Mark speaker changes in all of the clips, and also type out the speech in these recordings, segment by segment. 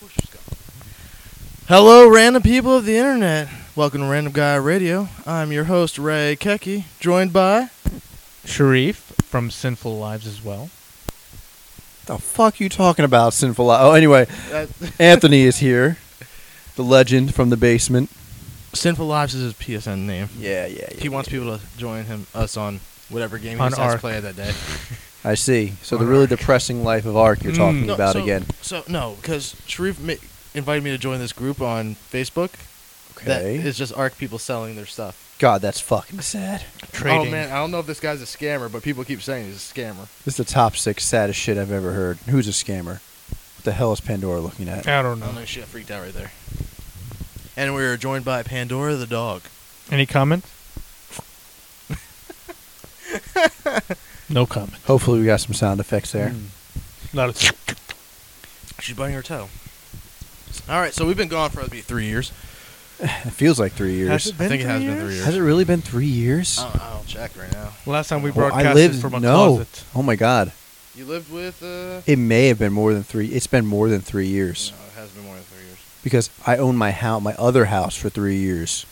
Speaker 1: Let's just go.
Speaker 2: Hello, random people of the internet. Welcome to Random Guy Radio. I'm your host, Ray Keki, joined by.
Speaker 3: Sharif from Sinful Lives as well.
Speaker 4: The fuck you talking about, sinful? Li- oh, anyway,
Speaker 2: Uh,
Speaker 4: Anthony is here, the legend from the basement.
Speaker 2: Sinful Lives is his PSN name.
Speaker 4: Yeah, yeah.
Speaker 2: He wants people to join him us on whatever game he
Speaker 3: On
Speaker 2: decides to
Speaker 3: Arc.
Speaker 2: play that day.
Speaker 4: I see. So the really depressing life of Ark you're talking
Speaker 3: Mm.
Speaker 2: No,
Speaker 4: about
Speaker 2: so,
Speaker 4: again.
Speaker 2: So, no, because Sharif ma- invited me to join this group on Facebook that
Speaker 4: Okay.
Speaker 2: is just ARC people selling their stuff.
Speaker 4: God, that's fucking sad.
Speaker 3: Trading. Mm-hmm.
Speaker 2: Oh, man, I don't know if this guy's a scammer, but people keep saying he's a scammer.
Speaker 4: This is the top six saddest shit I've ever heard. Who's a scammer? What the hell is Pandora looking at?
Speaker 3: I don't
Speaker 2: I don't
Speaker 3: know.
Speaker 2: know, shit, I freaked out right there. And we were joined by Pandora the dog.
Speaker 3: Any comment? no comment.
Speaker 4: Hopefully, we got some sound effects there.
Speaker 3: Not a
Speaker 2: She's biting her toe. All right, so we've been gone for maybe three years.
Speaker 4: It feels like three years.
Speaker 3: Has it
Speaker 2: I
Speaker 3: been
Speaker 2: think it
Speaker 3: three
Speaker 2: has
Speaker 3: years?
Speaker 2: been three
Speaker 4: Has
Speaker 2: years.
Speaker 4: it really been three years?
Speaker 2: I'll, I'll check right now.
Speaker 3: Last time we
Speaker 4: Well,
Speaker 3: broadcasted
Speaker 4: I lived
Speaker 3: from a
Speaker 4: no.
Speaker 3: closet.
Speaker 4: Oh my god,
Speaker 2: You lived with? Uh,
Speaker 4: it may have been more than three. It's been more than three
Speaker 2: no,
Speaker 4: years
Speaker 2: it has been more than three years.
Speaker 4: because I owned my house, my other house, for three years.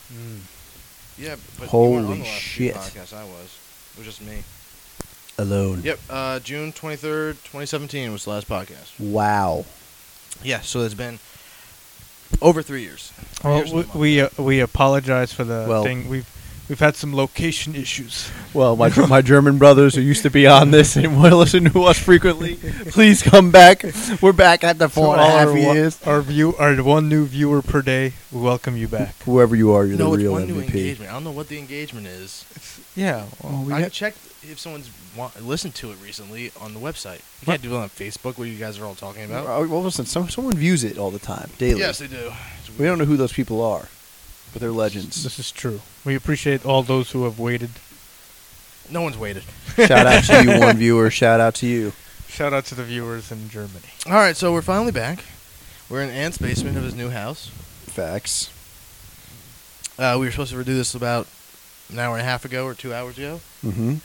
Speaker 2: Yeah, but you weren't on
Speaker 4: Holy
Speaker 2: the last few
Speaker 4: shit.
Speaker 2: Podcast I was. It was just me.
Speaker 4: alone.
Speaker 2: Yep. Uh, June twenty third, twenty seventeen was the last podcast.
Speaker 4: Wow.
Speaker 2: Yeah. So it's been over three years.
Speaker 3: Well,
Speaker 2: Here's
Speaker 3: we
Speaker 2: the
Speaker 3: we, uh, we apologize for the
Speaker 4: Well-
Speaker 3: thing. We've we've had some location issues.
Speaker 4: Well, my my German brothers who used to be on this and want to listen to us frequently, please come back. We're back after four and a half
Speaker 3: our, wa-
Speaker 4: years.
Speaker 3: our view, our one new viewer per day. We welcome you back.
Speaker 4: Whoever you are, you're
Speaker 2: no,
Speaker 4: the
Speaker 2: it's
Speaker 4: real
Speaker 2: one new
Speaker 4: MVP.
Speaker 2: engagement. I don't know what the engagement is.
Speaker 3: Yeah.
Speaker 4: Well, we
Speaker 2: I
Speaker 4: got-
Speaker 2: checked if someone's wa- listened to it recently on the website. You can't do it on Facebook. What you guys are all talking about?
Speaker 4: Oh, well, listen, some, someone views it all the time, daily.
Speaker 2: Yes, they do.
Speaker 4: We don't know who those people are, but they're legends.
Speaker 3: This is true. We appreciate all those who have waited.
Speaker 2: No one's waited.
Speaker 4: shout out to you, one viewer. Shout out to you.
Speaker 3: Shout out to the viewers in Germany.
Speaker 2: All right, so we're finally back. We're in Ant's basement of his new house.
Speaker 4: Facts.
Speaker 2: Uh, we were supposed to do this about an hour and a half ago or two hours ago.
Speaker 4: Mm-hmm.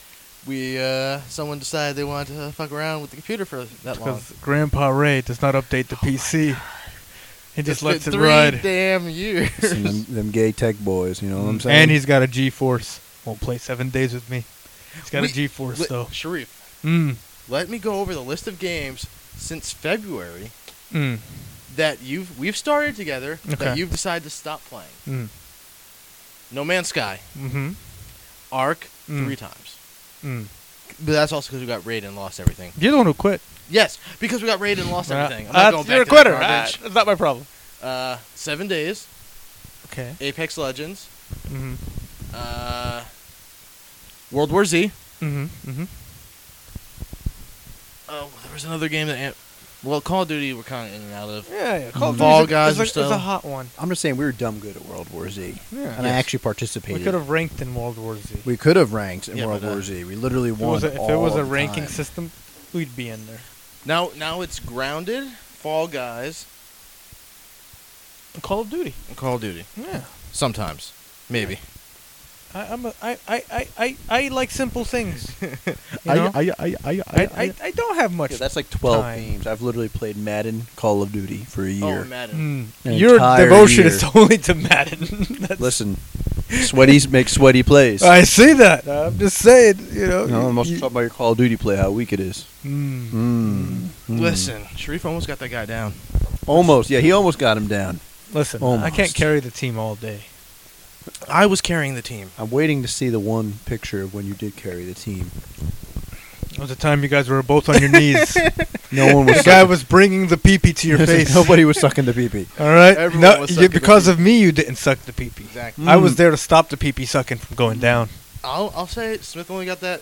Speaker 2: We uh, someone decided they wanted to fuck around with the computer for that long.
Speaker 3: Because Grandpa Ray does not update the PC. He
Speaker 2: It's
Speaker 3: just
Speaker 2: been
Speaker 3: lets it
Speaker 2: three
Speaker 3: ride.
Speaker 2: damn years.
Speaker 4: Some them, them gay tech boys, you know what I'm
Speaker 2: Mm.
Speaker 4: saying?
Speaker 3: And he's got a G-Force. Won't play seven days with me. He's got
Speaker 2: We-
Speaker 3: a G-Force
Speaker 2: Let-
Speaker 3: though.
Speaker 2: Sharif,
Speaker 3: Mm.
Speaker 2: let me go over the list of games since February
Speaker 3: Mm.
Speaker 2: that you've we've started together that
Speaker 3: Okay.
Speaker 2: you've decided to stop playing.
Speaker 3: Mm.
Speaker 2: No Man's Sky,
Speaker 3: Mm-hmm.
Speaker 2: Ark
Speaker 3: Mm.
Speaker 2: three times.
Speaker 3: Mm.
Speaker 2: But that's also because we got raided and lost everything.
Speaker 3: You're the one who quit.
Speaker 2: Yes, because we got raided and lost
Speaker 3: Uh,
Speaker 2: everything. I'm
Speaker 3: uh,
Speaker 2: not going back to
Speaker 3: you're a
Speaker 2: that
Speaker 3: quitter.
Speaker 2: garbage.
Speaker 3: Ah, that's not my problem.
Speaker 2: Uh, Seven Days,
Speaker 3: Okay.
Speaker 2: Apex Legends,
Speaker 3: Mm-hmm.
Speaker 2: uh, World War Z.
Speaker 3: Mm-hmm. Mm-hmm.
Speaker 2: Oh, there was another game that. Ant- well, Call of Duty we're kind of in and out of.
Speaker 3: Yeah, yeah. Call of
Speaker 2: Fall
Speaker 3: Duty's a-
Speaker 2: Guys
Speaker 3: is
Speaker 2: are
Speaker 3: a, is
Speaker 2: still-
Speaker 3: a hot one.
Speaker 4: I'm just saying we were dumb good at World War Z.
Speaker 3: Yeah.
Speaker 4: And I actually participated.
Speaker 3: We could have ranked in World War Z.
Speaker 4: We could have ranked in
Speaker 2: Yeah,
Speaker 4: World
Speaker 2: but, uh,
Speaker 4: War Z. We literally
Speaker 3: if it
Speaker 4: won.
Speaker 3: was a, if
Speaker 4: all
Speaker 3: it was
Speaker 4: the
Speaker 3: a ranking
Speaker 4: time.
Speaker 3: system, we'd be in there.
Speaker 2: Now, now it's Grounded, Fall Guys,
Speaker 3: Call of Duty.
Speaker 2: and Call of Duty.
Speaker 3: Yeah.
Speaker 2: Sometimes, maybe.
Speaker 3: I, I'm a, I, I, I, I, I like simple things. you
Speaker 4: I,
Speaker 3: know?
Speaker 4: I, I, I, I,
Speaker 3: I, I, I don't have much.
Speaker 4: Yeah, that's like 12
Speaker 3: time.
Speaker 4: games. I've literally played Madden, Call of Duty for a year.
Speaker 2: Oh, Madden.
Speaker 3: Mm.
Speaker 4: An
Speaker 3: Your
Speaker 4: entire
Speaker 3: devotion
Speaker 4: year.
Speaker 3: is only to Madden. That's-
Speaker 4: Listen, sweaties make sweaty plays.
Speaker 3: I see that. I'm just saying, you know.
Speaker 4: you know, I'm also
Speaker 3: you-
Speaker 4: talking about your Call of Duty play, how weak it is.
Speaker 3: Mm.
Speaker 4: Mm. Mm.
Speaker 2: Listen, Sharif almost got that guy down.
Speaker 4: Almost. Yeah, he almost got him down.
Speaker 3: Listen, I can't
Speaker 4: Almost.
Speaker 3: carry the team all day.
Speaker 2: I was carrying the team.
Speaker 4: I'm waiting to see the one picture of when you did carry the team.
Speaker 3: It was a time you guys were both on your knees. the
Speaker 4: No one was.
Speaker 3: guy
Speaker 4: sucking-
Speaker 3: was bringing the pee pee to your face. all
Speaker 4: Nobody was sucking the PP.
Speaker 3: right,
Speaker 2: Everyone
Speaker 3: no,
Speaker 2: was
Speaker 3: you-
Speaker 2: sucking the
Speaker 3: because
Speaker 2: pee.
Speaker 3: of me, you didn't suck the pee pee.
Speaker 2: Exactly.
Speaker 3: I
Speaker 4: Mm.
Speaker 3: was there to stop the pee pee sucking from going down.
Speaker 2: I'll, I'll say it, Smith only got that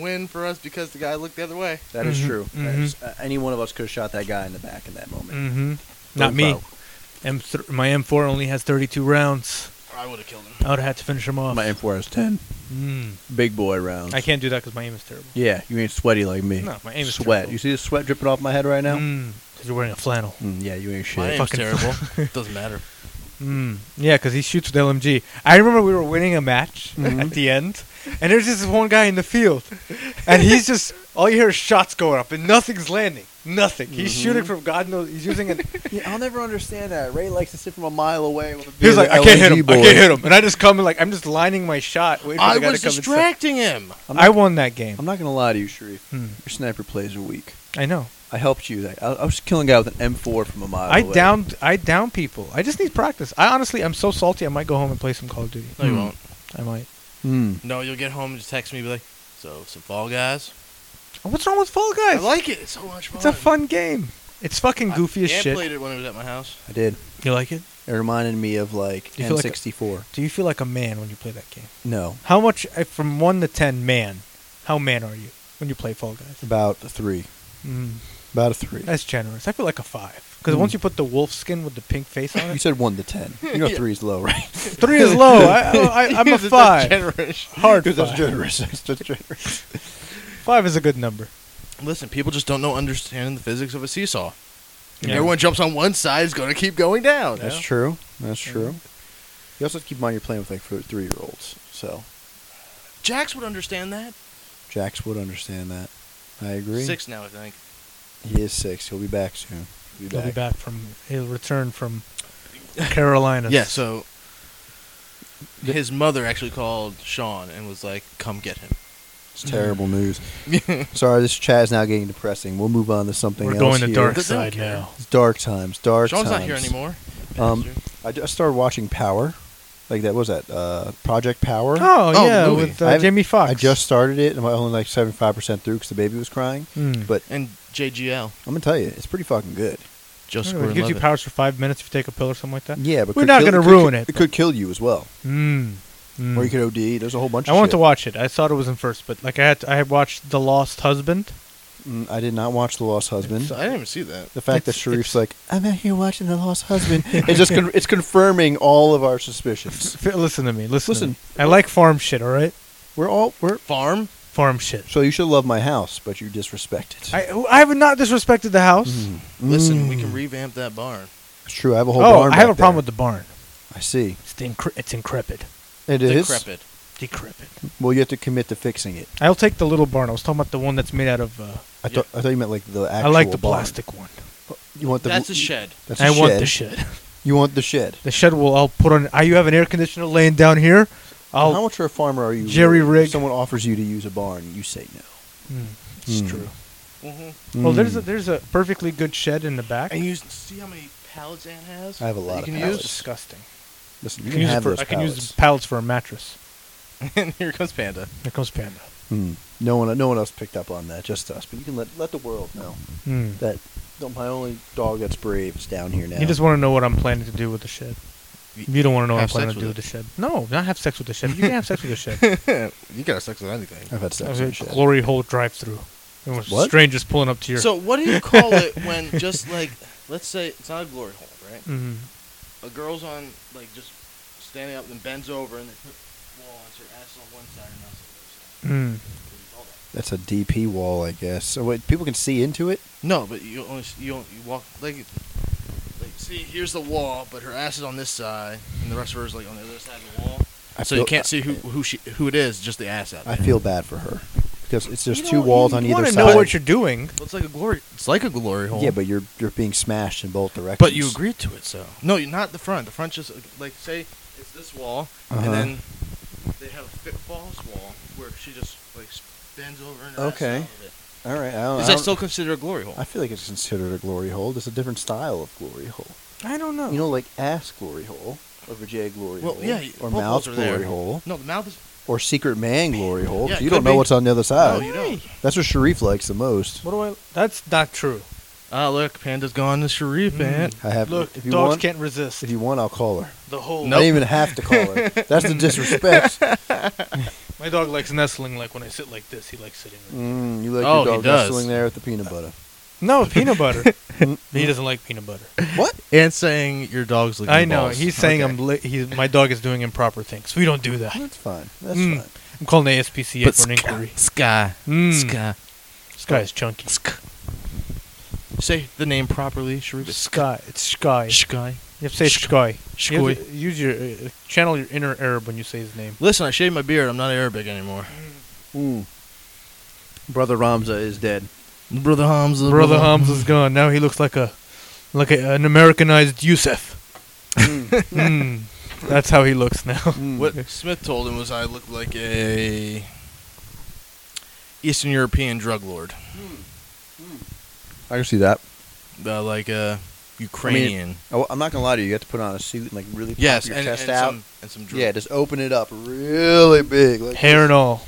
Speaker 2: win for us because the guy looked the other way.
Speaker 4: That is
Speaker 3: Mhm,
Speaker 4: true. That
Speaker 3: mhm.
Speaker 4: is- uh, any one of us could have shot that guy in the back in that moment.
Speaker 3: Mm-hmm. Not me.
Speaker 4: Bobo.
Speaker 3: M th- my M4 only has 32 rounds.
Speaker 2: I would have killed him.
Speaker 3: I would have had to finish them off.
Speaker 4: My M4 is 10.
Speaker 3: mm.
Speaker 4: Big boy round.
Speaker 3: I can't do that because my aim is terrible.
Speaker 4: Yeah, you ain't sweaty like me.
Speaker 3: No, my aim is Mm.
Speaker 4: sweat.
Speaker 3: terrible.
Speaker 4: You see the sweat dripping off my head right now?
Speaker 3: Because Hmm. you're wearing a flannel.
Speaker 4: Mm, yeah, you ain't shit.
Speaker 2: My aim's
Speaker 3: Fucking-
Speaker 2: terrible. Doesn't matter.
Speaker 3: Mm. Yeah, because he shoots with LMG. I remember we were winning a match at the end, and there's this one guy in the field, and he's just all you hear is shots going up and nothing's landing. Nothing. He's shooting from God knows. He's using an.
Speaker 4: Yeah, I'll never understand that. Ray likes to sit from a mile away with a
Speaker 3: He's like, I can't hit him.
Speaker 4: Board.
Speaker 3: I can't hit him. And I just come and like I'm just lining my shot. Waiting for
Speaker 2: I
Speaker 3: the guy
Speaker 2: was
Speaker 3: to come and say-
Speaker 2: distracting him.
Speaker 4: I'm
Speaker 3: I
Speaker 4: not,
Speaker 3: won that game.
Speaker 4: I'm not gonna lie to you, Sharif.
Speaker 3: Hmm.
Speaker 4: Your sniper plays are weak.
Speaker 3: I know.
Speaker 4: I helped you. That I, I was killing a guy with an M4 from a mile.
Speaker 3: I
Speaker 4: away.
Speaker 3: downed. I down people. I just need practice. I honestly, I'm so salty. I might go home and play some Call of Duty.
Speaker 2: No, you
Speaker 4: Hmm.
Speaker 2: won't.
Speaker 3: I might.
Speaker 4: Hmm.
Speaker 2: No, you'll get home and just text me, and be like, so some Fall Guys.
Speaker 3: Oh, What's wrong with Fall
Speaker 2: I
Speaker 3: Guys?
Speaker 2: like it. It's so much fun.
Speaker 3: it's a fun game. It's fucking
Speaker 2: I-
Speaker 3: goofy as
Speaker 2: Dan
Speaker 3: shit.
Speaker 2: played it when it was at my house.
Speaker 4: I did.
Speaker 3: You like it?
Speaker 4: It reminded me of like
Speaker 3: You feel like a-
Speaker 4: M64.
Speaker 3: Do you feel like a man when you play that game?
Speaker 4: no,
Speaker 3: How much uh, from one to ten man? How man are you when you play Fall Guys?
Speaker 4: about a three.
Speaker 3: Mm,
Speaker 4: About a three.
Speaker 3: that's generous. I feel like a five because
Speaker 4: Mm.
Speaker 3: once you put the wolf skin with the pink face on
Speaker 4: You
Speaker 3: it,
Speaker 4: said one to ten. You know
Speaker 2: Yeah.
Speaker 4: three is low, right?
Speaker 3: three is low. I, I, I, I'm a
Speaker 2: It's a
Speaker 3: five.
Speaker 2: generous-
Speaker 3: Hard
Speaker 4: That's
Speaker 3: five.
Speaker 4: generous. That's generous.
Speaker 3: Five is a good number.
Speaker 2: Listen, people just don't know understanding the physics of a seesaw. If
Speaker 3: Yeah.
Speaker 2: everyone jumps on one side, it's going to keep going down.
Speaker 4: That's
Speaker 3: Yeah.
Speaker 4: true. That's
Speaker 3: Yeah.
Speaker 4: true. You also have to keep in mind you're playing with like three year olds. So
Speaker 2: Jax would understand that.
Speaker 4: Jax would understand that. I agree.
Speaker 2: Six now, I think.
Speaker 4: He is six. He'll be back soon. He'll be
Speaker 3: He'll
Speaker 4: back.
Speaker 3: be back from he'll return from Carolina.
Speaker 2: Yeah, so his mother actually called Sean and was like, come get him.
Speaker 4: It's terrible news. Sorry, this chat is now getting depressing. We'll move on to something
Speaker 3: we're
Speaker 4: else.
Speaker 3: going to
Speaker 4: here.
Speaker 3: dark
Speaker 2: They don't
Speaker 3: side
Speaker 2: care.
Speaker 3: now.
Speaker 4: It's dark times. Dark
Speaker 2: Sean's
Speaker 4: times.
Speaker 2: not here anymore.
Speaker 4: Um,
Speaker 2: Bastard.
Speaker 4: I just started watching Power. Like that what was that uh, Project Power.
Speaker 3: Oh,
Speaker 2: Oh,
Speaker 3: yeah,
Speaker 2: movie.
Speaker 3: with uh,
Speaker 4: I've-
Speaker 3: Jamie Foxx.
Speaker 4: I just started it. and I'm only like seventy five percent through because the baby was crying.
Speaker 3: Mm.
Speaker 4: But
Speaker 2: and JGL.
Speaker 4: I'm gonna tell you, it's pretty fucking good.
Speaker 2: Just
Speaker 3: Anyway, it gives you powers for five minutes if you take a pill or something like that.
Speaker 4: Yeah, but
Speaker 3: We're
Speaker 4: could
Speaker 3: not
Speaker 4: kill-
Speaker 3: gonna
Speaker 4: could-
Speaker 3: ruin it,
Speaker 4: It could kill you as well,
Speaker 3: Mm. Mm.
Speaker 4: or you could OD. There's a whole bunch.
Speaker 3: I
Speaker 4: of
Speaker 3: wanted
Speaker 4: shit.
Speaker 3: to watch it. I thought it was in first, but like I had to, I had watched The Lost Husband.
Speaker 4: Mm, I did not watch The Lost Husband.
Speaker 2: I didn't even see that.
Speaker 4: the fact that
Speaker 3: it's-
Speaker 4: Sharif's like, I'm out here watching The Lost Husband. it's just con- it's confirming all of our suspicions.
Speaker 3: F- listen to me. Listen. to
Speaker 4: Listen.
Speaker 3: me. I like farm shit. All right,
Speaker 4: We're all we're
Speaker 2: Farm?
Speaker 3: farm shit.
Speaker 4: so you should love my house, but you disrespect it.
Speaker 3: I I have not disrespected the house.
Speaker 2: Listen, we
Speaker 4: Mm.
Speaker 2: can revamp that barn.
Speaker 4: It's true. I have a whole.
Speaker 3: Oh,
Speaker 4: barn
Speaker 3: I have a
Speaker 4: back
Speaker 3: problem with
Speaker 4: there.
Speaker 3: the barn.
Speaker 4: I see.
Speaker 3: It's incre- it's increpid,
Speaker 4: It is.
Speaker 2: Decrepit.
Speaker 3: decrepit.
Speaker 4: Well, you have to commit to fixing it.
Speaker 3: I'll take the little barn. I was talking about the one that's made out of. Uh,
Speaker 4: I thought I thought you meant like the
Speaker 3: I
Speaker 4: actual.
Speaker 3: like the
Speaker 4: barn.
Speaker 3: plastic one.
Speaker 4: You want the
Speaker 2: That's a shed.
Speaker 4: That's a
Speaker 3: I want
Speaker 4: shed.
Speaker 3: the shed.
Speaker 4: You want the shed.
Speaker 3: The shed will. I'll put on. Ah, you have an air conditioner laying down here. I'll.
Speaker 4: How much of a farmer are you?
Speaker 3: Jerry
Speaker 4: really? If
Speaker 3: rig.
Speaker 4: Someone offers you to use a barn, you say no.
Speaker 3: Mm, it's
Speaker 4: Mm.
Speaker 3: true.
Speaker 2: Mm-hmm.
Speaker 3: Well, Oh, there's
Speaker 4: Hmm.
Speaker 3: a, there's a perfectly good shed in the back.
Speaker 2: And you s- see how many pallets Ann has?
Speaker 4: I have a
Speaker 2: that
Speaker 4: lot
Speaker 2: you
Speaker 4: of
Speaker 2: can
Speaker 3: That's
Speaker 4: pallets.
Speaker 2: use?
Speaker 3: disgusting.
Speaker 4: Listen,
Speaker 3: I
Speaker 4: you
Speaker 3: can
Speaker 4: can
Speaker 3: use it
Speaker 4: have
Speaker 3: for,
Speaker 4: those
Speaker 3: I can use
Speaker 4: pallets.
Speaker 3: the pallets for a mattress.
Speaker 2: and here comes Panda.
Speaker 3: Here comes Panda.
Speaker 4: Hmm. No one, no one else picked up on that. Just us. But you can let let the world know
Speaker 3: Mm.
Speaker 4: that the- my only dog that's brave is down here now.
Speaker 3: You just want to know what I'm planning to do with the shed. You don't want to know what I'm
Speaker 2: Have
Speaker 3: planning
Speaker 2: sex
Speaker 3: to do with
Speaker 2: with
Speaker 3: the shed. No, not have sex with the shed. You can have sex with the shed.
Speaker 2: you got sex with anything.
Speaker 4: I've had
Speaker 3: That
Speaker 4: sex
Speaker 3: was
Speaker 4: in the
Speaker 3: a
Speaker 4: shed.
Speaker 3: glory hole drive through. There was
Speaker 4: What?
Speaker 3: strangers pulling up to your.
Speaker 2: So what do you call it when just like let's say it's not a glory hole, right?
Speaker 3: Mhm.
Speaker 2: A girl's on like just standing up and bends over and they put wall on her ass on one side and ass on
Speaker 3: Mm.
Speaker 2: the other side.
Speaker 4: That's a DP wall, I guess. So wait, people can see into it.
Speaker 2: No, but you only s- you don't, you walk like like see here's the wall, but her ass is on this side and the rest of her is like on the other side of the wall.
Speaker 4: I
Speaker 2: so
Speaker 4: feel-
Speaker 2: you can't see who who she who it is, just the ass out.
Speaker 4: I
Speaker 2: There.
Speaker 4: feel bad for her because it's
Speaker 3: You
Speaker 4: just two
Speaker 3: don't-
Speaker 4: walls on
Speaker 3: you
Speaker 4: either
Speaker 3: wanna
Speaker 4: side.
Speaker 3: know what you're doing.
Speaker 2: Well, it's like a glory. It's like a glory hole.
Speaker 4: yeah, but you're you're being smashed in both directions.
Speaker 2: But you agreed to it, so no, you not the front. The front just uh, like say it's this wall,
Speaker 4: Uh-huh.
Speaker 2: and then they have a fit falls wall where she just like s- bends over and her ass
Speaker 4: Okay.
Speaker 2: out of it.
Speaker 4: All right. I don't,
Speaker 2: Is
Speaker 4: I
Speaker 2: that
Speaker 4: don't-
Speaker 2: still considered a glory hole?
Speaker 4: I feel like it's considered a glory hole. It's a different style of glory hole.
Speaker 3: I don't know.
Speaker 4: You know, like ass glory hole, or vajay glory
Speaker 2: Oh. Well,
Speaker 4: hole,
Speaker 2: yeah, y-
Speaker 4: or
Speaker 2: both
Speaker 4: mouth
Speaker 2: holes are
Speaker 4: glory
Speaker 2: there.
Speaker 4: hole,
Speaker 2: No, the mouth is.
Speaker 4: or secret man glory hole. 'cause
Speaker 2: Yeah, it
Speaker 4: you don't
Speaker 2: could
Speaker 4: know
Speaker 2: be.
Speaker 4: what's on the other
Speaker 2: No,
Speaker 4: side.
Speaker 2: you don't.
Speaker 4: That's what Sharif likes the most.
Speaker 3: what do I? That's not true.
Speaker 2: Ah, look, Panda's gone to Sharif, man.
Speaker 4: I have.
Speaker 3: Look,
Speaker 4: if you
Speaker 3: dogs
Speaker 4: want,
Speaker 3: can't resist
Speaker 4: if you want, I'll call her.
Speaker 3: the whole.
Speaker 4: I
Speaker 2: Nope.
Speaker 4: don't even have to call her. That's the disrespect.
Speaker 3: My dog likes nestling. Like when I sit like this, he likes sitting. Like
Speaker 4: Mm, you like
Speaker 2: Oh, he
Speaker 4: your dog
Speaker 2: does.
Speaker 4: nestling there with the peanut butter.
Speaker 3: No peanut butter. he doesn't like peanut butter.
Speaker 4: what?
Speaker 2: And saying your dog's licking
Speaker 3: I know.
Speaker 2: balls.
Speaker 3: He's saying
Speaker 2: Okay.
Speaker 3: I'm. Li- he's, my dog is doing improper things. We don't do that.
Speaker 4: That's fine. That's
Speaker 2: Hmm.
Speaker 3: Mm.
Speaker 4: fine.
Speaker 3: I'm calling the ASPCA
Speaker 2: But
Speaker 3: for an
Speaker 2: Sky-
Speaker 3: inquiry.
Speaker 2: Sky,
Speaker 3: Mm.
Speaker 2: Sky,
Speaker 3: This guy's chunky.
Speaker 2: Sky. Say the name properly, Sharif.
Speaker 3: Sky. It's Sky.
Speaker 2: Sky.
Speaker 3: You have to say
Speaker 2: Sh-
Speaker 3: Sky. You
Speaker 2: Shkoy.
Speaker 3: have to use your uh, channel your inner Arab when you say his name.
Speaker 4: Hmm.
Speaker 2: Listen, I shaved my beard. I'm not Arabic anymore.
Speaker 4: Mm. Brother Ramza is dead.
Speaker 2: Brother Hamza.
Speaker 3: Brother Hams is gone. Now he looks like a like a, an Americanized Yusef. Mm. That's how he looks now.
Speaker 2: Mm.
Speaker 4: Hmm.
Speaker 2: What Smith told him was I looked like a Eastern European drug lord,
Speaker 4: I can see that.
Speaker 2: uh, like a Ukrainian.
Speaker 4: Oh, I'm not gonna lie to you. You have to put on a suit and like really pop
Speaker 2: yes,
Speaker 4: your
Speaker 2: and,
Speaker 4: chest
Speaker 2: and
Speaker 4: out.
Speaker 2: some and some drug.
Speaker 4: yeah, just open it up really big. Like
Speaker 3: Hair and all.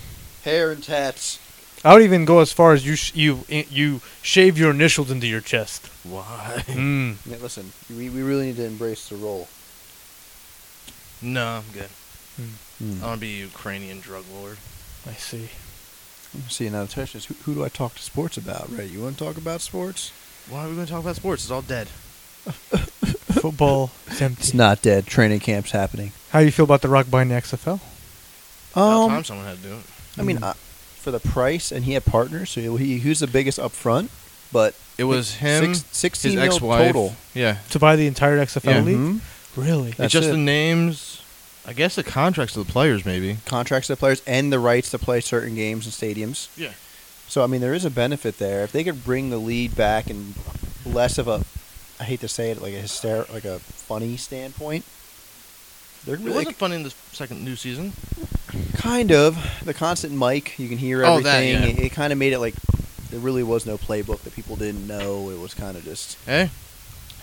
Speaker 4: hair and tats.
Speaker 3: I would even go as far as you sh- you you shave your initials into your chest.
Speaker 2: Why?
Speaker 4: Hmm.
Speaker 3: Mm.
Speaker 4: Yeah, listen, we, we really need to embrace the role.
Speaker 2: No, I'm good.
Speaker 4: Hmm.
Speaker 2: I want to be a Ukrainian drug lord.
Speaker 3: I see.
Speaker 4: See, now the question is, who, who do I talk to sports about? Right? You want to talk about sports?
Speaker 2: Why are we going to talk about sports? It's all dead.
Speaker 3: Football is
Speaker 4: It's
Speaker 3: empty.
Speaker 4: not dead. Training camp's happening.
Speaker 3: How you feel about the Rock by XFL?
Speaker 2: About
Speaker 4: Um,
Speaker 2: time someone had to do it.
Speaker 4: I mean, uh, for the price, and he had partners, so he, he was the biggest up front, but
Speaker 2: It was him,
Speaker 4: six,
Speaker 2: his
Speaker 4: 16 mil
Speaker 2: ex-wife.
Speaker 4: total.
Speaker 2: Yeah,
Speaker 3: To buy the entire XFL
Speaker 2: Yeah.
Speaker 3: league?
Speaker 4: Mhm.
Speaker 3: Really?
Speaker 4: That's
Speaker 2: it's just
Speaker 4: it.
Speaker 2: the names. I guess the contracts of the players, maybe.
Speaker 4: Contracts to the players and the rights to play certain games and stadiums.
Speaker 2: Yeah.
Speaker 4: So I mean, there is a benefit there if they could bring the lead back and less of a, I hate to say it, like a hysteric, like a funny standpoint. They're
Speaker 2: It
Speaker 4: really
Speaker 2: wasn't fun in the second new season.
Speaker 4: kind of the constant mic. You can hear
Speaker 2: Oh, that,
Speaker 4: everything.
Speaker 2: yeah.
Speaker 4: It, it kind of made it like there really was no playbook that people didn't know. It was kind of just.
Speaker 2: Hey,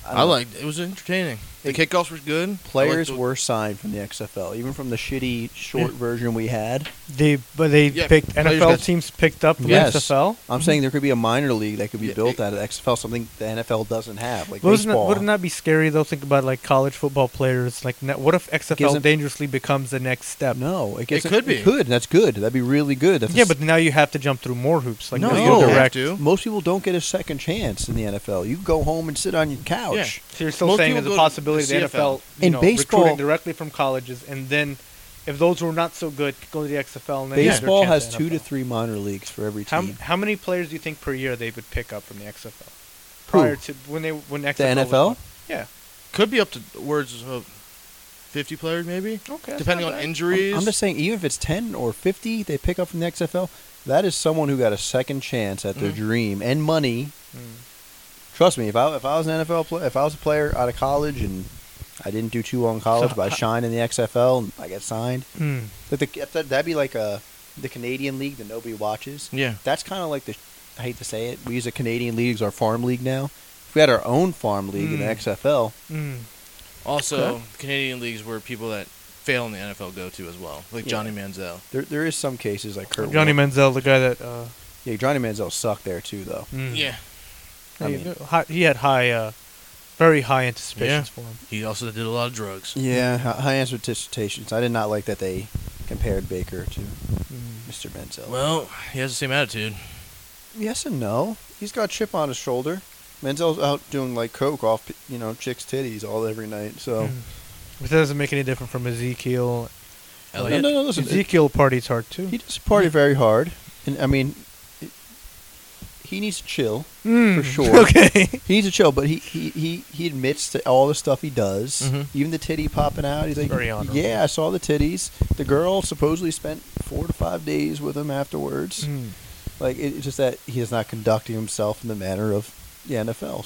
Speaker 4: don't
Speaker 2: I,
Speaker 4: know.
Speaker 2: liked it. was entertaining. The
Speaker 4: It-
Speaker 2: kickoffs were good. I liked
Speaker 4: Players
Speaker 2: the-
Speaker 4: were signed from the XFL, even from the shitty short version we had.
Speaker 3: They but they
Speaker 2: Yeah,
Speaker 3: picked
Speaker 2: players
Speaker 3: NFL
Speaker 2: got-
Speaker 3: teams picked up from
Speaker 4: Yes.
Speaker 3: XFL.
Speaker 4: I'm saying there could be a minor league that could be
Speaker 2: Mm-hmm. Yeah,
Speaker 4: built
Speaker 2: it-
Speaker 4: out of XFL, something the NFL doesn't have, like
Speaker 3: Wouldn't that,
Speaker 4: baseball.
Speaker 3: wouldn't that be scary though? Think about like college football players. Like, na- what if XFL
Speaker 4: Gives them-
Speaker 3: dangerously becomes the next step?
Speaker 4: no, it, gets
Speaker 2: It could be.
Speaker 4: It could. and That's good. That'd be really good. That's
Speaker 3: Yeah, but now you have to jump through more hoops. Like,
Speaker 2: no,
Speaker 3: there's
Speaker 4: you
Speaker 2: you
Speaker 4: don't
Speaker 2: don't have
Speaker 3: direct.
Speaker 2: to.
Speaker 4: most people don't get a second chance in the NFL. You go home and sit on your couch.
Speaker 3: So you're still
Speaker 2: Most
Speaker 3: saying
Speaker 2: people
Speaker 3: there's a
Speaker 2: go to
Speaker 3: possibility the
Speaker 2: CFL.
Speaker 3: NFL you
Speaker 4: In
Speaker 3: know,
Speaker 4: baseball-
Speaker 3: recruiting directly from colleges, and then if those were not so good, go to the XFL. And then you have their
Speaker 4: Baseball
Speaker 3: chance
Speaker 4: has
Speaker 3: at
Speaker 4: two to
Speaker 3: NFL.
Speaker 4: three minor leagues for every
Speaker 3: How,
Speaker 4: team.
Speaker 3: how many players do you think per year they would pick up from the XFL prior to when they when XFL? was
Speaker 4: NFL?
Speaker 3: fun? yeah.
Speaker 2: Could be up to words of fifty players, maybe,
Speaker 4: Oh,
Speaker 3: Okay. that's
Speaker 2: depending
Speaker 3: not
Speaker 2: on
Speaker 3: bad.
Speaker 2: injuries.
Speaker 4: I'm just saying, even if it's 10 or 50 they pick up from the XFL, that is someone who got a second chance at
Speaker 3: Mm.
Speaker 4: their
Speaker 2: Mhm.
Speaker 4: dream and money. Trust me, if I, if I was an NFL player, if I was a player out of college and I didn't do too well in college,
Speaker 3: So
Speaker 4: but I
Speaker 3: ho-
Speaker 4: shined in the XFL and I got signed,
Speaker 3: Mm.
Speaker 4: like the, if that- that'd be like uh the Canadian league that nobody watches.
Speaker 2: yeah,
Speaker 4: That's kind of like the, I hate to say it, we use the Canadian league as our farm league now. If we had our own farm league in the
Speaker 2: Hmm.
Speaker 3: Mm.
Speaker 4: XFL,
Speaker 3: Mm.
Speaker 2: Also, Canadian leagues where people that fail in the NFL go to as well, like
Speaker 4: Yeah.
Speaker 2: Johnny Manziel.
Speaker 4: there, there is some cases like Kurt
Speaker 3: Johnny
Speaker 4: Warner-
Speaker 3: Manziel, the guy that. Uh,
Speaker 4: Yeah, Johnny Manziel sucked there too, though.
Speaker 3: mm.
Speaker 4: I
Speaker 3: He-
Speaker 4: mean-
Speaker 3: hi- he had high, uh, very high anticipations for him.
Speaker 2: he also did a lot of drugs.
Speaker 4: Yeah, hi- high answer dissertations. I did not like that they compared Baker to
Speaker 3: Mm.
Speaker 4: Mr. Manziel.
Speaker 2: Well, he has the same attitude.
Speaker 4: yes and no. He's got a chip on his shoulder. Manziel's out doing like coke off, you know, chicks' titties all every night. So
Speaker 2: Hmm.
Speaker 3: Mm. But that doesn't make any different from Ezekiel.
Speaker 2: Elliot.
Speaker 4: no, no, no. Listen, it-
Speaker 3: Ezekiel parties hard too.
Speaker 4: he just partied very hard, and I mean, it, he needs to chill.
Speaker 3: Mm.
Speaker 4: for sure.
Speaker 3: okay.
Speaker 4: He needs to chill, but he he, he, he admits to all the stuff he does,
Speaker 2: Mhm.
Speaker 4: even the titty popping out. He's like,
Speaker 3: Very honorable.
Speaker 4: yeah, I saw the titties. The girl supposedly spent four to five days with him afterwards.
Speaker 3: Mm.
Speaker 4: Like it- it's just that he is not conducting himself in the manner of the NFL.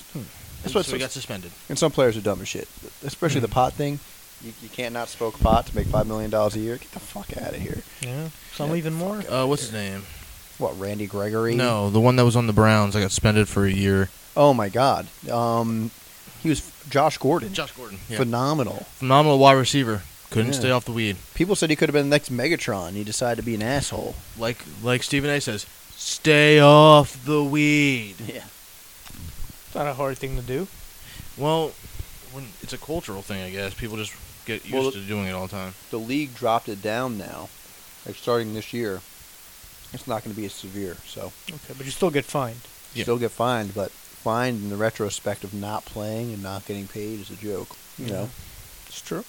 Speaker 4: That's what
Speaker 2: so he got suspended.
Speaker 4: and some players are dumb as shit, especially the pot thing. You, you can't not smoke pot to make five million dollars a year. Get the fuck out of here.
Speaker 3: Yeah. Some
Speaker 4: Yeah,
Speaker 3: even more.
Speaker 2: Uh, what's his name?
Speaker 4: What Randy Gregory?
Speaker 2: No, the one that was on the Browns. I got suspended for a year.
Speaker 4: Oh my God. Um, he was Josh Gordon.
Speaker 2: Josh Gordon. Yeah.
Speaker 4: Phenomenal.
Speaker 2: Phenomenal wide receiver. Couldn't
Speaker 4: Yeah.
Speaker 2: stay off the weed.
Speaker 4: People said he could have been the next Megatron. He decided to be an asshole.
Speaker 2: Like like Stephen A. says, stay off the weed.
Speaker 4: Yeah.
Speaker 3: It's not a hard thing to do.
Speaker 2: Well, when, it's a cultural thing, I guess. People just get used
Speaker 4: Well,
Speaker 2: to doing it all the time.
Speaker 4: The league dropped it down now. Like starting this year, it's not going to be as severe. So
Speaker 3: Okay, but you still get fined.
Speaker 2: Yeah.
Speaker 4: still get fined, but fined in the retrospect of not playing and not getting paid is a joke. You know,
Speaker 3: It's true.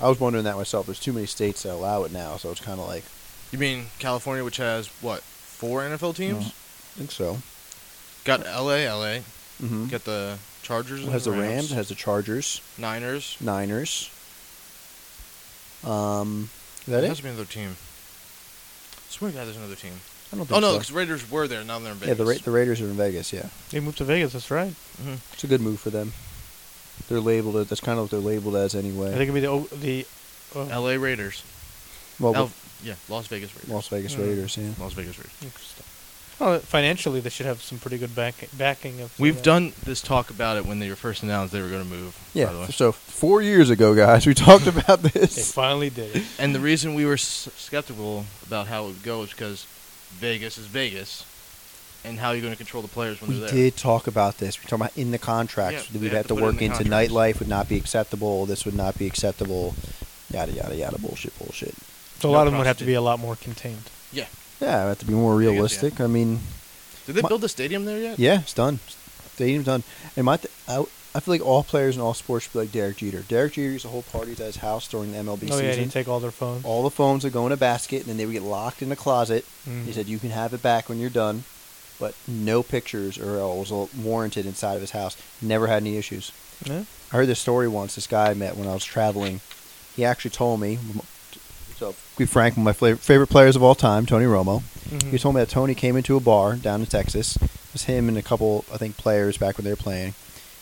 Speaker 4: I was wondering that myself. There's too many states that allow it now, so it's kind of like
Speaker 2: You mean California, which has what four NFL teams?
Speaker 4: Mhm. I think so.
Speaker 2: Got L.A. L.A.
Speaker 4: Mm-hmm.
Speaker 2: Got the Chargers. and
Speaker 4: has the Rams,
Speaker 2: Rams.
Speaker 4: has the Chargers,
Speaker 2: Niners.
Speaker 4: Niners. Um, is that
Speaker 2: There has
Speaker 4: it?
Speaker 2: to be another team. swear to God, there's another team.
Speaker 4: I don't think
Speaker 2: Oh no,
Speaker 4: so.
Speaker 2: because Raiders were there. Now they're in Vegas.
Speaker 4: yeah, the, Ra- the Raiders are in Vegas. Yeah,
Speaker 3: They moved to Vegas. That's right.
Speaker 2: hmm
Speaker 4: it's a good move for them. They're labeled. it- That's kind of what they're labeled as
Speaker 3: I
Speaker 4: anyway.
Speaker 3: think it'd be the o- the oh,
Speaker 2: L.A. Raiders.
Speaker 4: well,
Speaker 2: L-
Speaker 4: with
Speaker 2: yeah, Las Vegas Raiders.
Speaker 4: Las Vegas
Speaker 3: Mm.
Speaker 4: Raiders. Yeah.
Speaker 2: Las Vegas Raiders.
Speaker 3: interesting. Well, financially, they should have some pretty good back- backing of.
Speaker 2: We've
Speaker 3: uh,
Speaker 2: done this talk about it when they were first announced they were going to move. By the
Speaker 4: Yeah.
Speaker 2: way.
Speaker 4: So four years ago, guys, we talked about
Speaker 3: They
Speaker 4: this.
Speaker 3: finally did it.
Speaker 2: And the reason we were s- skeptical about how it would go is because Vegas is Vegas, and how are you going to control the players when
Speaker 4: We
Speaker 2: they're there?
Speaker 4: did talk about this. We're talking about in the
Speaker 2: Yeah,
Speaker 4: contracts that
Speaker 2: they
Speaker 4: we'd
Speaker 2: have
Speaker 4: have
Speaker 2: to
Speaker 4: to
Speaker 2: put it in
Speaker 4: work
Speaker 2: the
Speaker 4: into
Speaker 2: contracts.
Speaker 4: nightlife would not be acceptable. This would not be acceptable. Yada yada yada. Bullshit. Bullshit.
Speaker 3: So a
Speaker 2: No
Speaker 3: lot of them would have to
Speaker 2: prostitute.
Speaker 3: be a lot more contained.
Speaker 2: Yeah.
Speaker 4: Yeah, I have to be more
Speaker 2: guess, yeah.
Speaker 4: realistic. I mean,
Speaker 2: Did they
Speaker 4: My-
Speaker 2: build a stadium there yet?
Speaker 4: yeah, it's done. Stadium's done. And my, th- I, I feel like all players in all sports should be like Derek Jeter. Derek Jeter used to hold parties at his house during the MLB
Speaker 3: oh yeah, they
Speaker 4: season.
Speaker 3: take all their phones.
Speaker 4: all the phones would go in a basket, and then they would get locked in a closet.
Speaker 3: Mm.
Speaker 4: He said, "You can have it back when you're done, but no pictures or else was warranted inside of his house." Never had any issues.
Speaker 3: Yeah.
Speaker 4: I heard this story once. This guy I met when I was traveling. He actually told me. So, to be frank, one of my fla- favorite players of all time, Tony Romo.
Speaker 3: Mhm.
Speaker 4: He told me that Tony came into a bar down in Texas. It was him and a couple, I think, players back when they were playing.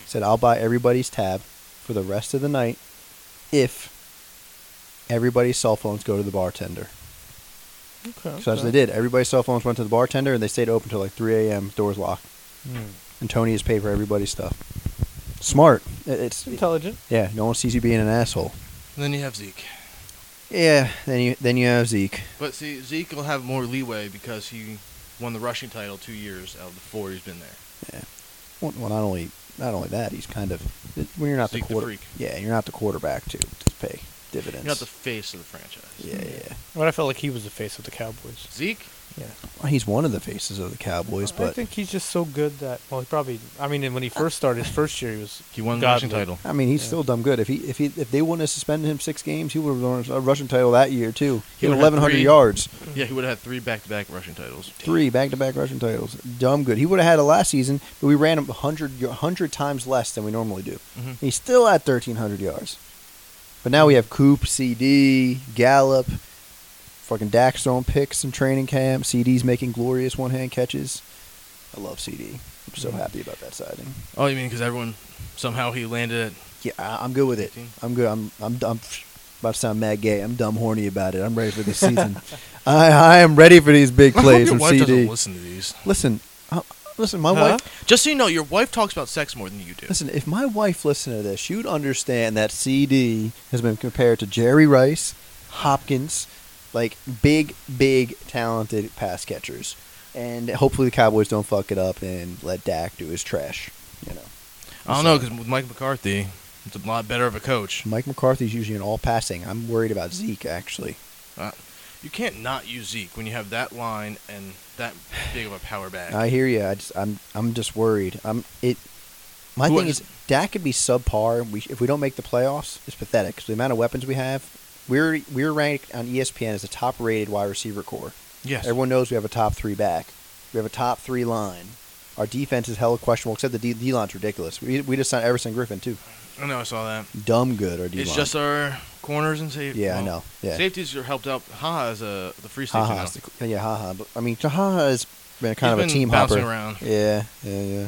Speaker 4: He said, I'll buy everybody's tab for the rest of the night if everybody's cell phones go to the bartender.
Speaker 3: Okay,
Speaker 4: So that's
Speaker 3: okay.
Speaker 4: what they did. Everybody's cell phones went to the bartender and they stayed open till like 3 a.m., doors locked.
Speaker 3: Mm.
Speaker 4: And Tony has paid for everybody's stuff. Smart. It- It's,
Speaker 3: It's intelligent.
Speaker 4: yeah, no one sees you being an asshole.
Speaker 2: And then you have Zeke.
Speaker 4: Yeah, then you, then you have Zeke.
Speaker 2: But see, Zeke will have more leeway because he won the rushing title two years out of the four he's been there.
Speaker 4: Well, well, not only not only that, he's kind of when you're not
Speaker 2: Zeke
Speaker 4: the
Speaker 2: the
Speaker 4: quarter.
Speaker 2: freak.
Speaker 4: yeah, you're not the quarterback to just pay dividends.
Speaker 2: You're not the face of the franchise.
Speaker 4: yeah, yeah.
Speaker 3: But I felt like he was the face of the Cowboys.
Speaker 2: Zeke,
Speaker 3: Yeah.
Speaker 4: Well, he's one of the faces of the Cowboys,
Speaker 3: I
Speaker 4: but
Speaker 3: think he's just so good that well, he probably. I mean, and when he first started his first year, he was
Speaker 2: he won the
Speaker 3: God,
Speaker 2: rushing
Speaker 3: the-
Speaker 2: title.
Speaker 4: I mean, he's
Speaker 3: Yeah.
Speaker 4: still dumb good. If he if he if they wouldn't have suspended him six games, he would have won a rushing title that year too.
Speaker 2: He
Speaker 4: He had
Speaker 2: would have
Speaker 4: 1,100
Speaker 2: three.
Speaker 4: yards,
Speaker 2: Yeah, he would have had three back-to-back rushing titles.
Speaker 4: three back to back rushing titles. Dumb good. He would have had it last season, but we ran him 100 y- 100 times less than we normally do.
Speaker 2: Mhm.
Speaker 4: He's still at 1,300 yards, but now we have Coop, CD, Gallup, fucking Dax throwing picks in training camp. CD's making glorious one hand catches. I love CD. I'm so
Speaker 2: Mm-hmm.
Speaker 3: Mhm.
Speaker 4: happy about that signing.
Speaker 2: Oh, you mean because everyone somehow he landed at
Speaker 4: Yeah, I- I'm good with it.
Speaker 2: 18?
Speaker 4: I'm good. I'm I'm dumb. About to sound mad gay. I'm dumb horny about it. I'm ready for this season. I I am ready for these big plays from
Speaker 2: wife doesn't
Speaker 4: CD.
Speaker 2: listen to these.
Speaker 4: Listen, uh, listen. My
Speaker 3: Huh?
Speaker 4: wife.
Speaker 2: Just so you know, your wife talks about sex more than you do.
Speaker 4: Listen, if my wife listened to this, she would understand that CD has been compared to Jerry Rice, Hopkins, like big, big, talented pass catchers. And hopefully the Cowboys don't fuck it up and let Dak do his trash. You know,
Speaker 2: I don't know because with Mike McCarthy, it's a lot better of a coach.
Speaker 4: Mike McCarthy's usually an all passing. I'm worried about Zeke actually.
Speaker 2: Uh, you can't not use Zeke when you have that line and that big of a power back.
Speaker 4: I hear you. I just, I'm, I'm just worried. I'm it. My
Speaker 2: Who
Speaker 4: thing
Speaker 2: is-
Speaker 4: is Dak could be subpar. We, if we don't make the playoffs, it's pathetic. 'cause the amount of weapons we have, we're we're ranked on E ESPN as a top-rated wide receiver core.
Speaker 2: yes.
Speaker 4: Everyone knows we have a top three back. We have a top three line. Our defense is hella questionable, except the D, D line's ridiculous. We, we just signed Everson Griffin too.
Speaker 2: I know. I saw that.
Speaker 4: Dumb good. Our D
Speaker 2: It's
Speaker 4: line.
Speaker 2: just our corners and safety.
Speaker 4: Yeah, I know. Yeah.
Speaker 2: Safeties are helped out. Ha is a the free safety
Speaker 4: Ha
Speaker 2: now.
Speaker 4: ha. Yeah, ha ha. But I mean, ha has been kind
Speaker 2: He's
Speaker 4: of a
Speaker 2: been
Speaker 4: team
Speaker 2: bouncing
Speaker 4: hopper.
Speaker 2: around.
Speaker 4: Yeah, yeah, yeah.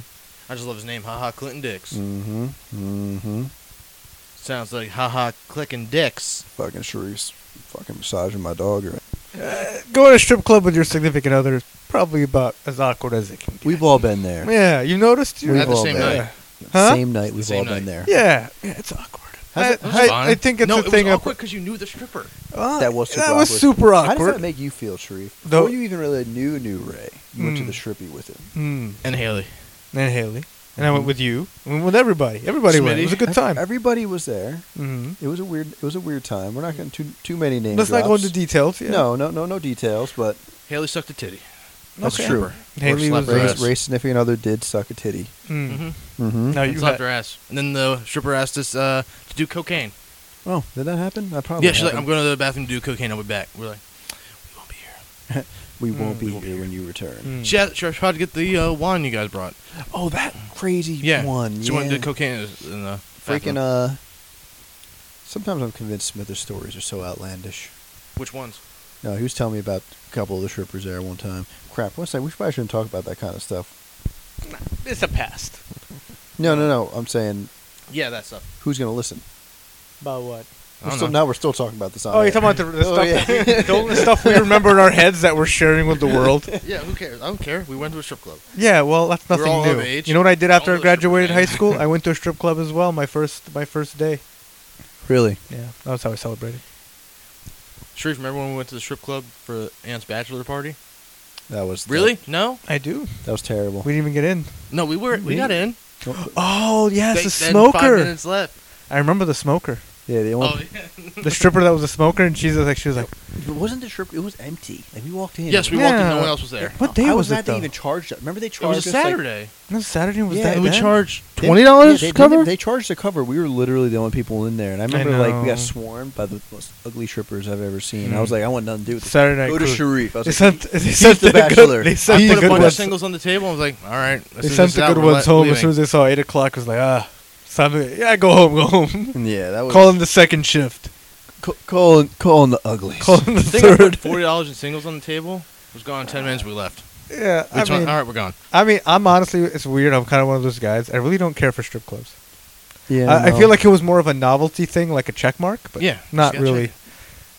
Speaker 2: I just love his name. Ha ha. Clinton Dix.
Speaker 4: Mm-hmm. Mm-hmm.
Speaker 2: Sounds like ha ha. Clicking Dix.
Speaker 4: Fucking Sharice. Fucking massaging my dog. Right?
Speaker 3: Going to a strip club with your significant other is probably about as awkward as it can get.
Speaker 4: We've all been there.
Speaker 3: yeah, you noticed? You
Speaker 4: We've
Speaker 2: At the
Speaker 4: all
Speaker 2: same
Speaker 4: been
Speaker 2: night.
Speaker 4: there.
Speaker 3: Huh?
Speaker 4: Same night. We've
Speaker 2: Same
Speaker 4: all
Speaker 2: night.
Speaker 4: been there.
Speaker 3: Yeah, yeah, it's awkward.
Speaker 4: How's
Speaker 3: I,
Speaker 4: it-
Speaker 2: That was
Speaker 3: I,
Speaker 2: fun.
Speaker 3: I think it's
Speaker 2: no,
Speaker 3: a thing.
Speaker 2: it was
Speaker 3: of-
Speaker 2: awkward because you knew the stripper.
Speaker 3: Uh,
Speaker 4: That was super
Speaker 3: that was
Speaker 4: awkward.
Speaker 3: super
Speaker 4: How does that
Speaker 3: awkward.
Speaker 4: make you feel, Sharif?
Speaker 3: Though-
Speaker 4: Before you even really knew knew Ray, you went to
Speaker 3: Mm.
Speaker 4: the Shrippy with
Speaker 3: Mm.
Speaker 4: him.
Speaker 2: And Haley.
Speaker 3: And Haley. And
Speaker 4: Mm-hmm.
Speaker 3: I went with you. I went with everybody. Everybody went. It
Speaker 2: Smitty.
Speaker 3: was a good time.
Speaker 4: Everybody was there.
Speaker 3: mm.
Speaker 4: It was a weird. It was a weird time. We're not going to too too many names.
Speaker 3: Let's not go into details. Yeah.
Speaker 4: No, no, no, no details. But
Speaker 2: Haley sucked a titty.
Speaker 4: that's
Speaker 3: Okay.
Speaker 4: true.
Speaker 3: Haley
Speaker 2: Or
Speaker 3: was
Speaker 2: slap her
Speaker 3: there.
Speaker 2: ass.
Speaker 4: Ray's, Ray's significant other did suck a titty.
Speaker 3: Mm.
Speaker 2: Mm-hmm.
Speaker 4: Mm-hmm.
Speaker 3: No,
Speaker 2: And
Speaker 3: you
Speaker 2: slapped
Speaker 3: had,
Speaker 2: her ass. And then the stripper asked us uh, to do cocaine.
Speaker 4: Oh, did that happen? That probably.
Speaker 2: Yeah, she's like, I'm
Speaker 4: happened.
Speaker 2: going to the bathroom to do cocaine. I'll be back. We're like, we won't be here.
Speaker 4: We won't
Speaker 3: Mm.
Speaker 4: be here when you return.
Speaker 3: Mm.
Speaker 2: She, had, she tried to get the uh, wine you guys brought.
Speaker 4: Oh, that crazy
Speaker 2: Mm. Yeah.
Speaker 4: one.
Speaker 2: She
Speaker 4: yeah.
Speaker 2: wanted to do cocaine in the
Speaker 4: Freaking
Speaker 2: bathroom.
Speaker 4: uh. Sometimes I'm convinced some of their stories are so outlandish.
Speaker 2: Which ones?
Speaker 4: No, he was telling me about a couple of the strippers there one time. crap. One second. We probably shouldn't talk about that kind of stuff.
Speaker 3: It's a past.
Speaker 4: No, no, no. I'm saying
Speaker 3: Yeah, that's up.
Speaker 4: who's going to listen?
Speaker 3: About what?
Speaker 4: We're
Speaker 2: don't
Speaker 4: still,
Speaker 2: know.
Speaker 4: now we're still talking about this. On
Speaker 3: Oh,
Speaker 4: air.
Speaker 3: you're talking about the, the
Speaker 4: Oh,
Speaker 3: stuff
Speaker 4: yeah.
Speaker 3: that- the only stuff we remember in our heads that we're sharing with the world.
Speaker 2: Yeah, who cares? I don't care. We went to a strip club.
Speaker 3: Yeah, well, that's
Speaker 2: We're
Speaker 3: nothing
Speaker 2: all
Speaker 3: new.
Speaker 2: of age.
Speaker 3: You know what I did after
Speaker 2: All
Speaker 3: I
Speaker 2: those
Speaker 3: graduated high
Speaker 2: different
Speaker 3: school? I went to a strip club as well. My first, my first day.
Speaker 4: really?
Speaker 3: Yeah, that's how I celebrated.
Speaker 2: Sharif, remember when we went to the strip club for Aunt's bachelor party?
Speaker 4: That was
Speaker 2: Really? No,
Speaker 3: I do.
Speaker 4: That was terrible.
Speaker 3: We didn't even get in.
Speaker 2: no, we were we got in.
Speaker 3: Oh yes,
Speaker 2: They-
Speaker 3: the
Speaker 2: they had Five
Speaker 3: smoker.
Speaker 2: minutes left.
Speaker 3: I remember the smoker.
Speaker 4: yeah, the only,
Speaker 2: Oh, yeah.
Speaker 3: The stripper that was a smoker, and she's like, she was like,
Speaker 4: it wasn't the strip. It was empty. Like we walked in.
Speaker 2: yes, we
Speaker 4: No,
Speaker 2: walked in. No
Speaker 3: Yeah.
Speaker 2: one else was there.
Speaker 3: "What day
Speaker 4: I
Speaker 3: was,
Speaker 4: was
Speaker 3: it
Speaker 4: mad they
Speaker 3: though?"
Speaker 4: even charged us. Remember they
Speaker 2: It
Speaker 4: charged
Speaker 2: was a
Speaker 4: us, like-
Speaker 2: Saturday.
Speaker 3: no, Saturday was
Speaker 4: Yeah,
Speaker 3: that.
Speaker 2: and we
Speaker 3: bad?
Speaker 2: charged
Speaker 4: They-
Speaker 2: twenty
Speaker 4: yeah,
Speaker 2: dollars
Speaker 4: they,
Speaker 2: cover.
Speaker 4: They, they charged the cover. We were literally the only people in there, and I remember like we
Speaker 3: know.
Speaker 4: got swarmed by the most ugly strippers I've ever seen. I
Speaker 3: Mm.
Speaker 4: was like, I want nothing to do with this.
Speaker 3: Saturday night.
Speaker 4: Go to
Speaker 3: Crew.
Speaker 4: Sharif. I was
Speaker 3: They
Speaker 4: like,
Speaker 3: sent,
Speaker 4: "He-
Speaker 3: they
Speaker 4: he's
Speaker 3: sent
Speaker 4: the
Speaker 3: the
Speaker 4: bachelor.
Speaker 3: good. They
Speaker 2: I
Speaker 3: sent
Speaker 2: put
Speaker 3: the
Speaker 2: a
Speaker 3: good
Speaker 2: bunch of
Speaker 3: ones.
Speaker 2: singles on the table. I was like, all right. as
Speaker 3: They
Speaker 2: soon
Speaker 3: sent
Speaker 2: as
Speaker 3: the
Speaker 2: it's out,
Speaker 3: good
Speaker 2: we're
Speaker 3: ones
Speaker 2: le-
Speaker 3: home as
Speaker 2: leaving.
Speaker 3: soon as they saw eight o'clock. Was like, ah, it's time to yeah, go home, go home.
Speaker 4: "Mm, yeah, that was
Speaker 3: Call in the second shift.
Speaker 4: ca- call call in the uglies.
Speaker 3: Call in the
Speaker 2: I think I put
Speaker 3: third.
Speaker 2: forty dollars in singles on the table. It was gone in ten minutes. We left.
Speaker 3: Yeah,
Speaker 2: We
Speaker 3: I
Speaker 2: just went,
Speaker 3: mean,
Speaker 2: all right, we're gone.
Speaker 3: I mean, I'm honestly, it's weird. I'm kind of one of those guys. I really don't care for strip clubs.
Speaker 4: yeah,
Speaker 3: I, I
Speaker 4: no.
Speaker 3: feel like it was more of a novelty thing, like a check mark, but
Speaker 2: Yeah, just
Speaker 3: not
Speaker 2: gotta
Speaker 3: really.
Speaker 2: check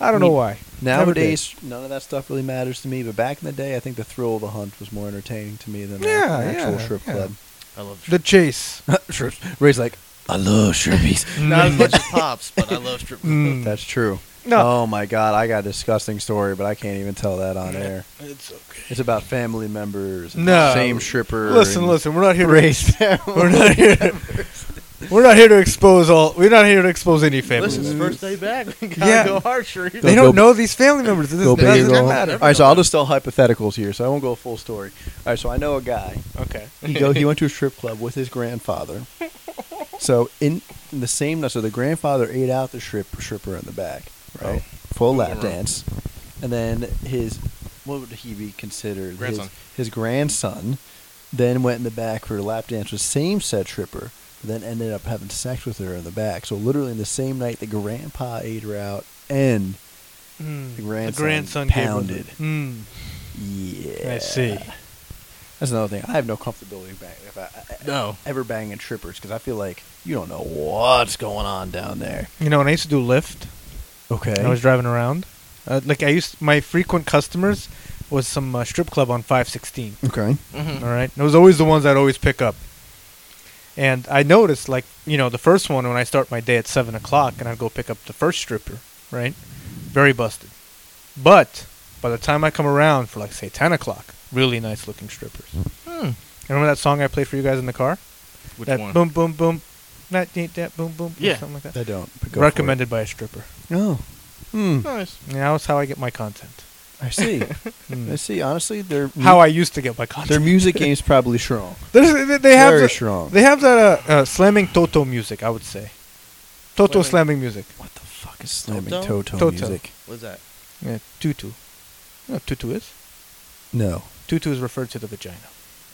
Speaker 3: I don't
Speaker 4: I mean,
Speaker 3: know why. Never did.
Speaker 4: nowadays none of that stuff really matters to me. But back in the day, I think the thrill of the hunt was more entertaining to me than
Speaker 3: Yeah,
Speaker 4: an actual
Speaker 3: yeah,
Speaker 4: strip
Speaker 3: yeah.
Speaker 4: club.
Speaker 2: I love
Speaker 3: the
Speaker 2: strip.
Speaker 3: chase.
Speaker 4: Strips. Ray's like, I love strippies.
Speaker 2: not as much as pops, but I love strip.
Speaker 3: Mm.
Speaker 4: That's true.
Speaker 3: No.
Speaker 4: Oh my god, I got a disgusting story, but I can't even tell that on air.
Speaker 2: It's okay.
Speaker 4: It's about family members. and
Speaker 3: No.
Speaker 4: Same stripper.
Speaker 3: listen,
Speaker 4: and-
Speaker 3: listen. We're not here to
Speaker 4: Race.
Speaker 3: We're not here. we're not here to expose all. We're not here to expose any families.
Speaker 2: Listen, it's first day back. We gotta
Speaker 3: Yeah.
Speaker 2: go hard, Sharif.
Speaker 3: They
Speaker 4: Go-
Speaker 3: don't
Speaker 4: go-
Speaker 3: know these family members. It doesn't,
Speaker 4: Go big or
Speaker 3: doesn't
Speaker 4: go home.
Speaker 3: matter.
Speaker 4: All right, so I'll just tell hypotheticals here, so I won't go full story. All right, so I know a guy.
Speaker 3: Okay.
Speaker 4: He go. He went to a strip club with his grandfather. So in, in the same night, so the grandfather ate out the strip, stripper in the back, right?
Speaker 2: Right.
Speaker 4: Full lap
Speaker 2: Right.
Speaker 4: dance, and then his what would he be considered?
Speaker 2: Grandson.
Speaker 4: His, his grandson then went in the back for a lap dance with same said stripper. Then ended up having sex with her in the back. So literally in the same night, the grandpa ate her out and
Speaker 3: Mm.
Speaker 4: The grandson
Speaker 3: gave her-
Speaker 4: pounded.
Speaker 3: Mm.
Speaker 4: yeah,
Speaker 3: I see.
Speaker 4: That's another thing. I have no comfortability back if I, I-
Speaker 2: No.
Speaker 4: ever banging trippers because I feel like you don't know what's going on down there.
Speaker 3: You know, when I used to do Lyft,
Speaker 4: Okay.
Speaker 3: I was driving around. Uh, like I used my frequent customers was some uh, strip club on 516.
Speaker 4: okay.
Speaker 2: Mhm.
Speaker 3: All right. And it was always the ones I'd always pick up. And I noticed, like, you know, the first one when I start my day at 7 o'clock and I'd go pick up the first stripper, right? Very busted. But by the time I come around for, like, say, 10 o'clock, really nice looking strippers.
Speaker 2: Hmm.
Speaker 3: Remember that song I played for you guys in the car?
Speaker 2: Which
Speaker 3: that
Speaker 2: one?
Speaker 3: Boom, boom, boom. Not that, that, boom, boom.
Speaker 2: Yeah.
Speaker 3: Yeah. Something like that.
Speaker 4: I don't. but go for it.
Speaker 3: Recommended by a stripper.
Speaker 4: Oh. Hmm.
Speaker 2: Nice.
Speaker 3: And that was how I get my content.
Speaker 4: I see.
Speaker 3: Mm.
Speaker 4: I see. Honestly, their mu-
Speaker 3: How I used to get my
Speaker 4: their
Speaker 3: content.
Speaker 4: music game's probably strong.
Speaker 3: There's- they- they have
Speaker 4: Very
Speaker 3: the-
Speaker 4: strong.
Speaker 3: They have that uh, uh, slamming Toto music, I would say. Toto
Speaker 2: Slamming-
Speaker 3: slamming music.
Speaker 4: what the fuck is slamming
Speaker 2: Toto?
Speaker 4: Toto,
Speaker 3: Toto.
Speaker 4: music?
Speaker 2: What's that?
Speaker 3: Yeah, tutu. You know what tutu is?
Speaker 4: No.
Speaker 3: Tutu is referred to the vagina.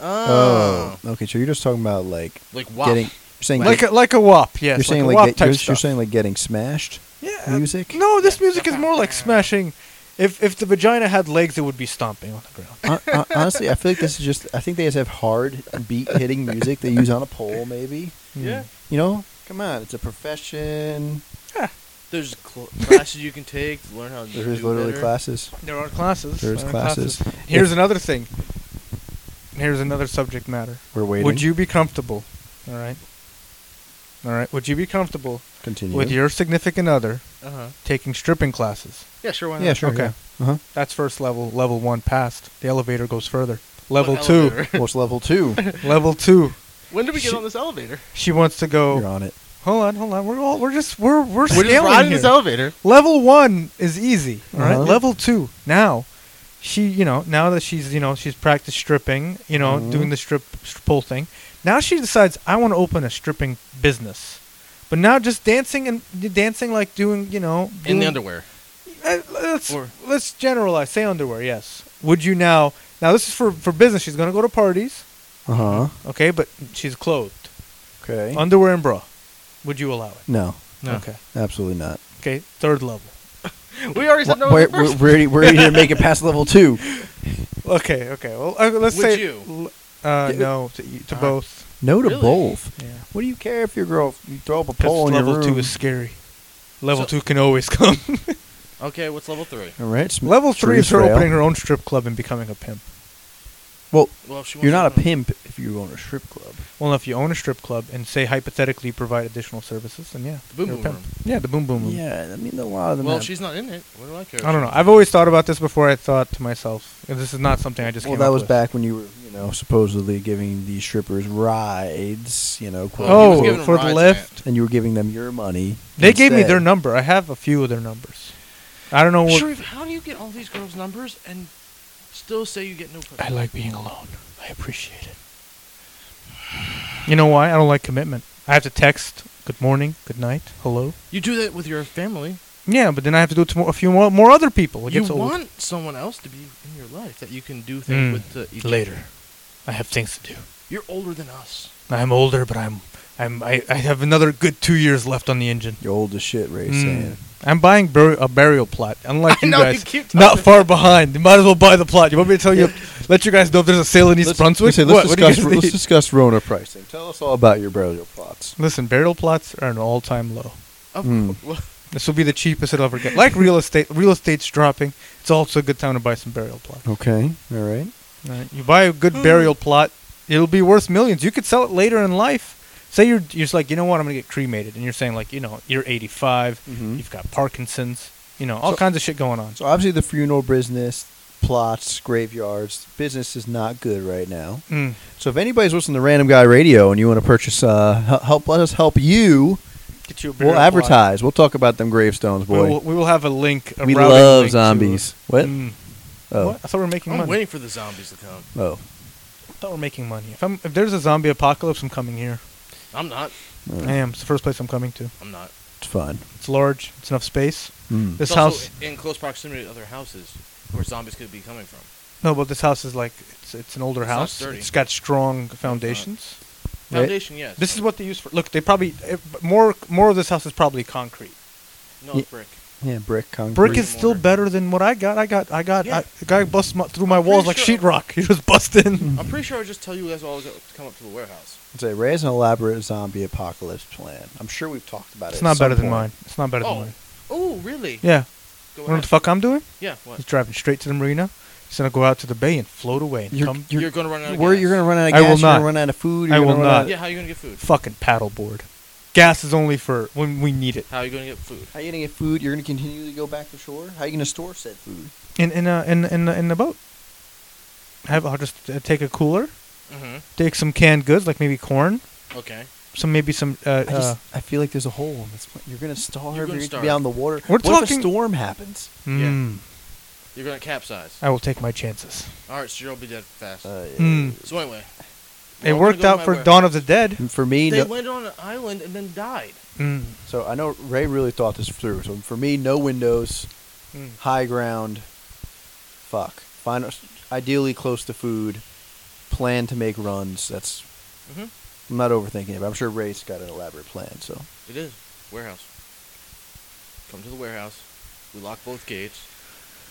Speaker 2: Oh.
Speaker 4: Okay. So you're just talking about like
Speaker 2: Like wow.
Speaker 4: getting. You're saying
Speaker 3: Like
Speaker 4: get-
Speaker 3: a, like a wop, yes.
Speaker 4: you're saying
Speaker 3: like a
Speaker 4: like,
Speaker 3: wop
Speaker 4: get-
Speaker 3: type
Speaker 4: you're,
Speaker 3: stuff.
Speaker 4: you're saying like getting smashed.
Speaker 3: yeah,
Speaker 4: music?
Speaker 3: No, this music is more like smashing. If if the vagina had legs, it would be stomping on the ground.
Speaker 4: Hon- hon- honestly, I feel like this is just. I think they just have hard beat hitting music they use on a pole, maybe.
Speaker 2: Yeah.
Speaker 3: Mm.
Speaker 4: You know, come on, it's a profession.
Speaker 2: There's cl- classes you can take to learn how to
Speaker 4: There is
Speaker 2: do
Speaker 4: literally
Speaker 2: better.
Speaker 4: classes.
Speaker 3: There are classes.
Speaker 4: There's
Speaker 3: there are
Speaker 4: classes.
Speaker 3: Here's
Speaker 4: If-
Speaker 3: another thing. Here's another subject matter.
Speaker 4: We're waiting.
Speaker 3: Would you be comfortable? All right. All right. Would you be comfortable
Speaker 4: continue
Speaker 3: with your significant other
Speaker 2: Uh-huh.
Speaker 3: taking stripping classes?
Speaker 2: Yeah, sure. Why not?
Speaker 4: Yeah, sure.
Speaker 3: Okay.
Speaker 4: Yeah. Uh-huh.
Speaker 3: That's first level. Level one passed. The elevator goes further. Level
Speaker 2: What
Speaker 3: two.
Speaker 2: elevator?
Speaker 4: What's level two?
Speaker 3: level two.
Speaker 2: When did we get
Speaker 3: Shit.
Speaker 2: on this elevator?
Speaker 3: She wants to go.
Speaker 4: You're on it.
Speaker 3: Hold on, hold on. We're all we're just we're we're
Speaker 2: We're just
Speaker 3: scaling
Speaker 2: riding
Speaker 3: here.
Speaker 2: this elevator.
Speaker 3: Level one is easy. All right.
Speaker 4: Uh-huh.
Speaker 3: Level two now. She, you know, now that she's, you know, she's practiced stripping, you know,
Speaker 4: Mhm.
Speaker 3: doing the strip strip pole thing. Now she decides I want to open a stripping business, but now just dancing and dancing like doing, you know,
Speaker 2: In the
Speaker 3: doing-
Speaker 2: underwear.
Speaker 3: Uh, let's
Speaker 2: Or-
Speaker 3: let's generalize. Say underwear. Yes. Would you now? Now this is for for business. She's gonna go to parties.
Speaker 4: Uh huh.
Speaker 3: Okay, but she's clothed,
Speaker 4: Okay.
Speaker 3: underwear and bra. Would you allow it?
Speaker 4: no,
Speaker 3: Okay.
Speaker 4: absolutely not.
Speaker 3: Okay. Third level.
Speaker 2: We already said no.
Speaker 4: Wh-
Speaker 2: to
Speaker 4: We're,
Speaker 2: the first
Speaker 4: we're, we're, already- we're already gonna make it past level two.
Speaker 3: Okay, okay. Well, uh, let's
Speaker 2: Would
Speaker 3: say
Speaker 2: you?
Speaker 3: l- Uh,
Speaker 4: Yeah.
Speaker 3: no, to, e- to
Speaker 2: Uh-huh.
Speaker 3: both.
Speaker 4: No to
Speaker 2: Really?
Speaker 4: both.
Speaker 3: Yeah.
Speaker 4: What do you care if your girl you throw up a pole
Speaker 3: Because
Speaker 4: in
Speaker 3: level
Speaker 4: your room?
Speaker 3: two is scary. Level
Speaker 2: So-
Speaker 3: two can always come.
Speaker 2: Okay, what's level three?
Speaker 4: All right. sm-
Speaker 3: level three is her
Speaker 4: Israel.
Speaker 3: opening her own strip club and becoming a pimp.
Speaker 4: Well,
Speaker 2: Well, if she
Speaker 4: you're not a
Speaker 2: wants to-
Speaker 4: pimp if you own a strip club.
Speaker 3: Well, if you own a strip club and say hypothetically provide additional services, then yeah,
Speaker 2: The boom
Speaker 3: you're a
Speaker 2: boom
Speaker 3: pimp. Yeah, the boom boom room.
Speaker 4: Yeah, I mean a lot of them.
Speaker 2: Well,
Speaker 4: have-
Speaker 2: she's not in it. What do I care?
Speaker 3: I don't know. I've always thought about this before. I thought to myself, if this is not something I just
Speaker 4: well,
Speaker 3: came
Speaker 4: that
Speaker 3: up
Speaker 4: was
Speaker 3: with.
Speaker 4: back when you were, you know, supposedly giving these strippers rides, you know, quote
Speaker 2: Well, he was
Speaker 3: Oh,
Speaker 2: giving 'em
Speaker 3: for the
Speaker 2: rides,
Speaker 3: left,
Speaker 4: and you were giving them your money.
Speaker 3: they gave me
Speaker 4: instead.
Speaker 3: their number. I have a few of their numbers. I don't know what.
Speaker 2: Sharif, how do you get all these girls' numbers and still say you get no pussy?
Speaker 3: I like being alone. I appreciate it. You know why? I don't like commitment. I have to text good morning, good night, hello.
Speaker 2: You do that with your family.
Speaker 3: Yeah, but then I have to do it to mo- a few more, more other people. It
Speaker 2: you
Speaker 3: gets old.
Speaker 2: want someone else to be in your life that you can do things
Speaker 3: Mm.
Speaker 2: with to each
Speaker 3: later. I have things to do.
Speaker 2: You're older than us.
Speaker 3: I'm older, but I'm I'm I, I have another good two years left on the engine.
Speaker 4: You're old as shit, Ray.
Speaker 3: Mm.
Speaker 4: Saying
Speaker 3: I'm buying bur- a burial plot. Unlike
Speaker 2: I
Speaker 3: you
Speaker 2: know, you
Speaker 3: guys,
Speaker 2: keep
Speaker 3: not
Speaker 2: talking.
Speaker 3: far behind. You might as well buy the plot. You want me to tell you? Let you guys know if there's a sale in East Brunswick.
Speaker 4: Let's,
Speaker 3: what, what do you
Speaker 4: discuss,
Speaker 3: guys
Speaker 4: let's
Speaker 3: need?
Speaker 4: discuss Rona pricing. Tell us all about your burial plots.
Speaker 3: Listen, burial plots are an all-time low.
Speaker 2: Of
Speaker 3: Hmm.
Speaker 4: Mm.
Speaker 2: course. Well,
Speaker 3: This will be the cheapest it'll ever get. Like real estate, real estate's dropping. It's also a good time to buy some burial plots.
Speaker 4: Okay, all right.
Speaker 3: Right? You buy a good burial plot, it'll be worth millions. You could sell it later in life. Say you're you're just like, you know what, I'm gonna get cremated, and you're saying like, you know, you're 85,
Speaker 4: Mhm.
Speaker 3: you've got Parkinson's, you know, all
Speaker 4: So-
Speaker 3: kinds of shit going on.
Speaker 4: So obviously the funeral business, plots, graveyards, business is not good right now.
Speaker 3: Mm.
Speaker 4: So if anybody's listening to Random Guy Radio and you want to purchase, uh, hel- help let us help you.
Speaker 3: Get you a burial Oh,
Speaker 4: We'll
Speaker 3: plot.
Speaker 4: advertise. We'll talk about them gravestones,
Speaker 3: We
Speaker 4: boy.
Speaker 3: will, we will have a link. A
Speaker 4: we
Speaker 3: routing
Speaker 4: love
Speaker 3: link to-
Speaker 4: zombies. what?
Speaker 3: Mm.
Speaker 4: Oh,
Speaker 3: What? I thought we were making
Speaker 2: I'm
Speaker 3: money.
Speaker 2: waiting for the zombies to come.
Speaker 4: oh.
Speaker 3: I thought we were making money. If, I'm, if there's a zombie apocalypse, I'm coming here.
Speaker 2: I'm not.
Speaker 3: I am. It's the first place I'm coming to.
Speaker 2: I'm not.
Speaker 4: It's fun.
Speaker 3: It's large. It's enough space.
Speaker 4: Mm.
Speaker 3: This
Speaker 2: it's
Speaker 3: house.
Speaker 2: also in close proximity to other houses where zombies could be coming from.
Speaker 3: No, but this house is like it's, it's an older
Speaker 2: It's not
Speaker 3: house.
Speaker 2: sturdy.
Speaker 3: It's got strong foundations.
Speaker 4: Right.
Speaker 2: Foundation, yes.
Speaker 3: This is what they use for. Look, they probably if- more more of this house is probably concrete.
Speaker 2: No,
Speaker 4: Ye-
Speaker 2: it's brick.
Speaker 4: Yeah, brick concrete.
Speaker 3: Brick
Speaker 2: Brick
Speaker 3: is
Speaker 2: and
Speaker 3: still
Speaker 2: mortar.
Speaker 3: better than what I got. I got I got
Speaker 2: Yeah.
Speaker 3: I, the guy bust my, through my
Speaker 2: I'm
Speaker 3: walls like
Speaker 2: pretty sure-
Speaker 3: sheetrock. He was
Speaker 4: Hmm.
Speaker 3: busting.
Speaker 2: I'm pretty sure I just tell you guys all to come up to the warehouse.
Speaker 4: It's a Ray has an elaborate zombie apocalypse plan. I'm sure we've talked about it.
Speaker 3: It's
Speaker 4: at
Speaker 3: not
Speaker 4: some
Speaker 3: better than
Speaker 4: point.
Speaker 3: mine. It's not better than
Speaker 2: oh.
Speaker 3: mine.
Speaker 2: Oh, really?
Speaker 3: Yeah.
Speaker 2: Go
Speaker 3: You know what
Speaker 2: ahead.
Speaker 3: the fuck I'm doing?
Speaker 2: Yeah, what?
Speaker 3: He's driving straight to the marina. He's gonna go out to the bay and float away and
Speaker 4: You're,
Speaker 3: come
Speaker 4: you're,
Speaker 2: You're gonna run out of
Speaker 4: Where
Speaker 2: gas.
Speaker 4: you're gonna run out of
Speaker 3: I
Speaker 4: gas?
Speaker 3: will
Speaker 4: You're gonna
Speaker 3: not.
Speaker 4: run out of food.
Speaker 3: I
Speaker 4: you're
Speaker 3: will
Speaker 4: gonna run out
Speaker 3: not.
Speaker 4: of-
Speaker 2: Uh, Yeah, how are you going to get food?
Speaker 3: fucking paddleboard. Gas is only for when we need it.
Speaker 2: How are you going to get food?
Speaker 4: How are you gonna get food? You're gonna continually go back to shore. How are you gonna store said food?
Speaker 3: In in uh, in in the, in the boat. Have I'll just uh, take a cooler,
Speaker 2: Mm-hmm.
Speaker 3: take some canned goods like maybe corn,
Speaker 2: Okay.
Speaker 3: some maybe some. Uh,
Speaker 4: I just I feel like there's a hole in this. Plan. You're gonna starve.
Speaker 2: You're
Speaker 4: You're gonna,
Speaker 2: gonna
Speaker 4: be
Speaker 2: starve.
Speaker 4: out in the water.
Speaker 3: We're
Speaker 4: what if a
Speaker 3: talking-
Speaker 4: storm happens?
Speaker 3: uh, mm,
Speaker 2: You're going to capsize.
Speaker 3: I will take my chances.
Speaker 2: All right, so you'll be dead fast.
Speaker 4: Uh,
Speaker 3: Mm.
Speaker 2: so anyway. Well, I'm
Speaker 3: It
Speaker 2: gonna
Speaker 3: worked
Speaker 2: go to
Speaker 3: out
Speaker 2: my
Speaker 3: for
Speaker 2: warehouse.
Speaker 3: Dawn of the Dead.
Speaker 4: For me,
Speaker 2: They
Speaker 4: no,
Speaker 2: went on an island and then died.
Speaker 3: Mm,
Speaker 4: so I know Ray really thought this through. So for me, no windows,
Speaker 3: mm.
Speaker 4: high ground. Fuck. Find us- ideally close to food. Plan to make runs. That's
Speaker 2: Mhm.
Speaker 4: I'm not overthinking it, but I'm sure Ray's got an elaborate plan. So
Speaker 2: It is. Warehouse. Come to the warehouse. We lock both gates.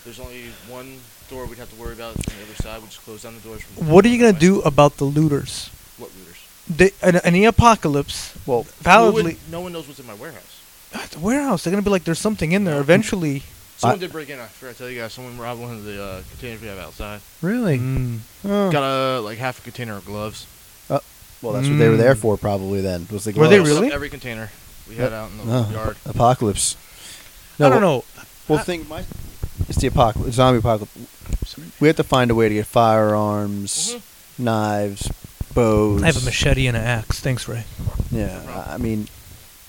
Speaker 2: There's only one door we'd have to worry about from the other side. We just close down the doors. From
Speaker 3: What are you
Speaker 2: from that
Speaker 3: gonna
Speaker 2: way.
Speaker 3: do about the looters?
Speaker 2: What looters?
Speaker 3: They, an, an apocalypse.
Speaker 4: well,
Speaker 2: No one-
Speaker 3: Validly,
Speaker 2: no one knows what's in my warehouse.
Speaker 3: Ah, the warehouse. They're gonna be like, there's something in there. Eventually.
Speaker 2: Someone did break in. I forgot to tell you guys. Someone robbed one of the uh, containers we have outside.
Speaker 4: really.
Speaker 3: Mm.
Speaker 4: Oh.
Speaker 2: Got a like half a container of gloves.
Speaker 4: Uh, well, that's what they were there
Speaker 3: Mm.
Speaker 4: for, probably. Then was the
Speaker 3: Were they
Speaker 4: gloves.
Speaker 3: really?
Speaker 2: Every container we had out in the
Speaker 4: Oh,
Speaker 2: yard.
Speaker 4: apocalypse.
Speaker 3: I don't know.
Speaker 4: Well, think my it's the apocalypse, zombie apocalypse. We have to find a way to get firearms,
Speaker 2: Mhm.
Speaker 4: knives, bows.
Speaker 3: I have a machete and an axe. Thanks, Ray.
Speaker 4: Yeah,
Speaker 2: No problem.
Speaker 4: I mean,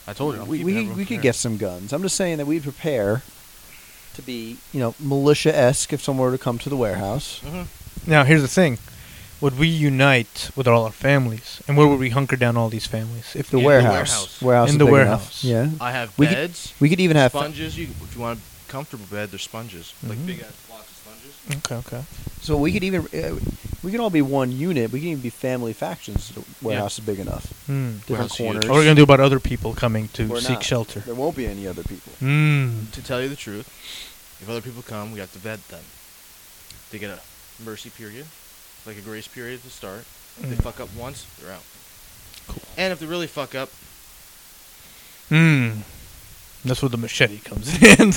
Speaker 2: I told you. I'm
Speaker 4: we
Speaker 2: keeping
Speaker 4: we,
Speaker 2: everyone
Speaker 4: we
Speaker 2: from
Speaker 4: could
Speaker 2: here.
Speaker 4: get some guns. I'm just saying that we'd prepare to be, you know, militia esque if someone were to come to the warehouse.
Speaker 2: Mhm.
Speaker 3: Now, here's the thing. Would we unite with all our families? And where would we hunker down all these families? If
Speaker 4: The
Speaker 2: In the
Speaker 4: warehouse,
Speaker 2: warehouse.
Speaker 4: warehouse,
Speaker 3: In
Speaker 4: is
Speaker 3: the
Speaker 4: big
Speaker 3: warehouse.
Speaker 4: Enough. Yeah,
Speaker 2: I have
Speaker 4: We could-
Speaker 2: beds,
Speaker 4: we could even have. Mm-hmm.
Speaker 2: sponges. You, if you want a comfortable bed, there's sponges, like
Speaker 3: Mhm.
Speaker 2: big ass blocks of sponges.
Speaker 3: Okay, okay.
Speaker 4: So we could even uh, we could all be one unit. We could even be family factions. The warehouse is big enough.
Speaker 3: Hmm.
Speaker 4: Different
Speaker 2: Warehouse is huge.
Speaker 4: corners.
Speaker 3: What are we gonna do about other people coming to
Speaker 4: We're
Speaker 3: seek
Speaker 4: not.
Speaker 3: shelter?
Speaker 4: There won't be any other people.
Speaker 3: Hmm.
Speaker 2: To tell you the truth, if other people come, we have to vet them. They get a mercy period, like a grace period to start. If
Speaker 3: Mm.
Speaker 2: they fuck up once, they're out.
Speaker 3: Cool.
Speaker 2: And if they really fuck up,
Speaker 3: Hmm. That's where the machete comes in.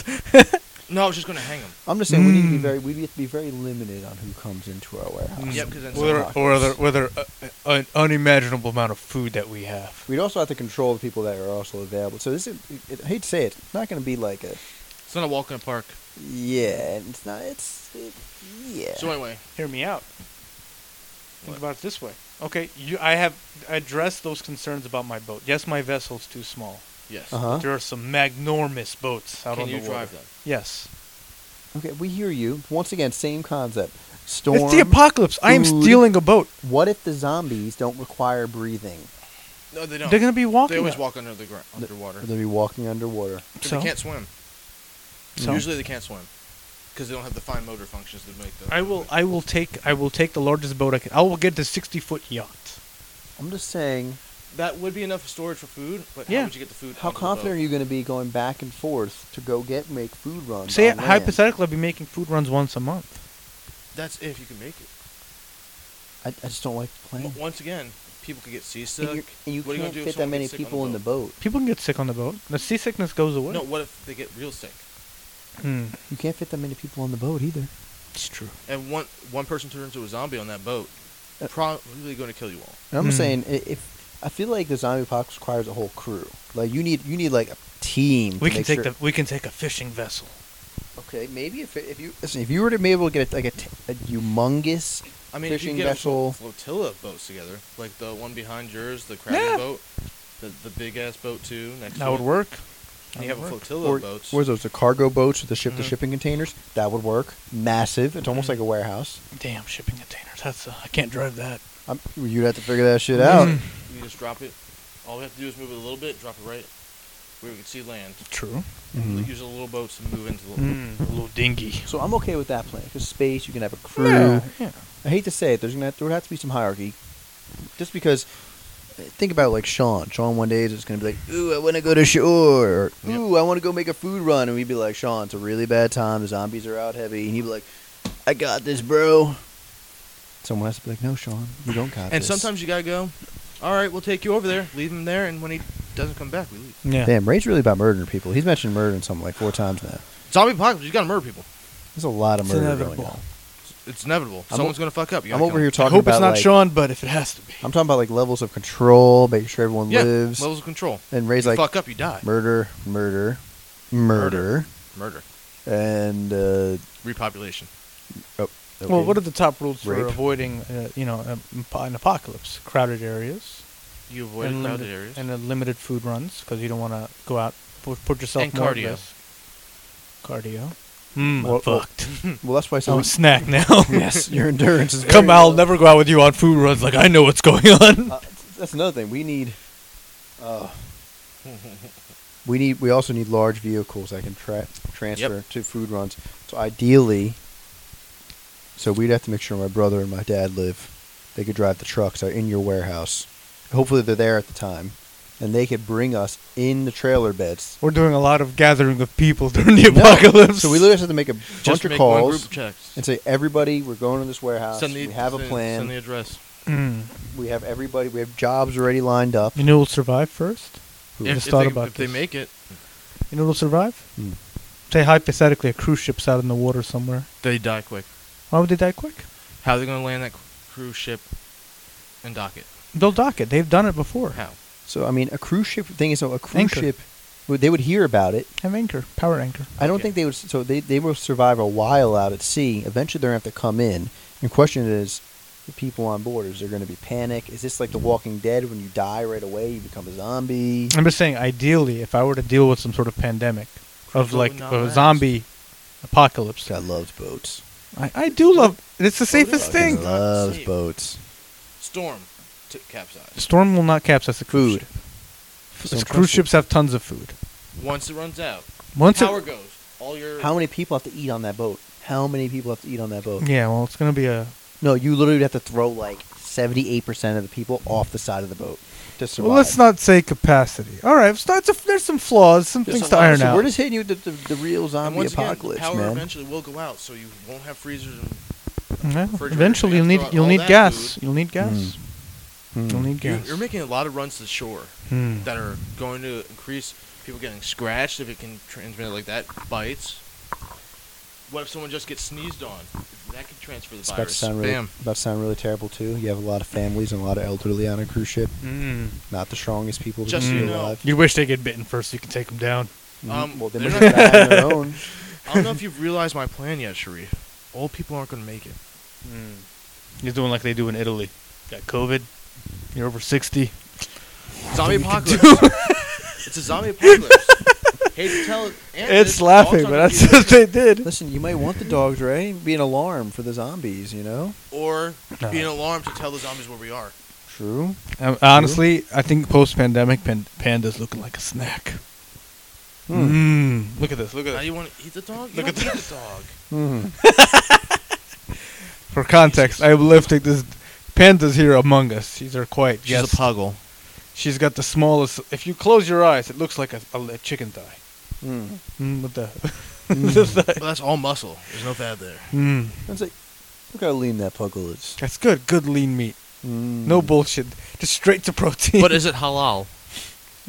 Speaker 2: no, I was just gonna hang them.
Speaker 4: I'm just saying we need to be
Speaker 3: Mm.
Speaker 4: very we have to be very limited on who comes into our warehouse.
Speaker 2: Yep, 'cause then
Speaker 3: or there,
Speaker 4: some
Speaker 3: or there,
Speaker 4: pockets.
Speaker 3: or there uh, uh, an unimaginable amount of food that we have.
Speaker 4: We'd also have to control the people that are also available. So this is, it, I hate to say it, it's not going to be like a
Speaker 2: It's not a walk in the park.
Speaker 4: yeah. and It's not. It's it, yeah.
Speaker 2: So anyway,
Speaker 3: Hear me out. Think
Speaker 2: What?
Speaker 3: about it this way. Okay, you, I have addressed those concerns about my boat. Yes, my vessel's too small.
Speaker 2: yes.
Speaker 4: uh huh.
Speaker 3: There are some magnormous boats out
Speaker 2: Can
Speaker 3: on the
Speaker 2: you
Speaker 3: water.
Speaker 2: drive them?
Speaker 3: Yes.
Speaker 4: Okay, we hear you once again. Same concept. Storm.
Speaker 3: It's the apocalypse. I am
Speaker 4: food.
Speaker 3: stealing a boat.
Speaker 4: what if the zombies don't require breathing?
Speaker 2: No, they don't.
Speaker 3: They're gonna be walking.
Speaker 2: They always
Speaker 3: up.
Speaker 2: walk under the ground, underwater.
Speaker 4: Or they'll be walking underwater.
Speaker 2: 'Cause
Speaker 3: So?
Speaker 2: They can't swim.
Speaker 3: So?
Speaker 2: Usually they can't swim because they don't have the fine motor functions to make the.
Speaker 3: I will. I will take. I will take the largest boat I can. I will get the sixty-foot yacht.
Speaker 4: I'm just saying.
Speaker 2: That would be enough storage for food, but
Speaker 3: Yeah.
Speaker 2: how would you get the food?
Speaker 4: How
Speaker 2: onto the
Speaker 4: confident are
Speaker 2: boat?
Speaker 4: you going to be going back and forth to go get make food runs?
Speaker 3: Say
Speaker 4: on land?
Speaker 3: hypothetically, I'd be making food runs once a month.
Speaker 2: That's if you can make it.
Speaker 4: I, I just don't like the plan.
Speaker 2: But once again, people could get seasick.
Speaker 4: And, you and you
Speaker 2: What are you gonna
Speaker 4: can't
Speaker 2: do if
Speaker 4: fit that
Speaker 2: someone
Speaker 4: many
Speaker 2: gets sick on
Speaker 4: people in the boat.
Speaker 3: People can get sick on the boat. The seasickness goes away.
Speaker 2: No, what if they get real sick?
Speaker 3: Hmm.
Speaker 4: You can't fit that many people on the boat either.
Speaker 3: It's true.
Speaker 2: And one one person turns into a zombie on that boat,
Speaker 4: Uh,
Speaker 2: probably going to kill you all.
Speaker 4: And I'm
Speaker 3: Hmm.
Speaker 4: saying i- if I feel like the zombie apocalypse requires a whole crew. Like you need you need like a team.
Speaker 3: We
Speaker 4: to
Speaker 3: can
Speaker 4: make
Speaker 3: take
Speaker 4: sure.
Speaker 3: the. We can take a fishing vessel.
Speaker 4: Okay, maybe if it, if you listen, if you were to be able to get like a, t- a humongous
Speaker 2: I mean,
Speaker 4: Fishing
Speaker 2: if you get
Speaker 4: vessel.
Speaker 2: a fl- flotilla of boats together, like the one behind yours, the crabbing
Speaker 3: Yeah.
Speaker 2: boat, the the big ass boat too. Next,
Speaker 3: That
Speaker 2: to
Speaker 3: would
Speaker 2: it.
Speaker 3: work.
Speaker 2: And you have a flotilla
Speaker 4: or,
Speaker 2: of boats.
Speaker 4: what is those the cargo boats with the ship to
Speaker 2: Mhm.
Speaker 4: shipping containers that would work massive. It's almost
Speaker 2: Mm.
Speaker 3: Mhm.
Speaker 4: like a warehouse.
Speaker 3: Damn shipping containers. That's. Uh, I can't drive that.
Speaker 4: I'm, you'd have to figure that shit out.
Speaker 3: Mm.
Speaker 2: You just drop it. All we have to do is move it a little bit, drop it right where we can see land.
Speaker 3: True.
Speaker 4: Mhm.
Speaker 2: Use the little boats to move into the.
Speaker 3: Mm. A little dingy.
Speaker 4: So I'm okay with that plan because space. You can have a crew.
Speaker 3: Yeah, yeah.
Speaker 4: I hate to say it. There's gonna have, there would have to be some hierarchy, just because. uh, Think about like Sean. Sean one day is just gonna be like, "Ooh, I want to go to shore." Or,
Speaker 2: Yep.
Speaker 4: Ooh, I want to go make a food run, and we'd be like, "Sean, it's a really bad time. The zombies are out heavy," and he'd be like, "I got this, bro." Someone has to be like, "No, Sean, you don't got
Speaker 2: And
Speaker 4: this."
Speaker 2: sometimes you gotta go. All right, we'll take you over there. Leave him there, and when he doesn't come back, we leave.
Speaker 3: Yeah.
Speaker 4: damn, Ray's really about murdering people. He's mentioned murdering something like four times now.
Speaker 2: Zombie apocalypse. You gotta murder people.
Speaker 4: There's a lot of
Speaker 3: It's
Speaker 4: murder going
Speaker 3: inevitable.
Speaker 4: on.
Speaker 2: It's inevitable.
Speaker 4: I'm o-
Speaker 2: Someone's gonna fuck up. You
Speaker 4: I'm
Speaker 2: gotta
Speaker 4: over
Speaker 2: kill 'em.
Speaker 4: here
Speaker 3: I
Speaker 4: talking
Speaker 3: hope
Speaker 4: about
Speaker 3: it's not
Speaker 4: like,
Speaker 3: Sean, but if it has to be.
Speaker 4: I'm talking about like levels of control, making sure everyone
Speaker 2: Yeah,
Speaker 4: lives.
Speaker 2: levels of control.
Speaker 4: and Ray's
Speaker 2: You
Speaker 4: like,
Speaker 2: fuck up, you die.
Speaker 4: murder, murder, murder,
Speaker 2: Murder.
Speaker 4: and uh,
Speaker 2: Repopulation.
Speaker 4: oh,
Speaker 3: Well,
Speaker 4: okay.
Speaker 3: what are the top rules for
Speaker 4: Rape.
Speaker 3: avoiding, uh, you know, um, po- an apocalypse? Crowded areas
Speaker 2: You avoid crowded
Speaker 3: limited
Speaker 2: areas.
Speaker 3: and then limited food runs because you don't want to go out put, put yourself
Speaker 2: And
Speaker 3: more at
Speaker 2: cardio.
Speaker 3: risk. Cardio. Mm,
Speaker 4: Hmm, Well-
Speaker 3: I'm fucked.
Speaker 4: well, hmm. that's why
Speaker 3: I'm
Speaker 4: some
Speaker 3: a snack now.
Speaker 4: yes, your endurance is
Speaker 3: Oh, Come,
Speaker 4: very
Speaker 3: I'll
Speaker 4: low.
Speaker 3: never go out with you on food runs. Like I know what's going on.
Speaker 4: Uh, that's another thing we need. Uh, we need. We also need large vehicles that can tra- transfer to food runs. So ideally, so we'd have to make sure my brother and my dad live. They could drive the trucks that are in your warehouse. Hopefully, they're there at the time, and they could bring us in the trailer beds.
Speaker 3: We're doing a lot of gathering of people during the
Speaker 4: No.
Speaker 3: apocalypse.
Speaker 4: So we literally have to make a bunch
Speaker 2: Just
Speaker 4: of
Speaker 2: make one
Speaker 4: calls
Speaker 2: group checks.
Speaker 4: and say, everybody, we're going to this warehouse.
Speaker 2: Send the,
Speaker 4: we have a
Speaker 2: send-
Speaker 4: plan.
Speaker 2: Send the address.
Speaker 3: Mm.
Speaker 4: we have everybody. We have jobs already lined up.
Speaker 3: You know who'll survive first?
Speaker 4: Who?
Speaker 2: If,
Speaker 3: Just
Speaker 2: if
Speaker 3: thought
Speaker 2: they,
Speaker 3: about
Speaker 2: if they
Speaker 3: this.
Speaker 2: make it,
Speaker 3: You know who'll survive?
Speaker 4: Hmm.
Speaker 3: Say hypothetically, a cruise ship's out in the water somewhere.
Speaker 2: they die quick.
Speaker 3: Why would they die quick?
Speaker 2: How are they going to land that cruise ship and dock it?
Speaker 3: They'll dock it. They've done it before.
Speaker 2: How?
Speaker 4: So I mean, a cruise ship thing is so a cruise
Speaker 3: Anchor.
Speaker 4: ship. would- They would hear about it.
Speaker 3: Have anchor, power anchor.
Speaker 4: I don't
Speaker 2: Okay.
Speaker 4: think they would. So they they will survive a while out at sea. Eventually, they're gonna have to come in. The question is, the people on board is there going to be panic? Is this like The Walking Dead when you die right away, you become a zombie?
Speaker 3: I'm just saying, ideally, if I were to deal with some sort of pandemic, of
Speaker 2: Cruiser
Speaker 3: like
Speaker 2: would not
Speaker 3: a
Speaker 2: last.
Speaker 3: zombie apocalypse,
Speaker 4: I Oh, loves boats.
Speaker 3: I, I do love. It's the safest
Speaker 2: yeah.
Speaker 4: Fucking
Speaker 3: thing.
Speaker 4: loves
Speaker 2: Safe.
Speaker 4: boats.
Speaker 2: Storm to capsize.
Speaker 3: Storm will not capsize the cruise
Speaker 4: Food.
Speaker 3: ship.
Speaker 4: So
Speaker 3: These
Speaker 4: trust
Speaker 3: cruise
Speaker 4: me.
Speaker 3: ships have tons of food.
Speaker 2: Once it runs out,
Speaker 3: Once
Speaker 2: power
Speaker 3: it,
Speaker 2: goes. All your
Speaker 4: How many people have to eat on that boat? How many people have to eat on that boat?
Speaker 3: yeah, well, it's gonna be a.
Speaker 4: No, you literally have to throw like seventy-eight percent of the people off the side of the boat to survive.
Speaker 3: Well, let's not say capacity. All right, so it's a, there's some flaws, some
Speaker 2: There's
Speaker 3: things
Speaker 2: a
Speaker 3: to
Speaker 2: lot of-
Speaker 3: iron
Speaker 4: So
Speaker 3: out.
Speaker 4: we're just hitting you with the, the, the real
Speaker 2: and
Speaker 4: zombie
Speaker 2: once again,
Speaker 4: apocalypse,
Speaker 2: power
Speaker 4: man.
Speaker 2: eventually will go out, so you won't have freezers and
Speaker 3: Yeah,
Speaker 2: refrigerator.
Speaker 3: Eventually,
Speaker 2: You have to
Speaker 3: you'll need
Speaker 2: throw out
Speaker 3: you'll
Speaker 2: all
Speaker 3: need
Speaker 2: that
Speaker 3: gas.
Speaker 2: food.
Speaker 3: You'll need gas.
Speaker 4: Mm. Mm.
Speaker 3: You'll need
Speaker 2: You-
Speaker 3: gas.
Speaker 2: You're making a lot of runs to the shore
Speaker 3: Hmm.
Speaker 2: that are going to increase people getting scratched if it can transmit it like that. Bites. What if someone just gets sneezed on? That could transfer the
Speaker 4: It's about to
Speaker 2: virus.
Speaker 4: sound really,
Speaker 2: Bam.
Speaker 4: about to sound really terrible too. You have a lot of families and a lot of elderly on a cruise ship.
Speaker 2: hmm.
Speaker 3: Mm.
Speaker 4: Not the strongest people to
Speaker 2: Just
Speaker 4: be
Speaker 3: so you
Speaker 2: know.
Speaker 4: alive.
Speaker 3: You wish they get bitten first. so You can take them down.
Speaker 4: Mhm.
Speaker 2: Um,
Speaker 4: well, they
Speaker 2: they're
Speaker 4: might
Speaker 2: not-
Speaker 4: die on their own.
Speaker 2: I don't know if you've realized my plan yet, Sharif. Old people aren't going to make it.
Speaker 3: You're doing like they do in Italy. Got COVID. You're over sixty.
Speaker 2: Zombie apocalypse. it's a zombie apocalypse. Hate to tell it. and
Speaker 3: It's
Speaker 2: dogs aren't
Speaker 3: laughing, but
Speaker 2: gonna
Speaker 3: that's
Speaker 2: be-
Speaker 3: what they did.
Speaker 4: Listen, you might want the dogs, right? Be an alarm for the zombies. You know.
Speaker 2: or
Speaker 3: No.
Speaker 2: be an alarm to tell the zombies where we are.
Speaker 4: True.
Speaker 3: Um, honestly, I think post-pandemic pan- pandas looking like a snack. Mm. Look at this. Look at
Speaker 2: Now
Speaker 3: this.
Speaker 2: you want to eat the dog? You
Speaker 3: Look
Speaker 2: don't
Speaker 3: at
Speaker 2: eat the dog.
Speaker 4: Mhm.
Speaker 3: For context, I am lifting this. Pandas here among us. These are quite. guests.
Speaker 2: puggle.
Speaker 3: She's got the smallest. If you close your eyes, it looks like a, a, a chicken thigh.
Speaker 4: Mm.
Speaker 3: Mm, with the,
Speaker 4: Mm.
Speaker 2: But that's all muscle. There's no fat there.
Speaker 3: mm.
Speaker 4: That's like, look how lean that puggle is.
Speaker 3: That's good. Good lean meat.
Speaker 4: Mm.
Speaker 3: No bullshit. Just straight to protein.
Speaker 2: But is it halal?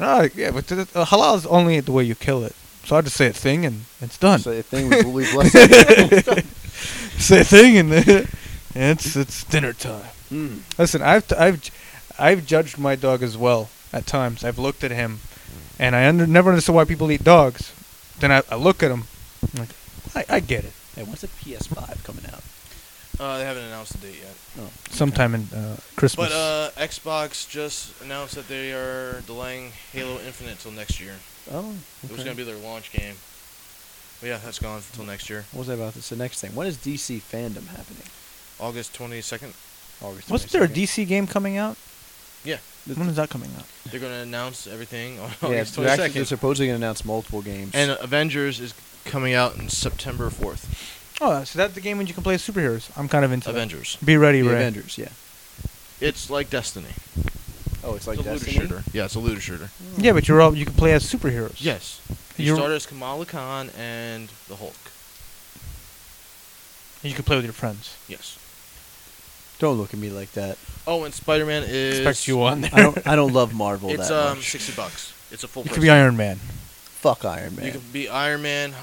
Speaker 3: ah, yeah, but th- th- uh, halal is only the way you kill it. So I just say a thing and it's done.
Speaker 4: Say a thing we believe less. than-
Speaker 3: say a thing and then it's it's dinner time.
Speaker 4: Mm.
Speaker 3: Listen, I've t- I've j- I've judged my dog as well at times. I've looked at him, and I under- never understood why people eat dogs. Then I, I look at him, I'm like I, I get it.
Speaker 4: Hey, when's the PS5 coming out?
Speaker 2: Uh, they haven't announced the date yet.
Speaker 4: Oh.
Speaker 3: Sometime in uh, Christmas.
Speaker 2: But uh, Xbox just announced that they are delaying Halo Infinite till next year.
Speaker 4: Oh.
Speaker 2: It was
Speaker 4: okay.
Speaker 2: going to be their launch game. But yeah, that's gone till next year.
Speaker 4: What was I about to say? Next thing. When is DC fandom happening?
Speaker 2: August 22nd.
Speaker 4: August.
Speaker 3: Wasn't there a
Speaker 4: 22nd.
Speaker 3: DC game coming out?
Speaker 2: Yeah.
Speaker 3: When is that coming out?
Speaker 2: They're going to announce everything on
Speaker 4: Yeah,
Speaker 2: Oh, August
Speaker 4: they're, actually, they're
Speaker 2: 22nd.
Speaker 4: supposedly going to announce multiple games.
Speaker 2: And uh, Avengers is coming out on September 4th.
Speaker 3: Oh, so that's the game when you can play as superheroes. I'm kind of into that.
Speaker 2: Avengers.
Speaker 3: Be
Speaker 4: the
Speaker 3: ready, Ray.
Speaker 4: Avengers, yeah.
Speaker 2: It's like Destiny.
Speaker 4: Oh, it's like
Speaker 2: it's a looter
Speaker 4: Destiny.
Speaker 2: shooter. Yeah, it's a looter shooter.
Speaker 3: Yeah, but you're all you can play as superheroes.
Speaker 2: Yes. You
Speaker 3: You're-
Speaker 2: start as Kamala Khan and the Hulk.
Speaker 3: You can play with your friends.
Speaker 2: Yes.
Speaker 4: Don't look at me like that.
Speaker 2: Oh, and Spider Man is.
Speaker 3: Expect you on
Speaker 4: I
Speaker 3: there.
Speaker 4: don't. I don't love Marvel
Speaker 2: It's
Speaker 4: that
Speaker 2: um
Speaker 4: much.
Speaker 2: sixty bucks. It's a full.
Speaker 3: You
Speaker 2: price.
Speaker 3: could be Iron Man,
Speaker 4: Fuck Iron Man.
Speaker 2: You could be Iron Man.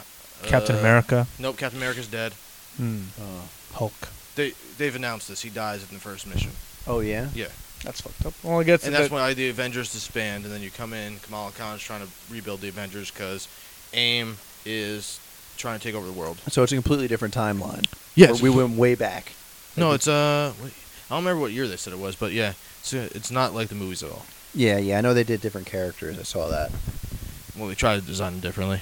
Speaker 3: Captain
Speaker 2: uh,
Speaker 3: America,
Speaker 2: Nope, Captain America's dead.
Speaker 3: mm,
Speaker 4: oh.
Speaker 3: Hulk.
Speaker 2: They they've announced this. He dies in the first mission.
Speaker 4: Oh, yeah.
Speaker 2: Yeah,
Speaker 3: That's fucked up. Well, I guess
Speaker 2: and that's
Speaker 3: that-
Speaker 2: why the Avengers disband, and then you come in. Kamala Khan's trying to rebuild the Avengers because AIM is trying to take over the world.
Speaker 4: So it's a completely different timeline.
Speaker 2: Yes.
Speaker 4: Where we went way back.
Speaker 2: No, it's uh, what- I don't remember what year they said it was, but yeah, it's uh, it's not like the movies at all.
Speaker 4: Yeah, yeah. I know they did different characters. I saw that.
Speaker 2: Well, they tried to design it differently,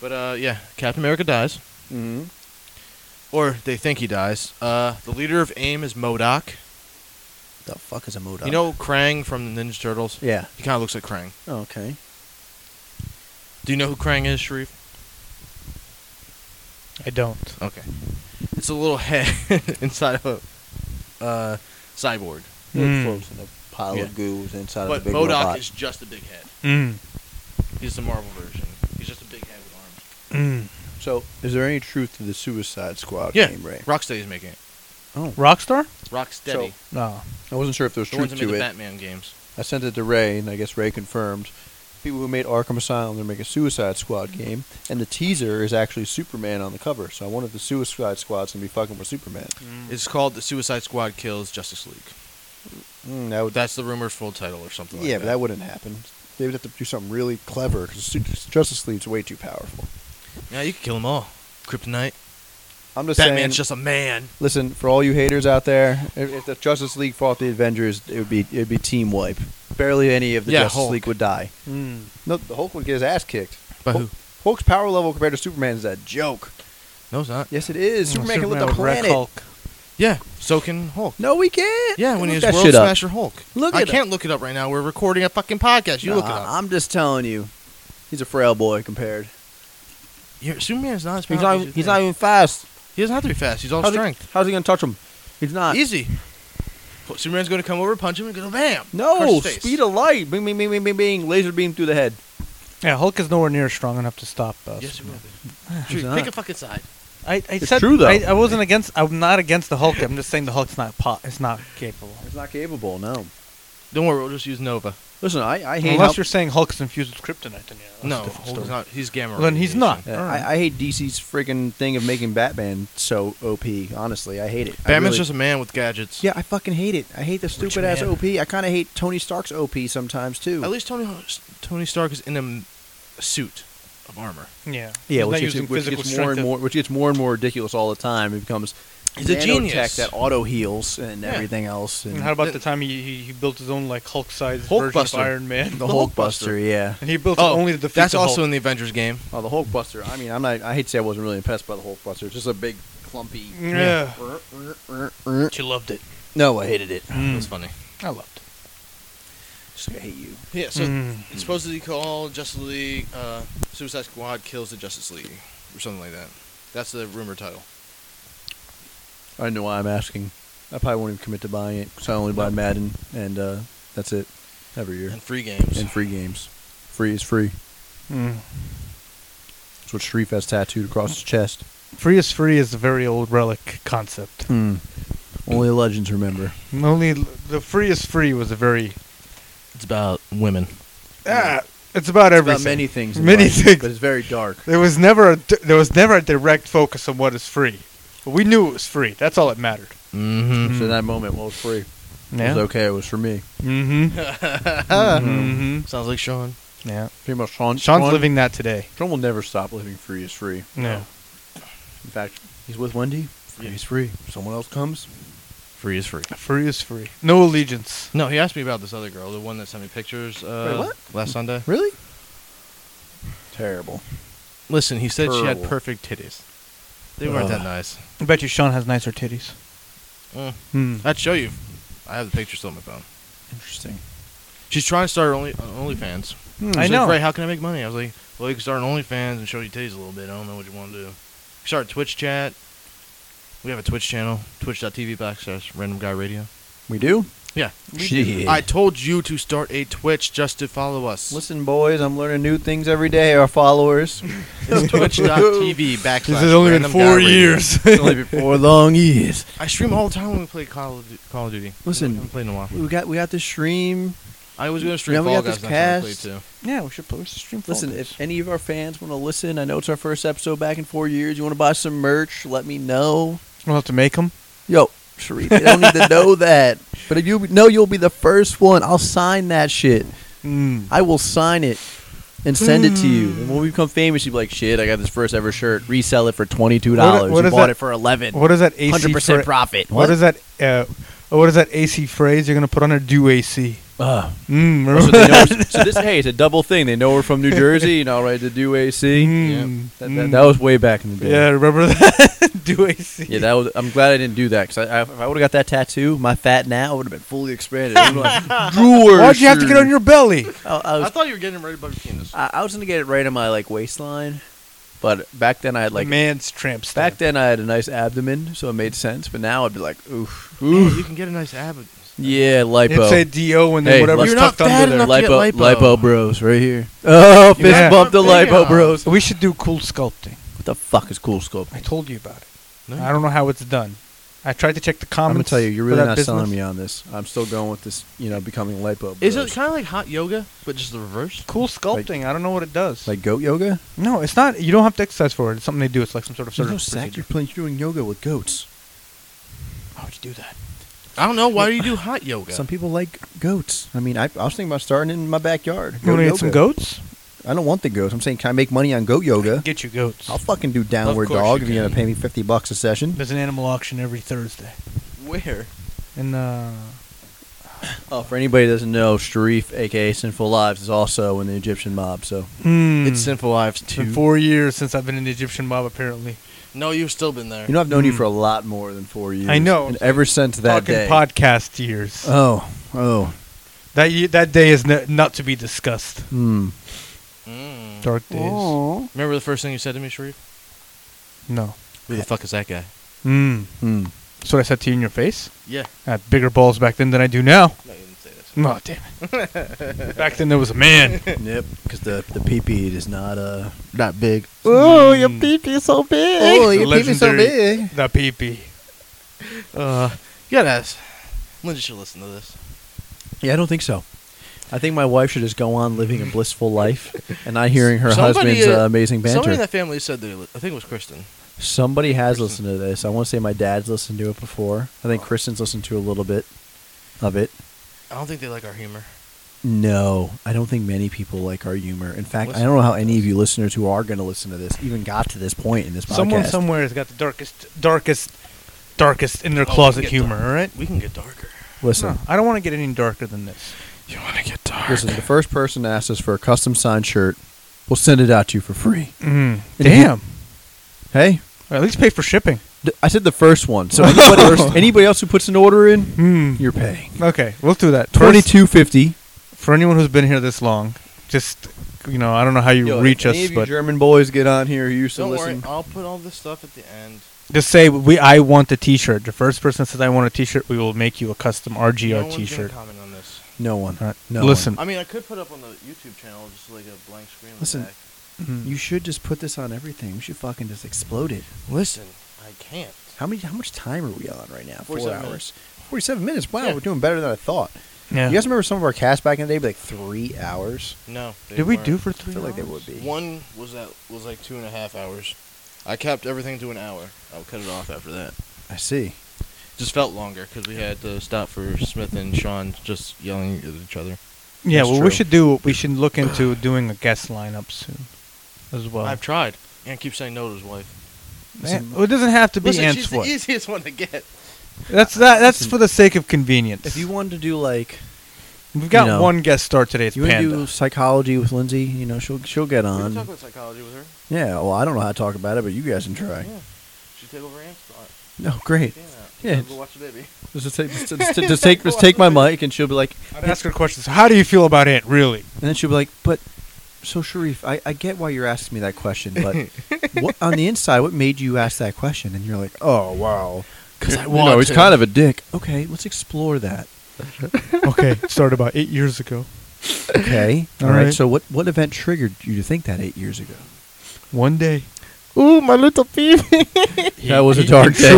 Speaker 2: but uh, yeah, Captain America dies,
Speaker 4: Mm-hmm.
Speaker 2: or they think he dies. Uh, the leader of AIM is Modoc.
Speaker 4: The fuck is a Modok?
Speaker 2: You know Krang from the Ninja Turtles?
Speaker 4: Yeah.
Speaker 2: He kind of looks like Krang.
Speaker 4: Oh, okay.
Speaker 2: Do you know who Krang is, Sharif?
Speaker 3: I don't.
Speaker 2: Okay. It's a little head inside of a uh, cyborg.
Speaker 3: Mm.
Speaker 4: It floats in a pile
Speaker 2: Hmm. Yeah.
Speaker 4: of goo inside of
Speaker 2: But
Speaker 4: a Uh, big
Speaker 2: Modoc
Speaker 4: robot.
Speaker 2: is just a big head.
Speaker 3: Mm.
Speaker 2: He's the Marvel version. He's just a big head with arms.
Speaker 3: Mm.
Speaker 4: So, is there any truth to the Suicide Squad
Speaker 2: Yeah,
Speaker 4: name, Ray?
Speaker 2: Rocksteady's making it.
Speaker 4: Oh,
Speaker 3: Rockstar?
Speaker 2: Rocksteady.
Speaker 3: No.
Speaker 4: I wasn't sure if there was
Speaker 2: the ones
Speaker 4: truth
Speaker 2: that
Speaker 4: to
Speaker 2: made
Speaker 4: it.
Speaker 2: the Batman games.
Speaker 4: I sent it to Ray, and I guess Ray confirmed. People who made Arkham Asylum, they're making a Suicide Squad
Speaker 2: Mm-hmm.
Speaker 4: game, and the teaser is actually Superman on the cover. So I wonder if the Suicide Squad's gonna be fucking with Superman.
Speaker 2: It's called The Suicide Squad Kills Justice League.
Speaker 4: Mm, that would,
Speaker 2: That's the rumored full title or something
Speaker 4: yeah,
Speaker 2: like
Speaker 4: but
Speaker 2: that.
Speaker 4: that wouldn't happen. They would have to do something really clever because Justice League's way too powerful.
Speaker 2: Yeah, you can kill them all. Kryptonite.
Speaker 4: I'm just saying.
Speaker 2: Batman's just a man.
Speaker 4: listen for all you haters out there. If, if the Justice League fought the Avengers, it would be it would be team wipe. Barely any of the
Speaker 2: Yeah,
Speaker 4: Justice
Speaker 2: Hulk.
Speaker 4: League would die.
Speaker 3: Mm.
Speaker 4: No, the Hulk would get his ass kicked.
Speaker 2: By
Speaker 4: Hulk-
Speaker 2: who?
Speaker 4: Hulk's power level compared to Superman is a joke.
Speaker 2: No, it's not.
Speaker 4: Yes, it is. Oh, Superman, can
Speaker 3: would
Speaker 4: lift the
Speaker 3: wreck
Speaker 4: planet.
Speaker 3: Hulk.
Speaker 2: Yeah, so can Hulk.
Speaker 4: No, we can't.
Speaker 2: Yeah, when
Speaker 4: Look
Speaker 2: he was
Speaker 4: that
Speaker 2: World
Speaker 4: shit up.
Speaker 2: Smasher Hulk.
Speaker 4: Look
Speaker 2: I
Speaker 4: it up.
Speaker 2: can't look it up right now. We're recording a fucking podcast. You look it
Speaker 4: Nah,
Speaker 2: up.
Speaker 4: I'm just telling you, he's a frail boy compared.
Speaker 2: Your Superman's not as
Speaker 4: He's
Speaker 2: powerful.
Speaker 4: not.
Speaker 2: as
Speaker 4: Even,
Speaker 2: you
Speaker 4: he's
Speaker 2: think.
Speaker 4: not even fast.
Speaker 2: He doesn't have to be fast. He's all
Speaker 4: How's he,
Speaker 2: strength.
Speaker 4: how's he gonna touch him? He's not.
Speaker 2: Easy. Well, Superman's going to come over, punch him, and go bam. Crush
Speaker 4: no
Speaker 2: his face.
Speaker 4: speed of light. Bing, bing, bing, bing, bing, bing. Laser beam through the head.
Speaker 3: Yeah, Hulk is nowhere near strong enough to stop us.
Speaker 2: Yes, he will. be.
Speaker 4: He's
Speaker 2: Dude,
Speaker 4: not.
Speaker 2: Pick a fucking side.
Speaker 3: I, I
Speaker 4: It's
Speaker 3: said
Speaker 4: true, though.
Speaker 3: I, I wasn't against. I'm not against the Hulk. I'm just saying the Hulk's not po- It's not capable.
Speaker 4: It's not capable. No.
Speaker 2: Don't worry, we'll just use Nova.
Speaker 4: Listen, I, I hate
Speaker 3: Unless
Speaker 4: how-
Speaker 3: you're saying Hulk's infused with kryptonite, then yeah. that's a
Speaker 2: no,
Speaker 3: different
Speaker 2: Hulk is
Speaker 3: story.
Speaker 2: not. He's gamma.
Speaker 3: Then he's
Speaker 2: radiation.
Speaker 3: not.
Speaker 4: Yeah,
Speaker 3: Alright.
Speaker 4: I, I hate DC's freaking thing of making Batman so OP. Honestly, I hate it. I
Speaker 2: Batman's
Speaker 4: really-
Speaker 2: just a man with gadgets.
Speaker 4: yeah, I fucking hate it. I hate the stupid ass
Speaker 2: man.
Speaker 4: OP. I kind of hate Tony Stark's OP sometimes too.
Speaker 2: At least Tony Tony Stark is in a m- suit of armor.
Speaker 3: Yeah. He's
Speaker 4: yeah, which
Speaker 3: not
Speaker 4: gets,
Speaker 3: using
Speaker 4: which
Speaker 3: physical
Speaker 4: gets more
Speaker 3: strength
Speaker 4: and
Speaker 3: to-
Speaker 4: more, which gets more and more ridiculous all the time. It becomes
Speaker 2: He's a
Speaker 4: nanotech
Speaker 2: genius.
Speaker 4: that auto heals and
Speaker 2: Yeah.
Speaker 4: everything else. And
Speaker 3: And how about
Speaker 2: the-
Speaker 3: the time he, he, he built his own like Hulk-sized
Speaker 2: Hulk
Speaker 3: version
Speaker 2: Buster.
Speaker 3: of Iron Man?
Speaker 4: the,
Speaker 2: the
Speaker 4: Hulk Oh,
Speaker 2: Hulkbuster.
Speaker 4: Buster? Yeah.
Speaker 3: And he built it only to defeat
Speaker 2: Oh, that's
Speaker 3: the
Speaker 2: also
Speaker 3: Hulk.
Speaker 2: in the Avengers game.
Speaker 4: Oh, the Hulk Buster. I mean, I'm not. I hate to say I wasn't really impressed by the Hulk Buster. It's just a big clumpy.
Speaker 3: yeah.
Speaker 4: No,
Speaker 3: She loved it.
Speaker 4: I
Speaker 3: Mm.
Speaker 4: hated it.
Speaker 2: That's funny.
Speaker 3: I loved
Speaker 4: Just, I hate you.
Speaker 2: Yeah.
Speaker 3: it.
Speaker 2: So supposedly call Justice League uh, Suicide Squad kills the Justice League or something like that. That's the rumor title.
Speaker 4: I don't know why I'm asking. I probably won't even commit to buying it because I only buy Madden, and uh, that's it every year.
Speaker 2: And free games.
Speaker 4: And free games. Free is free.
Speaker 3: Mm.
Speaker 4: That's what Sharif has tattooed across his chest.
Speaker 3: Free is free is a very old relic concept.
Speaker 4: Hmm. Only legends remember.
Speaker 3: Only the free is free was a very
Speaker 2: it's about women.
Speaker 3: ah, it's about everything.
Speaker 4: About many things. in
Speaker 3: Many
Speaker 4: life,
Speaker 3: things.
Speaker 4: But it's very dark.
Speaker 3: There was never a, di- there was never a direct focus on what is free. But we knew it was free. That's all that mattered.
Speaker 2: Mm-hmm.
Speaker 4: So in that moment, well, it's free. It was okay. It was for me.
Speaker 3: Mm-hmm. mm-hmm.
Speaker 2: Sounds like Sean.
Speaker 3: Yeah.
Speaker 4: Pretty much Sean.
Speaker 3: Sean's
Speaker 4: Sean,
Speaker 3: living that today.
Speaker 4: Sean will never stop living free is free. In fact, he's with Wendy. Free
Speaker 2: Yeah.
Speaker 4: is free. Someone else comes.
Speaker 2: Free is free.
Speaker 3: Free is free. No allegiance.
Speaker 2: No, he asked me about this other girl, the one that sent me pictures uh,
Speaker 4: Wait, what?
Speaker 2: last Sunday.
Speaker 4: Really? Terrible.
Speaker 2: Listen, he said she had
Speaker 4: Terrible.
Speaker 2: perfect titties. They weren't
Speaker 4: Ugh.
Speaker 2: that nice.
Speaker 3: I bet you Sean has nicer titties.
Speaker 2: Mm.
Speaker 3: Hmm.
Speaker 2: I'd show you. I have the picture still on my phone.
Speaker 4: Interesting.
Speaker 2: She's trying to start her only uh, OnlyFans.
Speaker 3: I
Speaker 2: She's
Speaker 3: know.
Speaker 2: Like, Ray, how can I make money? I was like, well, you can start an OnlyFans and show your titties a little bit. I don't know what you want to do. Start a Twitch chat. We have a Twitch channel, twitch.tv backslash random guy radio.
Speaker 4: We do?
Speaker 2: Yeah.
Speaker 4: Shit.
Speaker 2: I told you to start a Twitch just to follow us.
Speaker 4: Listen, boys, I'm learning new things every day. Our followers.
Speaker 2: It's twitch.tv backslash
Speaker 3: This has only been
Speaker 2: random guy
Speaker 3: four
Speaker 2: radio.
Speaker 3: years.
Speaker 4: Only been four long years.
Speaker 2: I stream all the time when we play Call of, Du- Call of Duty.
Speaker 4: Listen.
Speaker 2: I haven't played in a while.
Speaker 4: We got we got the stream.
Speaker 2: I was going to stream
Speaker 4: Now we
Speaker 2: Fall
Speaker 4: got this
Speaker 2: Guys next time we play
Speaker 4: cast.
Speaker 2: too.
Speaker 3: yeah, we should play. We should stream. Fall
Speaker 4: Listen,
Speaker 3: Guys.
Speaker 4: if any of our fans want to listen, I know it's our first episode back in four years. You want to buy some merch? Let me know.
Speaker 3: we'll have to make them.
Speaker 4: Yo, Sharif, they don't need to know that. But if you know, you'll be the first one. I'll sign that shit.
Speaker 3: Hmm.
Speaker 4: I will sign it and send it to you. And when we become famous, you'll be like, shit, I got this first ever shirt. Resell it for twenty two dollars.
Speaker 3: what
Speaker 4: You
Speaker 3: is
Speaker 4: bought
Speaker 3: that-
Speaker 4: it for eleven.
Speaker 3: What is that AC?
Speaker 4: Hundred percent
Speaker 3: fra-
Speaker 4: profit.
Speaker 3: What is that? Uh, what is that AC phrase you're gonna put on her? Do AC.
Speaker 4: Ugh.
Speaker 3: Mm,
Speaker 4: so,
Speaker 3: remember
Speaker 4: they know, so this hey, it's a double thing. They know we're from New Jersey, you know, right? The do AC.
Speaker 3: Mm.
Speaker 4: That, that, that was way back in the day.
Speaker 3: Yeah, remember that? Do AC.
Speaker 4: Yeah, that was, I'm glad I didn't do that because I, I, if I would have got that tattoo, my fat now would have been fully expanded. It would've been like, Drewer
Speaker 3: Why'd you have to get on
Speaker 4: shirt.
Speaker 3: your belly?
Speaker 4: I, I
Speaker 2: I
Speaker 4: was,
Speaker 2: thought you were getting right above your penis.
Speaker 4: I, I was gonna get it right on my like waistline, but back then I had like
Speaker 3: man's tramp stamp.
Speaker 4: back then I had a nice abdomen, so it made sense. But now I'd be like, oof,
Speaker 2: Man,
Speaker 4: oof,
Speaker 2: you can get a nice ab.
Speaker 4: yeah, lipo.
Speaker 3: It'd say DO and then
Speaker 4: Hey,
Speaker 3: whatever's
Speaker 4: you're
Speaker 2: not
Speaker 3: tucked under
Speaker 2: fat
Speaker 3: there.
Speaker 2: enough.
Speaker 4: lipo,
Speaker 2: get
Speaker 4: lipo,
Speaker 2: lipo.
Speaker 4: bros, right here. Oh, fist
Speaker 3: Yeah.
Speaker 4: bump to lipo
Speaker 2: Damn.
Speaker 4: bros. What
Speaker 3: We should do cool sculpting.
Speaker 4: the fuck is cool scope?
Speaker 3: I told you about it.
Speaker 2: No,
Speaker 3: I don't know how it's done. I tried to check the
Speaker 4: I'm gonna
Speaker 3: comments.
Speaker 4: tell you, you're
Speaker 3: for
Speaker 4: really
Speaker 3: that
Speaker 4: not
Speaker 3: business.
Speaker 4: selling me on this. I'm still going with this, you know, becoming lipo. Bros.
Speaker 2: Is it kind of like hot yoga, but just the reverse?
Speaker 3: Cool sculpting. I don't know what it does.
Speaker 4: like goat yoga?
Speaker 3: no, it's not. You don't have to exercise for it. It's something they do. It's like some sort of
Speaker 4: There's
Speaker 3: surgery.
Speaker 4: no sack. You're, playing, you're doing yoga with goats.
Speaker 3: How would you do that?
Speaker 2: I don't know. Why do you do hot yoga?
Speaker 4: Some people like goats. I mean, I, I was thinking about starting in my backyard.
Speaker 3: You want to
Speaker 4: Goat
Speaker 3: get some
Speaker 4: yoga.
Speaker 3: goats?
Speaker 4: I don't want the goats. I'm saying, can I make money on goat yoga?
Speaker 3: Get you goats.
Speaker 4: I'll fucking do downward
Speaker 2: course
Speaker 4: dog
Speaker 2: you
Speaker 4: if you're gonna
Speaker 2: can.
Speaker 4: pay me fifty bucks a session.
Speaker 3: There's an animal auction every Thursday.
Speaker 2: Where?
Speaker 3: And uh,
Speaker 4: Oh, for anybody that doesn't know, Sharif, aka Sinful Lives, is also in the Egyptian mob. So Hmm.
Speaker 2: It's Sinful Lives
Speaker 3: It's been
Speaker 2: 2.
Speaker 3: four years since I've been in the Egyptian mob. Apparently,
Speaker 2: No, you've still been there.
Speaker 4: you know, I've known you
Speaker 3: Hmm.
Speaker 4: for a lot more than four years.
Speaker 3: I know.
Speaker 4: And ever since that
Speaker 3: talking
Speaker 4: day.
Speaker 3: podcast years.
Speaker 4: oh, oh,
Speaker 3: That ye- that day is n- not to be discussed.
Speaker 4: hmm.
Speaker 2: Mm.
Speaker 3: Dark days.
Speaker 4: Oh.
Speaker 2: Remember the first thing you said to me, Sharif?
Speaker 3: No.
Speaker 2: Who the fuck is that guy?
Speaker 3: Mm.
Speaker 4: Hmm.
Speaker 3: That's what I said to you in your face.
Speaker 2: Yeah.
Speaker 3: I had bigger balls back then than I do now.
Speaker 2: No, you didn't say that.
Speaker 3: Oh, damn it. Back then there was a man.
Speaker 4: Yep, because the the PP is not uh Hmm. not big.
Speaker 5: Oh, your peepee is so big.
Speaker 4: Oh,
Speaker 3: The
Speaker 4: your peepee's so
Speaker 3: legendary-
Speaker 4: big.
Speaker 3: The PP.
Speaker 2: Uh, you gotta ask. Linda should listen to this.
Speaker 4: Yeah, I don't think so. I think my wife should just go on living a blissful life and not hearing her
Speaker 2: Somebody,
Speaker 4: husband's uh,
Speaker 2: uh,
Speaker 4: amazing banter.
Speaker 2: Somebody in that family said they. Li- I think it was Kristen.
Speaker 4: Somebody has listened to this. I want to say my dad's listened to it before. I think Kristen's listened to a little bit of it.
Speaker 2: I don't think they like our humor.
Speaker 4: No, I don't think many people like our humor. In fact,
Speaker 2: What's
Speaker 4: I don't know how any of you listeners who are going to listen to this even got to this point in this podcast.
Speaker 3: Someone somewhere has got the darkest, darkest, darkest in their closet humor, all right?
Speaker 2: We can get darker.
Speaker 4: listen,
Speaker 3: No, I don't want to get any darker than this.
Speaker 2: You want to get dark?
Speaker 4: listen. The first person to ask us for a custom signed shirt, we'll send it out to you for free.
Speaker 3: Mm,
Speaker 4: And if you-
Speaker 3: damn.
Speaker 4: Hey,
Speaker 3: At least pay for shipping.
Speaker 4: d- I said the first one. So anybody, anybody else who puts an order in,
Speaker 3: Mm.
Speaker 4: you're paying
Speaker 3: Okay, we'll do that. First,
Speaker 4: twenty two fifty.
Speaker 3: for anyone who's been here this long, just you know, I don't know how you
Speaker 4: Yo,
Speaker 3: reach
Speaker 4: if any
Speaker 3: us,
Speaker 4: of you
Speaker 3: but
Speaker 4: German boys get on here. You used to
Speaker 2: Don't
Speaker 4: listen.
Speaker 2: worry. I'll put all this stuff at the end.
Speaker 3: just say we I want a T-shirt. The first person says I want a T-shirt, we will make you a custom
Speaker 2: no
Speaker 3: RGR
Speaker 2: one's gonna
Speaker 3: T-shirt.
Speaker 2: comment on this.
Speaker 4: No one.
Speaker 3: All right,
Speaker 4: No.
Speaker 3: Listen,
Speaker 2: I mean, I could put up on the YouTube channel just like a blank screen. in the
Speaker 4: Listen.
Speaker 2: back.
Speaker 3: Mhm.
Speaker 4: You should just put this on everything. We should fucking just explode it.
Speaker 2: Listen, I can't.
Speaker 4: How many? How much time are we on right now? Four
Speaker 2: 47
Speaker 4: hours.
Speaker 2: minutes.
Speaker 4: Forty-seven minutes. Wow,
Speaker 2: Yeah.
Speaker 4: we're doing better than I thought.
Speaker 3: yeah.
Speaker 4: You guys remember some of our casts back in the day, be like three hours.
Speaker 2: No. they
Speaker 3: Did we
Speaker 2: weren't.
Speaker 3: do for
Speaker 4: I
Speaker 3: three?
Speaker 4: feel like they
Speaker 3: hours?
Speaker 4: would be.
Speaker 2: One was that was like two and a half hours. I kept everything to an hour. I would cut it off after that.
Speaker 4: I see.
Speaker 2: Just felt longer because we had to stop for Smith and Sean just yelling at each other.
Speaker 3: Yeah,
Speaker 4: That's
Speaker 3: well,
Speaker 4: true.
Speaker 3: we should do. We should look into doing a guest lineup soon, as well.
Speaker 2: I've tried and keep saying no to his wife.
Speaker 3: Man, well, it doesn't have to be
Speaker 2: Listen,
Speaker 3: Ant's
Speaker 2: she's
Speaker 3: wife.
Speaker 2: the easiest one to get.
Speaker 3: That's that. That's
Speaker 4: Listen,
Speaker 3: for the sake of convenience.
Speaker 4: If you wanted to do like,
Speaker 3: we've got
Speaker 4: you know,
Speaker 3: one guest star today. It's
Speaker 4: you want to do
Speaker 3: Panda.
Speaker 4: psychology with Lindsay, you know she'll she'll get
Speaker 2: we can talk
Speaker 4: on.
Speaker 2: about psychology with her.
Speaker 4: Yeah. Well, I don't know how to talk about it, but you guys can try.
Speaker 2: Yeah. She take over Ant's spot.
Speaker 4: No, great.
Speaker 2: Yeah.
Speaker 4: Yeah.
Speaker 2: Go watch the baby.
Speaker 4: Just take, just, just- just take, just take my mic, and she'll be like,
Speaker 3: I'd ask her questions. How do you feel about Ant? Really?
Speaker 4: And then she'll be like, "But so Sharif, I, I get why you're asking me that question, but what on the inside, what made you ask that question?" And you're like, "Oh wow, because I want." No, he's kind of a dick. Okay, let's explore that.
Speaker 3: okay, it started about eight years ago.
Speaker 4: Okay, all
Speaker 3: All
Speaker 4: right.
Speaker 3: right.
Speaker 4: So what what event triggered you to think that eight years ago?
Speaker 3: One day,
Speaker 5: Ooh, my little peepee.
Speaker 4: that was a
Speaker 3: he
Speaker 4: dark day.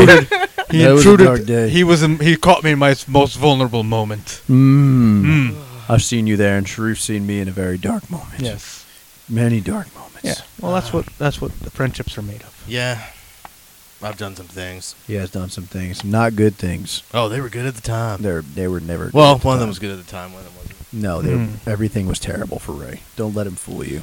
Speaker 3: he
Speaker 4: That was a
Speaker 3: intruded.
Speaker 4: dark day.
Speaker 3: He was. In, he caught me in my most vulnerable moment.
Speaker 4: Mm.
Speaker 3: Mm.
Speaker 4: I've seen you there, and Sharif's seen me in a very dark moment.
Speaker 3: Yes.
Speaker 4: many dark moments.
Speaker 3: Yeah. Well, that's what that's what the friendships are made of.
Speaker 2: Yeah. I've done some things.
Speaker 4: he has done some things, not good things.
Speaker 2: Oh, they were good at the time.
Speaker 4: They're they were never. good
Speaker 2: Well,
Speaker 4: at the
Speaker 2: one of them
Speaker 4: time.
Speaker 2: was good Hmm. at the time. One of them wasn't.
Speaker 4: No, they
Speaker 3: Mm.
Speaker 4: everything was terrible for Ray. Don't let him fool you.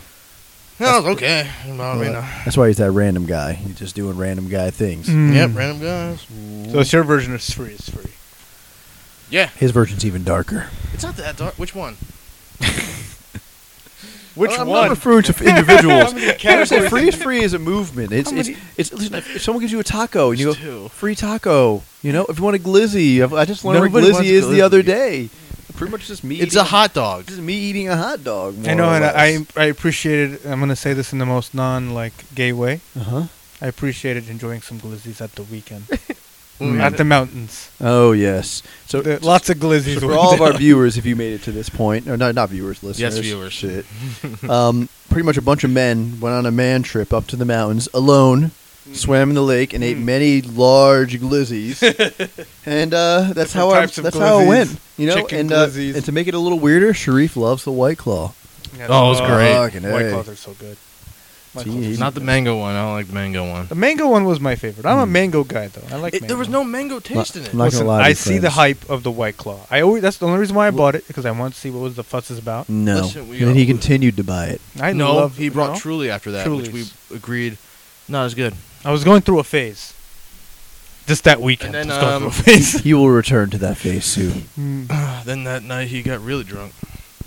Speaker 2: No, it's Oh, okay. You know Hmm. what I mean,
Speaker 4: But
Speaker 2: uh,
Speaker 4: That's why he's that random guy. He's just doing random guy things.
Speaker 2: Yep, random guys.
Speaker 3: So it's your version of free is free.
Speaker 2: Yeah,
Speaker 4: His version's even darker.
Speaker 2: it's not that dark. Which one?
Speaker 3: Which
Speaker 4: I'm
Speaker 3: one?
Speaker 4: not referring to individuals.
Speaker 3: categories
Speaker 4: Honestly, free is free is a movement. It's
Speaker 3: How
Speaker 4: it's,
Speaker 3: many-
Speaker 4: it's listen, if if someone gives you a taco and you go
Speaker 2: There's two.
Speaker 4: free taco, you know, if you want a glizzy, I've- I just learned
Speaker 2: Nobody
Speaker 4: what glizzy
Speaker 2: wants
Speaker 4: is the other
Speaker 2: glizzy.
Speaker 4: day. Pretty much just me.
Speaker 2: It's
Speaker 4: eating-
Speaker 2: a hot dog.
Speaker 4: Just me eating a hot dog. More
Speaker 3: I know,
Speaker 4: or
Speaker 3: and I
Speaker 4: less.
Speaker 3: I appreciated. I'm gonna say this in the most non like gay way.
Speaker 4: Uh-huh.
Speaker 3: I appreciated enjoying some glizzies at the weekend
Speaker 2: When we
Speaker 3: at
Speaker 2: had
Speaker 3: the mountains.
Speaker 4: Mm. Oh yes. So
Speaker 3: There- lots of glizzies.
Speaker 4: So for
Speaker 3: went
Speaker 4: all of our
Speaker 3: down.
Speaker 4: viewers, if you made it to this point, or not, not viewers,
Speaker 2: Yes,
Speaker 4: listeners,
Speaker 2: viewers.
Speaker 4: shit. um, pretty much a bunch of men went on a man trip up to the mountains alone,
Speaker 2: Mm.
Speaker 4: swam in the lake, and ate many large glizzies. and uh, that's how
Speaker 3: Different
Speaker 4: our,
Speaker 3: types of
Speaker 4: that's how it
Speaker 3: glizzies,
Speaker 4: went, you know.
Speaker 3: chicken
Speaker 4: And uh,
Speaker 3: glizzies.
Speaker 4: and to make it a little weirder, Sharif loves the White Claw.
Speaker 3: Yeah,
Speaker 2: Oh, it was
Speaker 3: the-
Speaker 2: great.
Speaker 4: Fucking
Speaker 3: White
Speaker 4: A.
Speaker 3: claws are so good. White
Speaker 4: Gee,
Speaker 3: Claws are
Speaker 4: he-
Speaker 3: so
Speaker 2: Not
Speaker 3: good.
Speaker 2: the mango one. I don't like the mango one.
Speaker 3: The mango one was my favorite. I'm a mango guy though. I like.
Speaker 2: Mm. It-
Speaker 3: mango.
Speaker 2: there was no mango taste in it.
Speaker 4: I'm not
Speaker 3: Listen,
Speaker 4: gonna lie to
Speaker 3: I
Speaker 4: you,
Speaker 3: see the
Speaker 4: friends.
Speaker 3: hype of the White Claw. I always that's the only reason why I bought it because I wanted to see what was the fuss is about.
Speaker 4: No,
Speaker 2: Listen, we
Speaker 4: and then he
Speaker 2: got-
Speaker 4: continued to buy it.
Speaker 3: I
Speaker 2: no,
Speaker 3: love
Speaker 2: he brought
Speaker 3: no?
Speaker 2: Truly after that, which
Speaker 3: Truly's.
Speaker 2: we agreed not as good.
Speaker 3: I was going through a phase. Just that weekend,
Speaker 2: And then,
Speaker 3: I was going
Speaker 2: um,
Speaker 3: through a phase.
Speaker 4: He will return to that phase soon.
Speaker 3: Mm.
Speaker 2: then that night he got really drunk,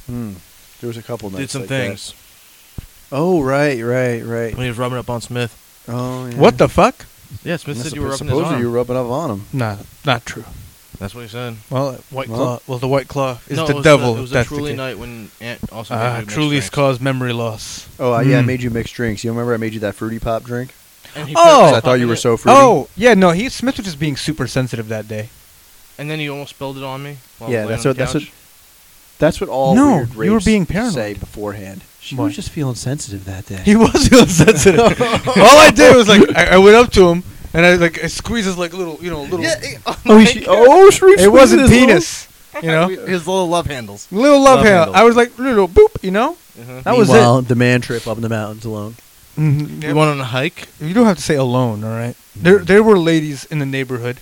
Speaker 4: Hmm. There was a couple nights
Speaker 2: did some
Speaker 4: like that.
Speaker 2: things.
Speaker 4: Oh right, right, right.
Speaker 2: When he was rubbing up on Smith.
Speaker 4: Oh yeah.
Speaker 3: What the fuck?
Speaker 2: Yeah, Smith
Speaker 4: That's
Speaker 2: said you were rubbing
Speaker 4: suppo-
Speaker 2: his
Speaker 4: supposedly
Speaker 2: arm.
Speaker 4: you were rubbing up on him.
Speaker 3: Nah, not true.
Speaker 2: That's what he said.
Speaker 3: Well, White
Speaker 4: Well-
Speaker 3: Claw. Well, the White Claw is
Speaker 2: no, it
Speaker 3: the
Speaker 2: was
Speaker 3: devil.
Speaker 2: The, it was a
Speaker 3: if that's the
Speaker 2: Truly
Speaker 3: case.
Speaker 2: night when Aunt also made
Speaker 3: Ah,
Speaker 2: me mixed
Speaker 3: Truly's
Speaker 2: drinks.
Speaker 3: caused memory loss.
Speaker 4: Oh uh, yeah, I
Speaker 3: Mm.
Speaker 4: made you mixed drinks. You remember I made you that fruity pop drink?
Speaker 2: And he
Speaker 3: Oh!
Speaker 2: put-
Speaker 4: 'Cause I thought you were so fruity.
Speaker 3: Oh yeah, no, he Smith was just being super sensitive that day.
Speaker 2: And then he almost spilled it on me. While I
Speaker 4: Yeah,
Speaker 2: was
Speaker 4: that's
Speaker 2: laying
Speaker 4: what-
Speaker 2: on
Speaker 4: that's
Speaker 2: the
Speaker 4: what-
Speaker 2: couch.
Speaker 6: That's what all
Speaker 3: No,
Speaker 6: weird
Speaker 3: you were
Speaker 6: rapes
Speaker 3: being
Speaker 6: say
Speaker 3: paranoid.
Speaker 6: beforehand.
Speaker 4: She
Speaker 3: What?
Speaker 4: was just feeling sensitive that day.
Speaker 3: He was feeling sensitive. All I did was like I, I went up to him and I like I squeezed his like little you know little.
Speaker 2: Yeah,
Speaker 3: it,
Speaker 2: it, oh
Speaker 4: oh,
Speaker 2: my
Speaker 4: she,
Speaker 2: God.
Speaker 4: oh, Sharif.
Speaker 3: wasn't penis, you know.
Speaker 2: his little love handles.
Speaker 3: Little love,
Speaker 2: Love
Speaker 3: handle.
Speaker 2: handle.
Speaker 3: I was like little boop, you know.
Speaker 2: Uh-huh.
Speaker 3: That was it.
Speaker 4: Meanwhile, the man trip up in the mountains alone. Mm-hmm.
Speaker 2: You went on a hike?
Speaker 3: You don't have to say alone, all right? There, there were ladies in the neighborhood.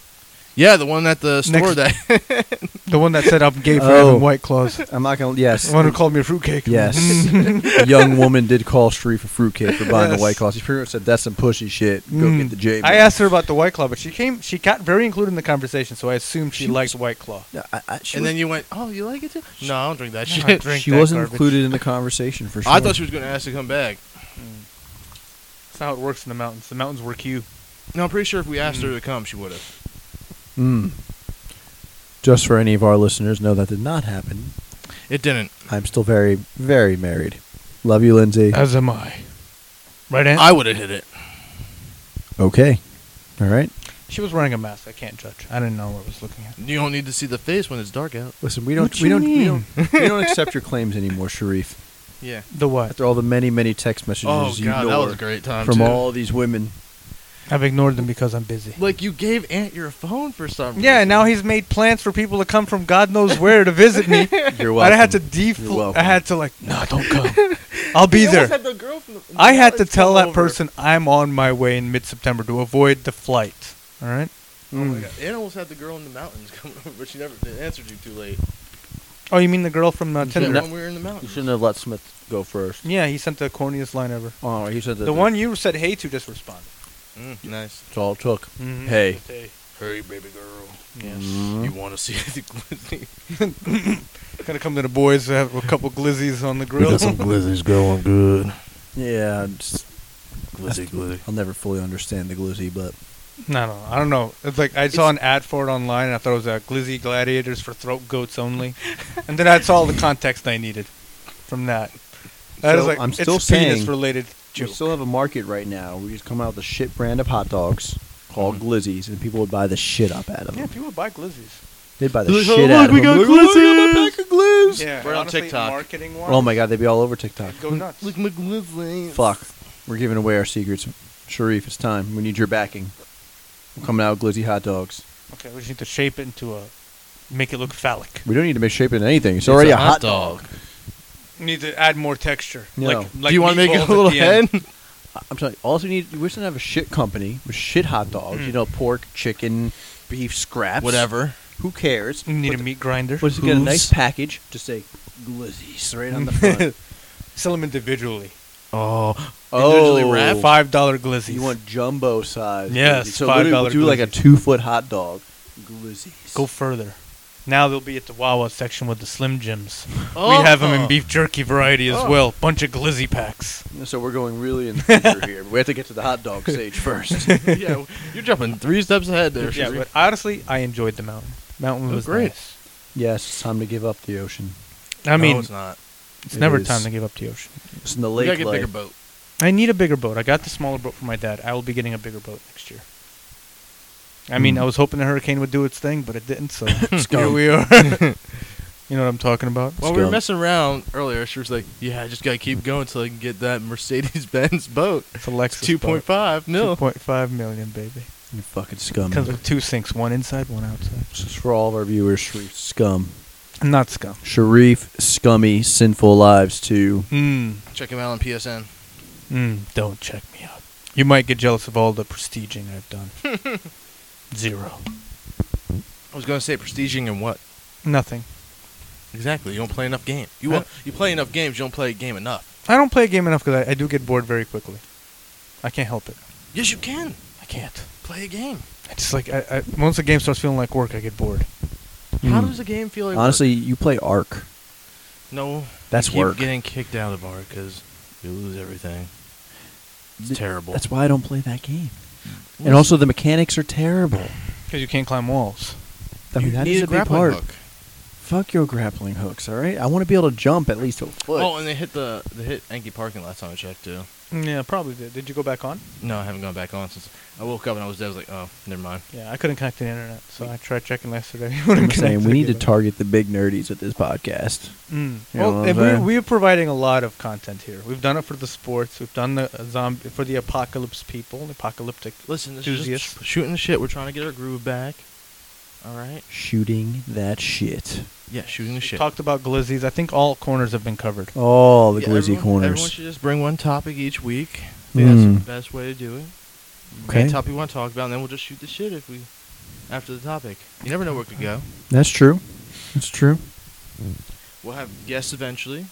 Speaker 2: Yeah, the one at the store that.
Speaker 3: The one that said I'm gay for
Speaker 4: Oh.
Speaker 3: having white claws.
Speaker 4: I'm not gonna.
Speaker 3: The
Speaker 4: Yes,
Speaker 3: one who called me a fruitcake.
Speaker 4: yes. a young woman did call Sharif a fruitcake for buying
Speaker 3: Yes.
Speaker 4: the white claws. She pretty much said, "That's some pushy shit. Go
Speaker 3: Mm.
Speaker 4: get the J."
Speaker 3: I asked her about the white claw, but she came. She got very included in the conversation, so I assumed she,
Speaker 4: She
Speaker 3: likes white claw.
Speaker 4: No, I, I, she
Speaker 2: and
Speaker 4: was-
Speaker 2: then you went, oh, you like it too? No, I don't drink that
Speaker 3: No,
Speaker 2: shit.
Speaker 3: I drink
Speaker 4: she
Speaker 3: that
Speaker 4: wasn't
Speaker 3: garbage.
Speaker 4: included in the conversation for sure.
Speaker 2: I thought she was going to ask to come back.
Speaker 3: That's not how it works in the mountains. The mountains work you.
Speaker 2: No, I'm pretty sure if we asked her to come, she would have.
Speaker 4: Mm. Just for any of our listeners, no, that did not happen.
Speaker 2: It didn't.
Speaker 4: I'm still very, very married. Love you, Lindsay.
Speaker 3: As am I. Right, Aunt?
Speaker 2: I would have hit it.
Speaker 4: okay. All right.
Speaker 3: she was wearing a mask. I can't judge. I didn't know what I was looking at.
Speaker 2: You don't need to see the face when it's dark out.
Speaker 4: Listen, we don't,
Speaker 3: What you
Speaker 4: we don't, we
Speaker 3: mean?
Speaker 4: don't, we don't accept your claims anymore, Sharif.
Speaker 2: Yeah.
Speaker 3: The what?
Speaker 4: After all the many, many text messages
Speaker 2: Oh,
Speaker 4: you
Speaker 2: God, that
Speaker 4: ignore
Speaker 2: was a great time,
Speaker 4: from
Speaker 2: too.
Speaker 4: all these women.
Speaker 3: I've ignored them because I'm busy.
Speaker 2: Like, you gave Aunt your phone for some reason.
Speaker 3: Yeah, and now he's made plans for people to come from God knows where to visit me.
Speaker 4: You're
Speaker 3: I had to
Speaker 4: welcome. You're
Speaker 3: defl-
Speaker 4: welcome.
Speaker 3: I had to like, no, don't come. I'll be
Speaker 2: He almost
Speaker 3: there.
Speaker 2: Had the girl from the,
Speaker 3: I had to tell
Speaker 2: come
Speaker 3: that
Speaker 2: over.
Speaker 3: person I'm on my way in mid-September to avoid the flight. All right.
Speaker 2: Oh
Speaker 4: Mm.
Speaker 3: Mm.
Speaker 2: my God. Aunt almost had the girl in the mountains coming over, but she never they answered you too late.
Speaker 3: Oh, you mean the girl from uh,
Speaker 4: You
Speaker 3: Tinder?
Speaker 4: shouldn't
Speaker 2: When we were in the
Speaker 4: You
Speaker 2: mountains.
Speaker 4: shouldn't have let Smith go first.
Speaker 3: Yeah, he sent the corniest line ever.
Speaker 4: Oh, he said that
Speaker 3: The one you said hey to just responded.
Speaker 2: Mm, nice.
Speaker 4: That's all it took.
Speaker 3: Mhm.
Speaker 4: Hey.
Speaker 2: Hey, baby girl.
Speaker 3: Yes.
Speaker 2: You want to see the glizzy?
Speaker 3: Gonna come to the boys. Have a couple glizzies on the grill.
Speaker 2: glizzies going good.
Speaker 4: Yeah, I'm just-
Speaker 2: Glizzy, glizzy.
Speaker 4: I'll never fully understand the glizzy, but
Speaker 3: No, no, I don't know. It's like I saw an ad for it online, and I thought it was uh, Glizzy Gladiators for throat goats only, and then that's all the context I needed from that. I was
Speaker 4: So,
Speaker 3: like,
Speaker 4: I'm
Speaker 3: it's
Speaker 4: still
Speaker 3: penis
Speaker 4: saying-
Speaker 3: related
Speaker 4: we
Speaker 3: joke.
Speaker 4: still have a market right now. We just come out with a shit brand of hot dogs called glizzies, and people would buy the shit up out of
Speaker 3: yeah,
Speaker 4: them.
Speaker 3: people buy glizzies.
Speaker 4: They'd buy the
Speaker 2: Look,
Speaker 4: shit
Speaker 2: look,
Speaker 4: out
Speaker 2: we
Speaker 4: of them.
Speaker 2: got
Speaker 4: "Oh, Look, look,
Speaker 2: glizzies.
Speaker 4: look, pack of glizz.
Speaker 3: Yeah,
Speaker 2: We're on
Speaker 3: honestly,
Speaker 2: TikTok.
Speaker 3: Marketing wise,
Speaker 4: Oh my god, they'd be all over TikTok.
Speaker 3: go nuts.
Speaker 2: Look, my glizzy.
Speaker 4: Fuck, we're giving away our secrets. Sharif, it's time. We need your backing. We're coming out with glizzy hot dogs.
Speaker 3: Okay, we just need to shape it into a, make it look phallic.
Speaker 4: We don't need to make shape it into anything. It's, already a hot dog.
Speaker 3: We need to add more texture.
Speaker 4: No.
Speaker 3: Like, like
Speaker 2: Do you want to make
Speaker 3: meatballs
Speaker 2: a
Speaker 3: at
Speaker 2: little
Speaker 3: the end.
Speaker 2: head?
Speaker 4: I'm telling you, also need we should have a shit company with shit hot dogs. You know, pork, chicken, beef scraps,
Speaker 2: Whatever.
Speaker 4: Who cares?
Speaker 3: We need a meat grinder.
Speaker 4: But just get a nice
Speaker 3: Hooves.
Speaker 4: package to say glizzies right on the front.
Speaker 3: Sell them individually.
Speaker 2: Oh.
Speaker 4: oh,
Speaker 2: wrapped?
Speaker 3: Five dollar glizzies.
Speaker 4: you want jumbo size?
Speaker 3: Yes,
Speaker 4: glizzy.
Speaker 3: $5
Speaker 4: so literally we'll do like a
Speaker 3: glizzies.
Speaker 4: two foot hot dog. Glizzies.
Speaker 3: Go further. Now they'll be at the Wawa section with the Slim Jims.
Speaker 2: Oh.
Speaker 3: We have them in beef jerky variety as
Speaker 2: Oh.
Speaker 3: well. Bunch of glizzy packs.
Speaker 4: so we're going really in the future here. We have to get to the hot dog stage first.
Speaker 2: yeah, you're jumping three steps ahead there.
Speaker 3: yeah,
Speaker 2: Shazri.
Speaker 3: but honestly, I enjoyed the mountain. Mountain
Speaker 2: It
Speaker 3: was
Speaker 2: was great.
Speaker 3: nice.
Speaker 4: yes, it's time to give up the ocean.
Speaker 3: I mean,
Speaker 2: no, it's
Speaker 3: it's,
Speaker 2: not.
Speaker 4: it
Speaker 3: never
Speaker 4: is.
Speaker 3: time to give up the ocean.
Speaker 4: It's in the
Speaker 2: We
Speaker 4: lake.
Speaker 2: gotta get a
Speaker 4: life.
Speaker 2: bigger boat.
Speaker 3: I need a bigger boat. I got the smaller boat from my dad. I will be getting a bigger boat next year. I mean,
Speaker 4: Hmm.
Speaker 3: I was hoping the hurricane would do its thing, but it didn't. So here
Speaker 4: Scum.
Speaker 3: we are. you know what I'm talking about?
Speaker 2: Hmm. While we were
Speaker 4: Scum.
Speaker 2: messing around earlier, she was like, "Yeah, I just gotta keep going until I can get that Mercedes Benz boat,
Speaker 3: It's a Lexus.
Speaker 2: two point five
Speaker 3: Two
Speaker 2: mil."
Speaker 3: point five million, baby.
Speaker 4: You fucking scum.
Speaker 3: Comes with two sinks, one inside, one outside.
Speaker 4: This is for all of our viewers. Sharif scum.
Speaker 3: I'm not scum.
Speaker 4: Sharif scummy sinful lives too.
Speaker 3: Mm.
Speaker 2: Check him out on PSN.
Speaker 3: Mm, don't check me out. You might get jealous of all the prestiging I've done. Zero.
Speaker 2: I was gonna say prestiging and what?
Speaker 3: Nothing.
Speaker 2: Exactly. You don't play enough games. You
Speaker 3: Huh?
Speaker 2: won't- you play enough games. You don't play a game enough.
Speaker 3: I don't play a game enough because I, I do get bored very quickly. I can't help it.
Speaker 2: Yes, you can
Speaker 3: I can't.
Speaker 2: play a game.
Speaker 3: I just like I, I once the game starts feeling like work, I get bored.
Speaker 2: How
Speaker 4: Mm.
Speaker 2: does a game feel like?
Speaker 4: Honestly, you play Ark.
Speaker 2: work? no.
Speaker 4: That's
Speaker 2: you keep
Speaker 4: work.
Speaker 2: Getting kicked out of art because you lose everything. It's terrible.
Speaker 4: That's why I don't play that game. And also, the mechanics are terrible.
Speaker 3: Because you can't climb walls.
Speaker 4: I mean,
Speaker 2: You
Speaker 4: that
Speaker 2: need
Speaker 4: is
Speaker 2: a
Speaker 4: a big
Speaker 2: grappling
Speaker 4: part.
Speaker 2: hook.
Speaker 4: Fuck your grappling hooks, all right? I want to be able to jump at least a foot.
Speaker 2: Oh, and they hit the they hit Yankee Parking last time I checked too.
Speaker 3: Yeah, probably did. Did you go back on?
Speaker 2: No, I haven't gone back on since I woke up and I was dead. I was like, oh, never mind.
Speaker 3: Yeah, I couldn't connect to the internet, so I tried checking yesterday.
Speaker 4: I'm saying we need to target the big nerdies with this podcast.
Speaker 3: Mm.
Speaker 4: You know
Speaker 3: Well,
Speaker 4: what
Speaker 3: and
Speaker 4: I'm
Speaker 3: we're,
Speaker 4: saying?
Speaker 3: we're providing a lot of content here. We've done it for the sports. We've done the uh, zombie for the apocalypse people, apocalyptic.
Speaker 2: Listen, this is
Speaker 3: Enthusiast.
Speaker 2: just shooting the shit. We're trying to get our groove back. All right.
Speaker 4: Shooting that shit.
Speaker 2: Yeah, shooting the
Speaker 3: We
Speaker 2: shit.
Speaker 3: Talked about glizzies. I think all corners have been covered.
Speaker 4: All the
Speaker 2: Oh, Yeah,
Speaker 4: glizzy
Speaker 2: everyone, Everyone
Speaker 4: corners.
Speaker 2: should just bring one topic each week. I think That's
Speaker 4: Mm.
Speaker 2: the best way to do it.
Speaker 4: Okay.
Speaker 2: Okay. Topic we want to talk about, and then we'll just shoot the shit if we after the topic. You never know where it could go.
Speaker 4: That's true. That's true.
Speaker 2: We'll have guests eventually.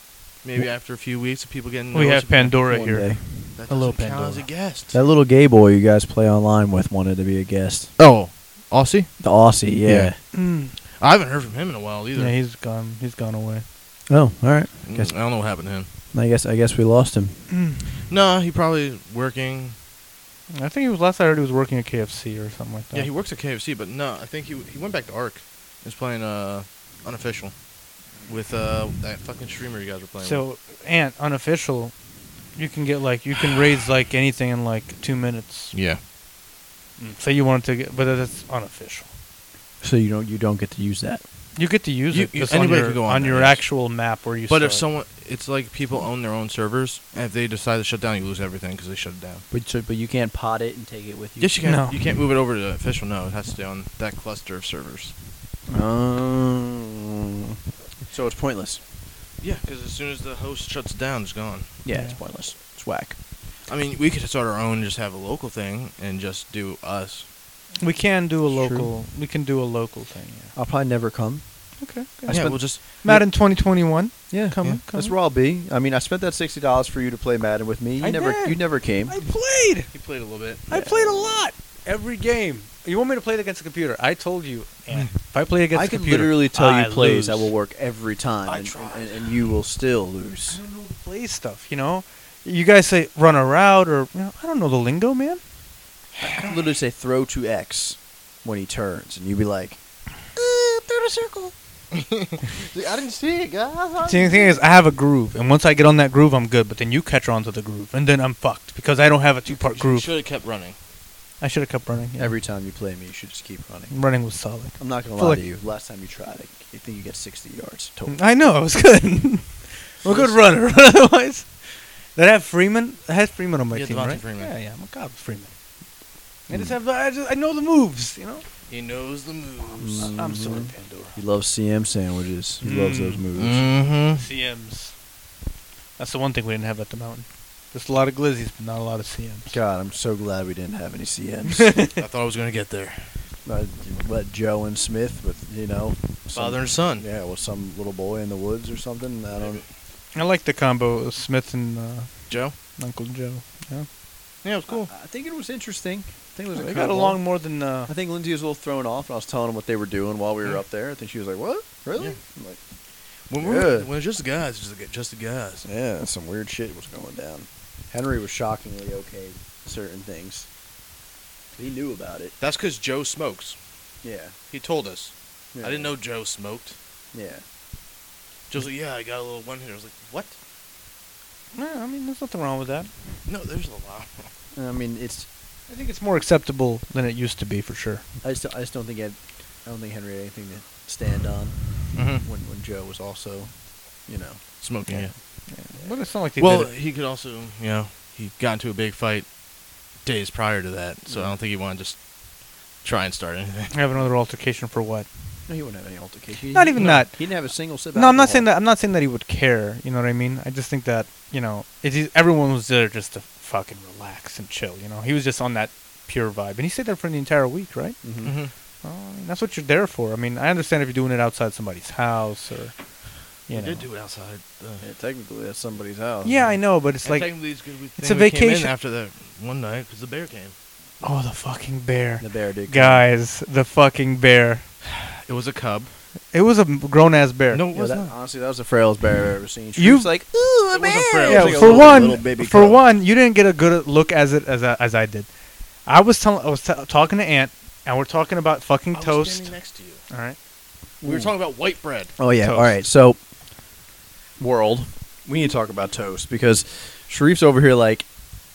Speaker 2: Maybe after a few weeks, if people getting
Speaker 3: We have Pandora
Speaker 4: One
Speaker 3: here.
Speaker 4: day.
Speaker 2: That
Speaker 3: Hello,
Speaker 2: doesn't count as a
Speaker 3: Pandora.
Speaker 2: guest.
Speaker 4: That little gay boy you guys play online with wanted to be a guest.
Speaker 2: oh, Aussie.
Speaker 4: The Aussie, yeah.
Speaker 2: Yeah.
Speaker 3: Mm.
Speaker 2: I haven't heard from him in a while either.
Speaker 3: Yeah, he's gone. He's gone away.
Speaker 4: Oh, all right.
Speaker 2: Mm,
Speaker 4: guess-
Speaker 2: I don't know what happened to him.
Speaker 4: I guess I guess we lost him.
Speaker 2: Mm. No, he probably working.
Speaker 3: I think he was last I heard he was working at KFC or something like that.
Speaker 2: Yeah,
Speaker 4: Oh.
Speaker 2: he works at KFC, but no, I think he he went back to Arc. He was playing uh unofficial with uh that fucking streamer you guys were playing. with.
Speaker 3: So, and unofficial, you can get like you can raise like anything in like two minutes.
Speaker 2: yeah, Mm.
Speaker 3: Say you wanted to get, but that's unofficial.
Speaker 4: So you don't you don't get to use that.
Speaker 3: You get to use
Speaker 2: You-
Speaker 3: it
Speaker 2: you-
Speaker 3: just on
Speaker 2: anybody
Speaker 3: your,
Speaker 2: could go on
Speaker 3: on
Speaker 2: there,
Speaker 3: your
Speaker 2: yes.
Speaker 3: actual map where you.
Speaker 2: but if
Speaker 3: saw it.
Speaker 2: someone, it's like people own their own servers, and if they decide to shut down, you lose everything because they shut it down.
Speaker 4: But so, but you can't pot it and take it with you.
Speaker 2: Yes, you can.
Speaker 3: No.
Speaker 2: You can't move it over to the official. No, it has to stay on that cluster of servers.
Speaker 4: Um, so it's pointless.
Speaker 2: Yeah, because as soon as the host shuts down, it's gone.
Speaker 4: Yeah,
Speaker 3: Yeah.
Speaker 4: it's pointless. It's whack.
Speaker 2: I mean, we could start our own and just have a local thing and just do us.
Speaker 3: we can do a
Speaker 4: It's true.
Speaker 3: local, we can do a local thing. Yeah.
Speaker 4: I'll probably never come.
Speaker 3: Okay.
Speaker 4: I
Speaker 2: yeah,
Speaker 4: spent-
Speaker 2: we'll just
Speaker 3: Madden 2021.
Speaker 4: Yeah,
Speaker 3: Come
Speaker 4: yeah.
Speaker 3: on, come
Speaker 4: That's
Speaker 3: on.
Speaker 4: where I'll be. I mean, I spent that sixty dollars for you to play Madden with me. You
Speaker 3: I
Speaker 4: never
Speaker 3: did.
Speaker 4: you never came.
Speaker 3: I played.
Speaker 2: he played a little bit.
Speaker 3: I played a lot. Every game. You want me to play it against the computer? I told you. And if Hmm. I play against
Speaker 4: I
Speaker 3: the
Speaker 4: can
Speaker 3: computer,
Speaker 4: literally tell you
Speaker 3: I
Speaker 4: plays that
Speaker 3: lose.
Speaker 4: will work every time,
Speaker 2: I
Speaker 4: and,
Speaker 2: tried.
Speaker 4: and, and you will still
Speaker 3: I
Speaker 4: lose.
Speaker 3: don't know how to play stuff. You know, you guys say run a route or you know, I don't know the lingo, man.
Speaker 4: I can literally say throw to X when he turns, and you'd be like,
Speaker 2: I didn't see it, guys.
Speaker 3: See, the thing is, I have a groove, and once I get on that groove, I'm good. But then you catch on to the groove, and then I'm fucked because I don't have a two-part groove.
Speaker 2: Should have kept running.
Speaker 3: I should have kept running. yeah.
Speaker 4: every time you play me, you should just keep running.
Speaker 3: running was solid.
Speaker 4: I'm not gonna
Speaker 3: Feel
Speaker 4: lie
Speaker 3: like- Mm.
Speaker 4: to you. Last time you tried it, I think you get sixty yards total.
Speaker 3: I know it was good. I'm a good runner. Otherwise, did I have Freeman? I had Freeman Hmm. on my
Speaker 2: Yeah,
Speaker 3: team,
Speaker 2: Devontae
Speaker 3: right?
Speaker 2: Freeman.
Speaker 3: Yeah, yeah. I'm a god with Freeman. I just have the, I, just, I know the moves. You know,
Speaker 2: He knows the moves.
Speaker 4: Mm.
Speaker 3: I'm still in
Speaker 4: Mhm.
Speaker 3: Pandora.
Speaker 4: He loves CM sandwiches. He loves those
Speaker 3: Mm.
Speaker 4: moves.
Speaker 2: Mm-hmm.
Speaker 3: CMs. That's the one thing we didn't have at the mountain. Just a lot of glizzies, but not a lot of CMs.
Speaker 4: God, I'm so glad we didn't have any CMs.
Speaker 2: I thought I was gonna get there.
Speaker 4: Uh, Let Joe and Smith with you know some-
Speaker 2: Father and son.
Speaker 4: Yeah, with some little boy in the woods or something. I don't.
Speaker 3: I like the combo of Smith and uh,
Speaker 2: Joe.
Speaker 3: Uncle Joe. Yeah.
Speaker 2: Yeah, it was cool.
Speaker 4: I, I think it was interesting. I think it was.
Speaker 3: They
Speaker 4: a
Speaker 3: got
Speaker 4: curveball.
Speaker 3: along more than. Uh,
Speaker 4: I think Lindsay was a little thrown off, and I was telling him what they were doing while we were up there. I think she was like, "What? Really?"
Speaker 2: Yeah.
Speaker 4: I'm like,
Speaker 2: When,
Speaker 4: Yeah.
Speaker 2: we're, when it's just the guys, it's just the, just the guys.
Speaker 4: yeah, some weird shit was going down. Henry was shockingly okay with certain things. He knew about it.
Speaker 2: That's because Joe smokes.
Speaker 4: Yeah.
Speaker 2: He told us.
Speaker 4: yeah.
Speaker 2: I didn't know Joe smoked.
Speaker 4: Yeah.
Speaker 2: Joe's like, yeah, I got a little one here. I was like, what?
Speaker 3: yeah, I mean, there's nothing wrong with that.
Speaker 2: No, there's a lot.
Speaker 4: I mean, it's.
Speaker 3: I think it's more acceptable than it used to be, for sure.
Speaker 4: I just. I just don't think. Ed, I don't think Henry had anything to stand on
Speaker 3: Hmm.
Speaker 2: Mm-hmm.
Speaker 4: when when Joe was also, you know.
Speaker 2: Smoking. Yeah.
Speaker 3: But it's not like they
Speaker 2: Well,
Speaker 3: did it.
Speaker 2: he could also, you know, he got into a big fight days prior to that, so I don't think he wanted to just try and start anything.
Speaker 3: have another altercation for what?
Speaker 4: No, he wouldn't have any altercation. He
Speaker 3: Not
Speaker 4: didn't-
Speaker 3: even
Speaker 4: no,
Speaker 3: that.
Speaker 4: He didn't have a single sip. of
Speaker 3: No, I'm not saying
Speaker 4: alcohol.
Speaker 3: that. I'm not saying that he would care. You know what I mean? I just think that you know, it is, everyone was there just to fucking relax and chill. You know, he was just on that pure vibe, and he stayed there for the entire week, right?
Speaker 4: Mhm.
Speaker 2: Mm-hmm.
Speaker 3: Oh, I mean, that's what you're there for. I mean, I understand if you're doing it outside somebody's house or,
Speaker 2: He
Speaker 3: you know.
Speaker 2: did do it outside. Uh,
Speaker 4: Yeah, technically, that's somebody's house.
Speaker 3: yeah, I know, but it's
Speaker 2: and
Speaker 3: like,
Speaker 2: technically, it's good. We
Speaker 3: it's
Speaker 2: thing
Speaker 3: a
Speaker 2: we came in
Speaker 3: vacation.
Speaker 2: after that one night because the bear came.
Speaker 3: oh, the fucking bear,
Speaker 4: The bear did. come.
Speaker 3: guys, the fucking bear.
Speaker 2: It was a cub.
Speaker 3: It was a grown ass bear.
Speaker 2: No, it
Speaker 4: Yeah,
Speaker 2: was
Speaker 4: that-
Speaker 2: not.
Speaker 4: honestly, that was the frailest bear I've ever seen. She
Speaker 3: You-
Speaker 4: was like, ooh, a
Speaker 2: It wasn't
Speaker 4: bear.
Speaker 2: frail.
Speaker 4: It
Speaker 3: yeah,
Speaker 4: was like a
Speaker 3: for
Speaker 4: little-
Speaker 3: one,
Speaker 4: little baby
Speaker 3: for
Speaker 4: cub.
Speaker 3: one, you didn't get a good look as it as I, as I did. I was telling, I was t- talking to Aunt, and we're talking about fucking
Speaker 2: I was
Speaker 3: toast.
Speaker 2: standing next to you.
Speaker 3: All right,
Speaker 2: We were talking about white bread.
Speaker 4: Oh yeah.
Speaker 3: Toast.
Speaker 4: All right. So, world, we need to talk about toast because Sharif's over here like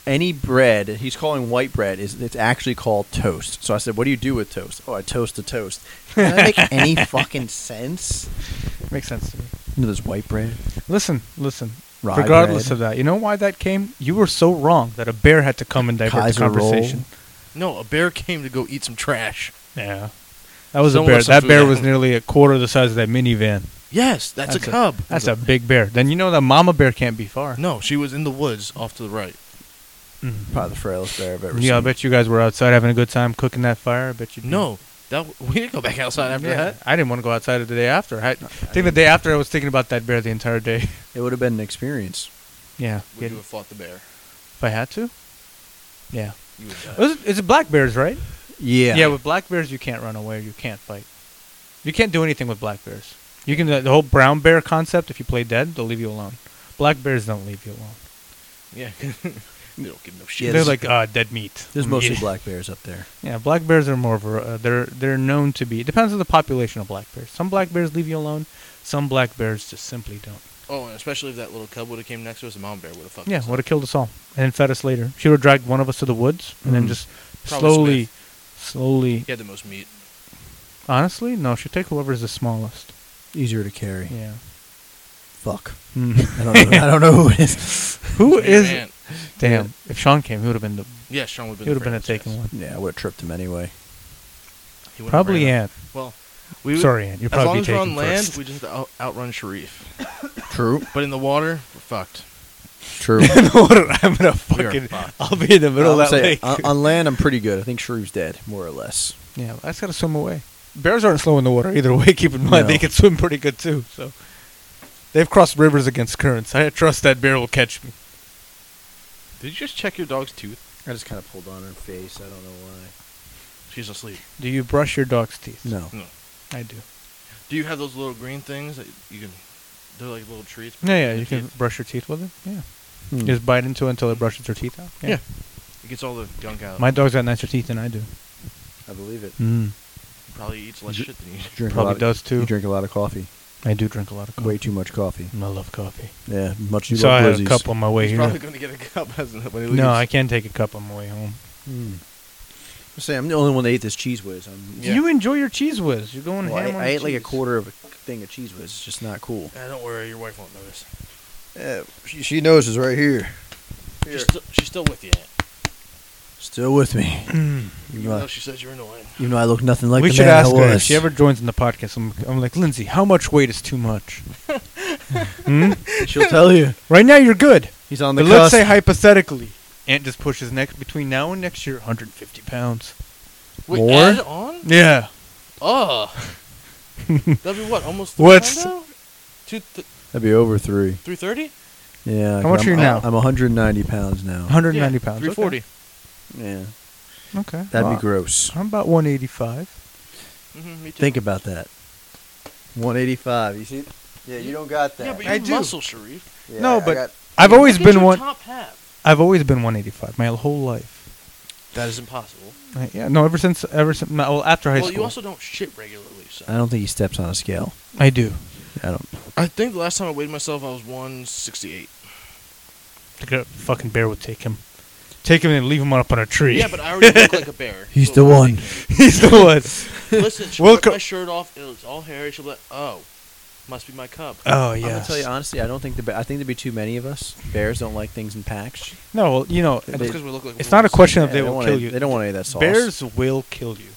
Speaker 4: any bread he's calling white bread is it's actually called toast. So I said, "What do you do with toast?" Oh, I toast to toast. Does that make any fucking sense?
Speaker 3: Makes sense to me.
Speaker 4: You know, there's white bread.
Speaker 3: Listen, listen.
Speaker 4: Rye
Speaker 3: Regardless
Speaker 4: bread.
Speaker 3: of that, you know why that came? You were so wrong that a bear had to come and divert the
Speaker 4: Kaiser
Speaker 3: conversation.
Speaker 2: No, a bear came to go eat some trash.
Speaker 3: Yeah. That was
Speaker 2: Someone
Speaker 3: a bear.
Speaker 2: left some
Speaker 3: That
Speaker 2: food
Speaker 3: bear
Speaker 2: out.
Speaker 3: was nearly a quarter the size of that minivan.
Speaker 2: Yes, that's,
Speaker 3: That's
Speaker 2: a
Speaker 3: a-
Speaker 2: cub.
Speaker 3: That's a big bear. Then you know that mama bear can't be far.
Speaker 2: No, she was in the woods off to the right.
Speaker 3: Mm.
Speaker 4: Probably the frailest bear I've ever
Speaker 3: Yeah, I
Speaker 4: seen.
Speaker 3: bet you guys were outside having a good time cooking that fire. I bet you.
Speaker 2: No, that we didn't go back outside after
Speaker 3: Yeah,
Speaker 2: that.
Speaker 3: I didn't want to go outside the day after. I, I think
Speaker 4: I
Speaker 3: the day after I was thinking about that bear the entire day.
Speaker 4: It would have been an experience.
Speaker 3: yeah.
Speaker 2: Would
Speaker 3: yeah.
Speaker 2: you have fought the bear?
Speaker 3: If I had to. Yeah.
Speaker 2: You would have died.
Speaker 3: Is it, is it black bears, right?
Speaker 4: Uh, Yeah.
Speaker 3: Yeah, with black bears, you can't run away. You can't fight. You can't do anything with black bears. You can the whole brown bear concept. If you play dead, they'll leave you alone. Black bears don't leave you alone.
Speaker 2: Yeah. they don't give no shit.
Speaker 4: Yeah,
Speaker 3: They're
Speaker 4: this-
Speaker 3: like uh, dead meat.
Speaker 4: There's mostly
Speaker 3: Yeah.
Speaker 4: black bears up there.
Speaker 3: Yeah, black bears are more. Ver- uh, they're they're known to be. Depends on the population of black bears. Some black bears leave you alone. Some black bears just simply don't.
Speaker 2: Oh, and especially if that little cub would have came next to us, the mountain bear would have fucked
Speaker 3: Yeah,
Speaker 2: us. up.
Speaker 3: would have killed us all and then fed us later. She would have dragged one of us to the woods and then
Speaker 4: Mhm.
Speaker 3: just
Speaker 2: Mm-hmm. Probably
Speaker 3: slowly, slowly.
Speaker 2: He had the most meat.
Speaker 3: Honestly, no, she'd take whoever's the smallest.
Speaker 4: Easier to carry.
Speaker 3: Yeah.
Speaker 4: Fuck.
Speaker 2: Mm-hmm.
Speaker 3: Mm.
Speaker 4: I don't know. I don't know who it is.
Speaker 3: Who
Speaker 2: Your
Speaker 3: is?
Speaker 2: aunt.
Speaker 3: Damn, if Sean came, he would have been the
Speaker 2: Yeah, Sean would have been.
Speaker 3: he would have been a
Speaker 2: the fairest,
Speaker 3: taken
Speaker 2: yes.
Speaker 3: one.
Speaker 4: Yeah, I would have tripped him anyway.
Speaker 2: He wouldn't have
Speaker 3: Probably
Speaker 2: ran out.
Speaker 3: Ant.
Speaker 2: Well, we would-
Speaker 3: Sorry, Ant. You're
Speaker 2: As long
Speaker 3: probably
Speaker 2: as we're
Speaker 3: taken
Speaker 2: on land,
Speaker 3: first.
Speaker 2: we just out- outrun Sharif.
Speaker 4: True.
Speaker 2: But in the water, we're fucked.
Speaker 4: True.
Speaker 3: I'm gonna
Speaker 2: We are
Speaker 3: fucking.
Speaker 2: fucked.
Speaker 3: I'll be in the middle
Speaker 4: I'll
Speaker 3: of that
Speaker 4: say,
Speaker 3: lake.
Speaker 4: on, on land, I'm pretty good. I think Sharif's dead, more or less.
Speaker 3: Yeah, I just gotta swim away. Bears aren't slow in the water either way. Keep in mind
Speaker 4: No.
Speaker 3: they can swim pretty good too. So they've crossed rivers against currents. I trust that bear will catch me.
Speaker 2: Did you just check your dog's tooth?
Speaker 4: I just kind of pulled on her face. I don't know why.
Speaker 2: She's asleep.
Speaker 3: Do you brush your dog's teeth?
Speaker 4: No.
Speaker 2: No.
Speaker 3: I do.
Speaker 2: Do you have those little green things that you can? They're like little treats. but
Speaker 3: Yeah, yeah.
Speaker 2: your
Speaker 3: You can
Speaker 2: teeth-
Speaker 3: brush your teeth with it. Yeah.
Speaker 4: Hmm.
Speaker 3: You just bite into it until it brushes your teeth out.
Speaker 2: Yeah. It gets all the gunk out.
Speaker 3: My dog's got nicer teeth than I do.
Speaker 4: I believe it.
Speaker 3: Mm.
Speaker 2: probably eats less
Speaker 4: Dr-
Speaker 2: shit than you. do.
Speaker 4: Drink a
Speaker 3: Probably
Speaker 4: lot of-
Speaker 3: does too.
Speaker 4: You drink a lot of coffee.
Speaker 3: I do drink a lot of coffee.
Speaker 4: Way too much coffee.
Speaker 3: I love coffee.
Speaker 4: Yeah, much you
Speaker 3: so I
Speaker 4: love
Speaker 3: had a
Speaker 4: Lizzie's.
Speaker 3: cup on my way
Speaker 2: He's
Speaker 3: here.
Speaker 2: probably going to get a cup, hasn't it? When he leaves.
Speaker 3: No, I can't take a cup on my way home.
Speaker 4: Mm. I say I'm the only one that ate this cheese whiz. I'm,
Speaker 2: Yeah.
Speaker 3: You enjoy your cheese whiz. You're going
Speaker 4: Well,
Speaker 3: ham on
Speaker 4: I, I ate like a
Speaker 3: cheese.
Speaker 4: quarter of a thing of cheese whiz. It's just not cool.
Speaker 2: Ah, don't worry, your wife won't notice.
Speaker 4: Yeah, she, she knows it's right here.
Speaker 2: She's, still she's still with you, Aunt.
Speaker 4: Still with me,
Speaker 2: Even
Speaker 4: Right.
Speaker 2: though she says you're annoying.
Speaker 4: even though I look nothing like
Speaker 3: Mm. we
Speaker 4: the
Speaker 3: should
Speaker 4: man
Speaker 3: ask
Speaker 4: I
Speaker 3: her
Speaker 4: was.
Speaker 3: if she ever joins in the podcast. I'm, I'm like, Lindsay, how much weight is too much? Hmm?
Speaker 4: She'll tell you.
Speaker 3: Right now, you're good.
Speaker 4: He's on the
Speaker 3: But let's say hypothetically, Ant just pushes next between now and next year 150 pounds.
Speaker 2: Wait,
Speaker 4: More?
Speaker 2: add on?
Speaker 3: Yeah.
Speaker 2: Oh. That'd be what? Almost three
Speaker 3: What's-
Speaker 2: pondo? Two, th-
Speaker 4: That'd be over three.
Speaker 2: 330?
Speaker 4: Yeah.
Speaker 3: How much
Speaker 4: I'm-
Speaker 3: are you now?
Speaker 4: I'm, I'm 190 pounds now.
Speaker 3: 190 pounds.
Speaker 2: 340.
Speaker 4: Yeah.
Speaker 3: Okay. okay.
Speaker 4: That'd
Speaker 3: Well,
Speaker 4: be gross.
Speaker 3: I'm about 185.
Speaker 2: Mm-hmm, me too.
Speaker 4: Think about that. 185. You see? Yeah, you don't got
Speaker 2: yeah, but you
Speaker 3: I do.
Speaker 2: muscle, Sharif.
Speaker 4: Yeah,
Speaker 3: No,
Speaker 4: I
Speaker 3: but
Speaker 4: got-
Speaker 3: I've always
Speaker 2: Look at
Speaker 3: been
Speaker 2: your
Speaker 3: one.
Speaker 2: top half.
Speaker 3: I've always been 185 my whole life.
Speaker 2: That is impossible.
Speaker 3: I- yeah. No, ever since ever since no, well after high
Speaker 2: well,
Speaker 3: school. Uh,
Speaker 2: you also don't shit regularly, so.
Speaker 4: I don't think he steps on a scale.
Speaker 3: I do.
Speaker 4: I don't.
Speaker 2: I think the last time I weighed myself, I was 168.
Speaker 3: The fucking bear would take him. Take him and leave him up on a tree.
Speaker 2: Yeah, but I already look like a bear.
Speaker 4: He's
Speaker 2: so
Speaker 4: the
Speaker 2: it
Speaker 4: one.
Speaker 2: wouldn't
Speaker 3: he's the one.
Speaker 2: be- Listen, she
Speaker 3: We'll
Speaker 2: ripped
Speaker 3: co-
Speaker 2: my shirt off. It was all hairy. She'll be like, oh, must be my cub.
Speaker 3: Oh
Speaker 4: I'm gonna
Speaker 3: yeah.
Speaker 4: tell
Speaker 2: uh,
Speaker 4: you honestly. I don't think the. Ba- I think there'd be too many of us. Bears don't like things in packs.
Speaker 3: No, well, you know,
Speaker 2: That's because we look like
Speaker 3: it's not a question of
Speaker 4: Yeah,
Speaker 3: they
Speaker 4: don't
Speaker 3: will
Speaker 4: want
Speaker 3: kill
Speaker 4: any-
Speaker 3: you.
Speaker 4: They don't want any of that sauce.
Speaker 3: Bears will kill you.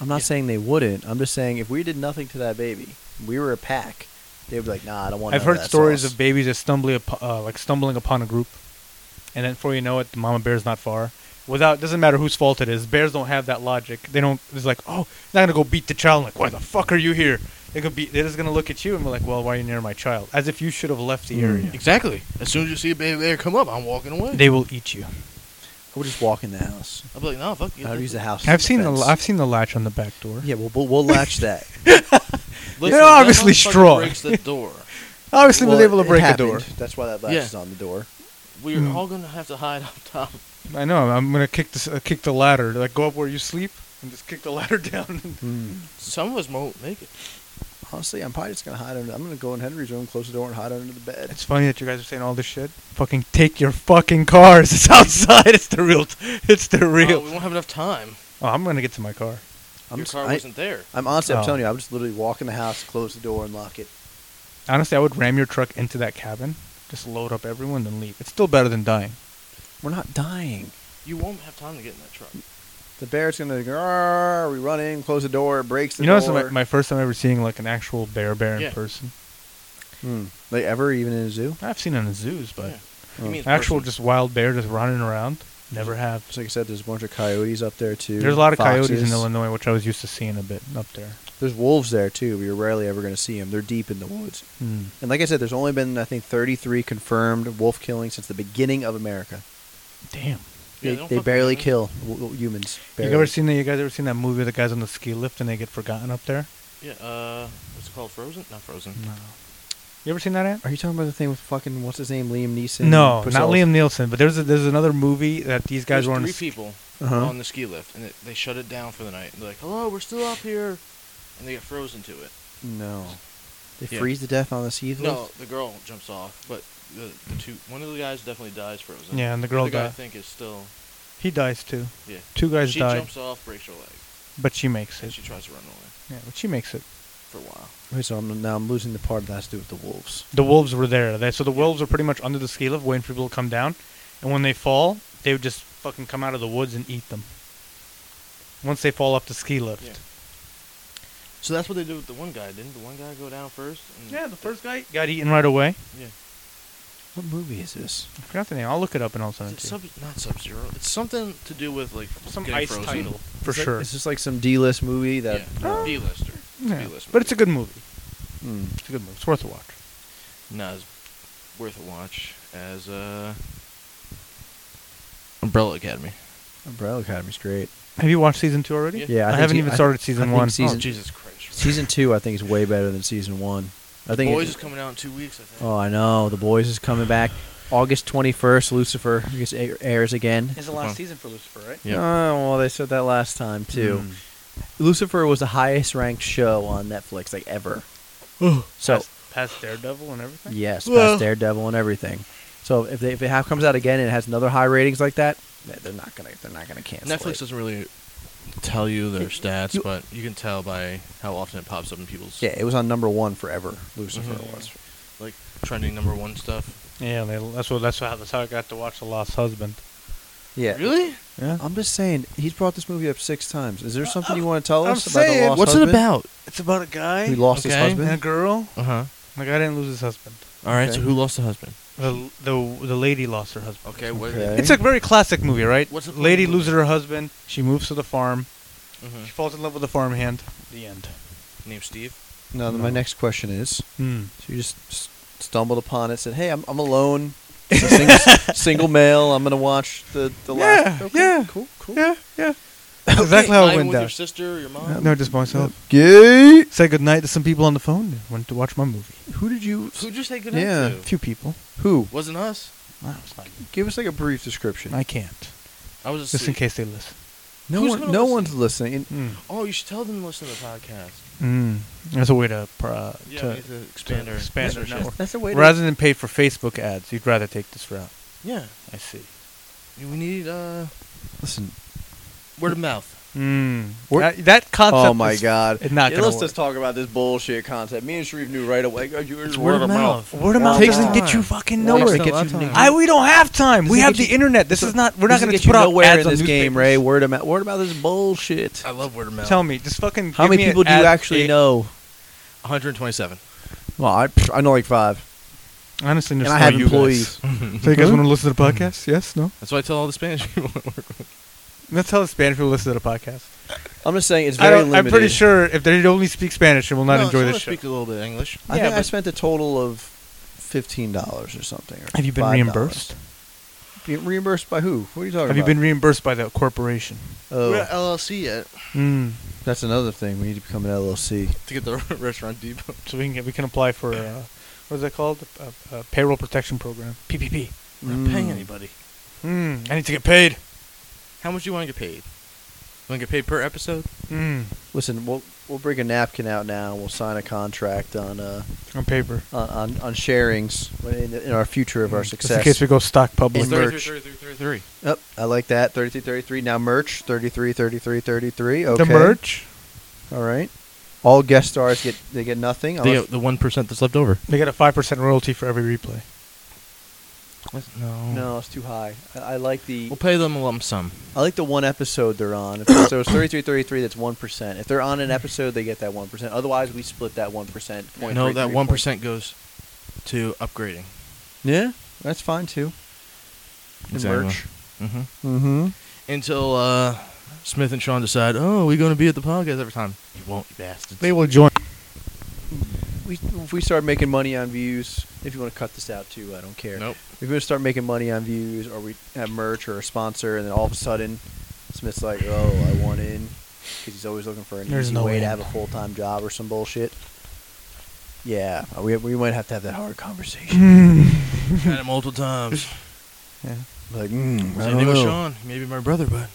Speaker 4: I'm not
Speaker 2: Yeah.
Speaker 4: saying they wouldn't. I'm just saying if we did nothing to that baby, we were a pack. They'd be like, Nah, I don't want.
Speaker 3: I've
Speaker 4: none
Speaker 3: heard
Speaker 4: of that
Speaker 3: stories
Speaker 4: sauce.
Speaker 3: of babies that stumbling upon, uh, like stumbling upon a group, and then before you know it, the mama bear's not far. Without doesn't matter whose fault it is. Bears don't have that logic. They don't. It's like, oh, not gonna go beat the child. like, why the fuck are you here? They're gonna be. They're just gonna look at you and be like, well, why are you near my child? As if you should have left the
Speaker 4: Mm.
Speaker 3: area.
Speaker 2: Exactly. As soon as you see a baby bear come up, I'm walking away.
Speaker 3: They will eat you.
Speaker 4: We'll just walk in the house.
Speaker 2: I'll be like, no, fuck you.
Speaker 4: I'll use the house. as
Speaker 3: I've seen the
Speaker 4: fence.
Speaker 3: I've seen the latch on the back door.
Speaker 4: Yeah, we'll we'll, we'll latch that.
Speaker 2: Listen,
Speaker 3: They're
Speaker 2: that
Speaker 3: obviously
Speaker 2: motherfucker
Speaker 3: strong.
Speaker 2: breaks the door.
Speaker 3: Obviously,
Speaker 4: Well,
Speaker 3: was able to
Speaker 4: it
Speaker 3: break a
Speaker 4: happened.
Speaker 3: door.
Speaker 4: That's why that latch
Speaker 2: Yeah.
Speaker 4: is on the door.
Speaker 2: We're
Speaker 3: Mm.
Speaker 2: all gonna have to hide up top.
Speaker 3: I know. I'm gonna kick this, uh, kick the ladder. Like go up where you sleep and just kick the ladder down.
Speaker 2: Some of us won't make it.
Speaker 4: Mm. honestly, I'm probably just gonna hide under. I'm gonna go in Henry's room, close the door, and hide under the bed.
Speaker 3: It's funny that you guys are saying all this shit. Fucking take your fucking cars. It's outside. It's the real. It's the
Speaker 2: Uh,
Speaker 3: real.
Speaker 2: we won't have enough time.
Speaker 3: Oh, I'm gonna get to my car.
Speaker 4: I'm
Speaker 2: Your
Speaker 4: just-
Speaker 2: car
Speaker 4: I-
Speaker 2: wasn't there.
Speaker 4: I'm honestly,
Speaker 3: Oh.
Speaker 4: I'm telling you, I would just literally walk in the house, close the door, and lock it.
Speaker 3: Honestly, I would ram your truck into that cabin, just load up everyone, then leave. It's still better than dying.
Speaker 4: We're not dying.
Speaker 2: You won't have time to get in that truck.
Speaker 4: The bear's gonna go. "Arr," We run in, close the door, it breaks the
Speaker 3: you know, this is
Speaker 4: door.
Speaker 3: my, my first time ever seeing like an actual bear bear in
Speaker 2: Yeah.
Speaker 3: person.
Speaker 4: Hmm. Like ever, even in a zoo.
Speaker 3: I've seen it in zoos, but uh,
Speaker 2: Yeah. You
Speaker 4: Oh.
Speaker 2: mean the
Speaker 3: actual
Speaker 2: person-
Speaker 3: just wild bear just running around. Never have.
Speaker 4: Just like I said, there's a bunch of coyotes up there too.
Speaker 3: There's a lot of coyotes in
Speaker 4: foxes.
Speaker 3: Illinois, which I was used to seeing a bit up there.
Speaker 4: There's wolves there too. But you're rarely ever gonna see them. They're deep in the woods.
Speaker 3: Hmm.
Speaker 4: And like I said, there's only been I think 33 confirmed wolf killings since the beginning of America.
Speaker 3: Damn.
Speaker 2: Yeah,
Speaker 4: They,
Speaker 2: don't
Speaker 4: they
Speaker 2: fuck with
Speaker 4: barely
Speaker 2: them.
Speaker 4: kill w- w- humans. Barely.
Speaker 3: You ever seen that? You guys ever seen that movie? with The guys on the ski lift and they get forgotten up there.
Speaker 2: Yeah, uh, what's it called? Frozen? Not Frozen.
Speaker 3: No. You ever seen that? Ant?
Speaker 4: Are you talking about the thing with fucking what's his name, Liam Neeson?
Speaker 3: No,
Speaker 4: Purcell?
Speaker 3: not Liam Nielsen. But there's a, there's another movie that these guys
Speaker 2: There's
Speaker 3: were on.
Speaker 2: three
Speaker 3: s-
Speaker 2: people
Speaker 4: Uh-huh.
Speaker 2: on the ski lift, and it, they shut it down for the night. And they're like, "Hello, we're still up here," and they get frozen to it.
Speaker 4: No, they
Speaker 2: Yeah.
Speaker 4: freeze to death on this evil.
Speaker 2: No, the girl jumps off, but the, the two one of the guys definitely dies frozen.
Speaker 3: Yeah, and the girl
Speaker 2: the guy I
Speaker 3: dies.
Speaker 2: think is still
Speaker 3: He dies too.
Speaker 2: yeah.
Speaker 3: Two guys
Speaker 2: she
Speaker 3: die,
Speaker 2: jumps off, breaks her leg,
Speaker 3: but she makes
Speaker 2: and
Speaker 3: it.
Speaker 2: she tries to run away
Speaker 3: Yeah, but she makes it.
Speaker 2: for a while.
Speaker 4: Wait, so I'm, now I'm losing the part that has to do with the wolves.
Speaker 3: The wolves were there. They, so the wolves are pretty much under the ski lift, waiting for people to come down. And when they fall, they would just fucking come out of the woods and eat them. Once they fall off the ski lift.
Speaker 2: Yeah. mm. So that's what they did with the one guy. Didn't the one guy go down first? And
Speaker 3: Yeah, the first guy got eaten right away.
Speaker 2: Yeah.
Speaker 4: What movie is this?
Speaker 3: I forgot the name. I'll look it up and I'll send it
Speaker 2: Is it
Speaker 3: to you.
Speaker 2: sub, not Sub Zero. It's something to do with like
Speaker 3: Some
Speaker 2: getting
Speaker 3: ice
Speaker 2: frozen.
Speaker 3: title for
Speaker 4: It's like-
Speaker 3: sure.
Speaker 4: it's just like some D-list movie that.
Speaker 2: yeah.
Speaker 3: Oh.
Speaker 2: B lister.
Speaker 3: yeah.
Speaker 2: B-list
Speaker 3: But it's a good movie.
Speaker 4: Hmm.
Speaker 3: It's a good movie. It's worth a watch.
Speaker 2: Not as worth a watch as uh, Umbrella Academy.
Speaker 4: Umbrella Oh, Academy's great.
Speaker 3: Have you watched season two already?
Speaker 2: Yeah.
Speaker 4: Yeah, I
Speaker 3: I,
Speaker 4: think
Speaker 3: haven't
Speaker 4: se-
Speaker 3: even
Speaker 4: I-
Speaker 3: started
Speaker 4: I
Speaker 3: season
Speaker 4: think
Speaker 3: one.
Speaker 4: season-
Speaker 2: oh Jesus Christ!
Speaker 4: Season two, I think, is way better than season one. I think.
Speaker 2: Boys
Speaker 4: it-
Speaker 2: is coming out in two weeks. I think.
Speaker 4: oh, I know. The Boys is coming back. August 21st, Lucifer I guess air- airs again.
Speaker 3: It's the
Speaker 2: last Wow.
Speaker 3: season for Lucifer, right?
Speaker 2: Yeah. Hmm.
Speaker 4: Oh, well, they said that last time, too. Lucifer was the highest ranked show on Netflix, like ever. so,
Speaker 3: past, past Daredevil and everything.
Speaker 4: yes,
Speaker 2: Well-
Speaker 4: past Daredevil and everything. So if, they, if it ha- comes out again and it has another high ratings like that, th- they're not gonna they're not gonna cancel
Speaker 2: Netflix
Speaker 4: it.
Speaker 2: doesn't really tell you their stats,
Speaker 4: you-
Speaker 2: but you can tell by how often it pops up in people's
Speaker 4: Yeah, it was on number one forever. Lucifer
Speaker 2: Mhm.
Speaker 4: was.
Speaker 2: like trending number one stuff.
Speaker 3: Yeah, they, that's what that's how that's how I got to watch The Lost Husband.
Speaker 4: Yeah,
Speaker 2: Really?
Speaker 3: Yeah.
Speaker 4: I'm just saying he's brought this movie up six times. Is there something you want to tell
Speaker 3: I'm
Speaker 4: us about the
Speaker 3: saying,
Speaker 2: Uh,
Speaker 4: lost
Speaker 2: What's
Speaker 4: husband?
Speaker 2: it about?
Speaker 3: It's about a guy
Speaker 4: He lost his
Speaker 2: Okay.
Speaker 3: and a
Speaker 4: husband.
Speaker 3: girl.
Speaker 2: Uh huh.
Speaker 3: The guy didn't lose his husband.
Speaker 2: All right.
Speaker 4: Okay.
Speaker 2: So who lost the husband?
Speaker 3: The the the lady lost her husband.
Speaker 2: Okay. What?
Speaker 4: Okay.
Speaker 3: It's a very classic movie, right?
Speaker 2: What's the point of
Speaker 3: lady
Speaker 2: the movie?
Speaker 3: loses her husband. She moves to the farm. She
Speaker 2: Mm-hmm.
Speaker 3: falls in love with the farmhand. Hmm. The end.
Speaker 2: Name Steve.
Speaker 4: No, then my next question is:
Speaker 3: Hmm.
Speaker 4: so you just s- stumbled upon it, said, "Hey, I'm I'm alone, It's a single, single male. I'm gonna watch the the last."
Speaker 3: Yeah,
Speaker 4: Okay,
Speaker 3: yeah.
Speaker 4: cool, cool.
Speaker 3: Yeah, yeah. That's exactly how it
Speaker 2: Mine
Speaker 3: went
Speaker 2: with your
Speaker 3: down.
Speaker 2: sister or your mom.
Speaker 3: No, just myself.
Speaker 4: Gay.
Speaker 3: Said goodnight to some people on the phone. Went to watch my movie.
Speaker 4: Who did you?
Speaker 2: Who'd you say good
Speaker 4: Yeah.
Speaker 3: A few people.
Speaker 4: Who?
Speaker 2: Wasn't us.
Speaker 3: I was like,
Speaker 4: Give us like a brief description.
Speaker 3: I can't.
Speaker 2: I was
Speaker 3: Just in
Speaker 2: asleep.
Speaker 3: case they listen.
Speaker 4: no
Speaker 2: Who's
Speaker 4: one, no
Speaker 2: gonna listen?
Speaker 4: one's listening. And
Speaker 3: Mm.
Speaker 2: Oh, you should tell them to listen to the podcast.
Speaker 3: Mm. That's a way to uh,
Speaker 2: Yeah,
Speaker 3: to,
Speaker 2: we need to expand our
Speaker 3: expand our
Speaker 2: listenership.
Speaker 3: network.
Speaker 4: That's the way.
Speaker 3: Rather than pay for Facebook ads, you'd rather take this route.
Speaker 2: Yeah.
Speaker 3: I see.
Speaker 2: We need uh,
Speaker 4: to listen.
Speaker 2: word of mouth.
Speaker 3: Mm.
Speaker 4: We're-
Speaker 3: That, that concept.
Speaker 4: Oh my
Speaker 3: is
Speaker 4: God!
Speaker 3: it's not
Speaker 4: Yeah,
Speaker 3: gonna
Speaker 4: let's
Speaker 3: work.
Speaker 4: just talk about this bullshit concept. Me and Sharif knew right away. "Oh, you-
Speaker 3: It's word of mouth. Word of
Speaker 4: Well,
Speaker 3: mouth
Speaker 4: takes
Speaker 3: doesn't get
Speaker 2: time.
Speaker 3: you fucking
Speaker 2: Takes
Speaker 3: nowhere.
Speaker 2: a lot of time.
Speaker 3: I we don't have time. We
Speaker 4: Doesn't
Speaker 3: have
Speaker 4: get
Speaker 3: the
Speaker 4: you-
Speaker 3: internet. This is not. We're not
Speaker 4: Doesn't
Speaker 3: going to
Speaker 4: get you
Speaker 3: put out
Speaker 4: nowhere
Speaker 3: ads
Speaker 4: in
Speaker 3: on
Speaker 4: this game,
Speaker 3: newspapers.
Speaker 4: Ray. Word of mouth. Word of mouth is bullshit.
Speaker 2: I love word of mouth.
Speaker 3: Tell me, just fucking.
Speaker 4: How
Speaker 3: give
Speaker 4: many
Speaker 3: me an
Speaker 4: people do you
Speaker 3: ad-
Speaker 4: actually
Speaker 3: a-
Speaker 4: know?
Speaker 2: 127.
Speaker 4: Well, I I know like five,
Speaker 3: Honestly,
Speaker 4: and
Speaker 3: there's
Speaker 4: I
Speaker 3: no
Speaker 4: have
Speaker 3: you guys.
Speaker 4: employees.
Speaker 3: So you guys want to listen to the podcast? Yes, no.
Speaker 2: That's why I tell all the Spanish people.
Speaker 3: That's how the Spanish people listen to the podcast.
Speaker 4: I'm just saying it's
Speaker 3: I
Speaker 4: very
Speaker 3: don't,
Speaker 4: limited.
Speaker 3: I'm pretty sure if they only speak Spanish, they will not
Speaker 2: No,
Speaker 3: enjoy
Speaker 2: someone
Speaker 3: this show.
Speaker 2: Speak a little bit of English.
Speaker 4: I
Speaker 3: Yeah,
Speaker 4: think I
Speaker 3: but-
Speaker 4: spent a total of fifteen dollars or something. or
Speaker 3: Have you been
Speaker 4: $5.
Speaker 3: reimbursed?
Speaker 4: Be- reimbursed by who? What are you talking
Speaker 3: Have you
Speaker 4: about?
Speaker 3: been reimbursed by the corporation?
Speaker 2: We're
Speaker 4: oh,
Speaker 3: uh,
Speaker 2: at LLC yet
Speaker 3: Mm.
Speaker 4: that's another thing. We need to become an LLC.
Speaker 2: to get the restaurant depot.
Speaker 3: So we can get, we can apply for uh, what is that called? A, a, a payroll protection program, Hmm. PPP.
Speaker 2: We're not paying
Speaker 4: Mm.
Speaker 2: anybody.
Speaker 3: Mm. I need to get paid.
Speaker 2: How much do you want to get paid? Want to get paid per episode?
Speaker 3: Mm,
Speaker 4: Listen, we'll we'll bring a napkin out now. and We'll sign a contract on uh
Speaker 3: on paper.
Speaker 4: on on, on sharings in, in our future of our
Speaker 3: Mm. Just
Speaker 4: success.
Speaker 3: in case we go stock public.
Speaker 4: And merch.
Speaker 2: 33.
Speaker 4: Yep, I like that. 33 33. Now merch 33 33 33. Okay.
Speaker 3: The merch.
Speaker 4: All right. All guest stars get they get nothing.
Speaker 2: The,
Speaker 4: unless-
Speaker 2: the 1% that's left over.
Speaker 3: They get a five percent royalty for every replay.
Speaker 2: No.
Speaker 4: no, it's too high. I, I like the
Speaker 2: We'll pay them a lump sum.
Speaker 4: I like the one episode they're on. If it's- so it's 33 33 that's 1%. If they're on an episode, they get that 1%. Otherwise, we split that 1%. Point
Speaker 2: no,
Speaker 4: three,
Speaker 2: that
Speaker 4: three,
Speaker 2: one
Speaker 4: point-
Speaker 2: percent goes to upgrading.
Speaker 4: Yeah, that's fine too. And merch.
Speaker 2: Mm-hmm.
Speaker 4: Mm-hmm.
Speaker 2: Until uh, Smith and Sean decide, oh, we're going to be at the podcast every time. You won't, you bastards.
Speaker 3: They will join.
Speaker 4: We, if we start making money on views, if you want to cut this out too, I don't care.
Speaker 2: Nope.
Speaker 4: If we start making money on views, or we have merch or a sponsor, and then all of a sudden, Smith's like, "Oh, I want in," because he's always looking for an
Speaker 3: There's
Speaker 4: easy
Speaker 3: no
Speaker 4: way to
Speaker 3: in.
Speaker 4: have a full time job or some bullshit. Yeah, we we might have to have that hard conversation.
Speaker 3: Hmm.
Speaker 2: Had it multiple times.
Speaker 3: Yeah.
Speaker 4: like, mm, I
Speaker 2: Same
Speaker 4: don't
Speaker 2: thing with
Speaker 4: know.
Speaker 2: Sean. Maybe my brother, but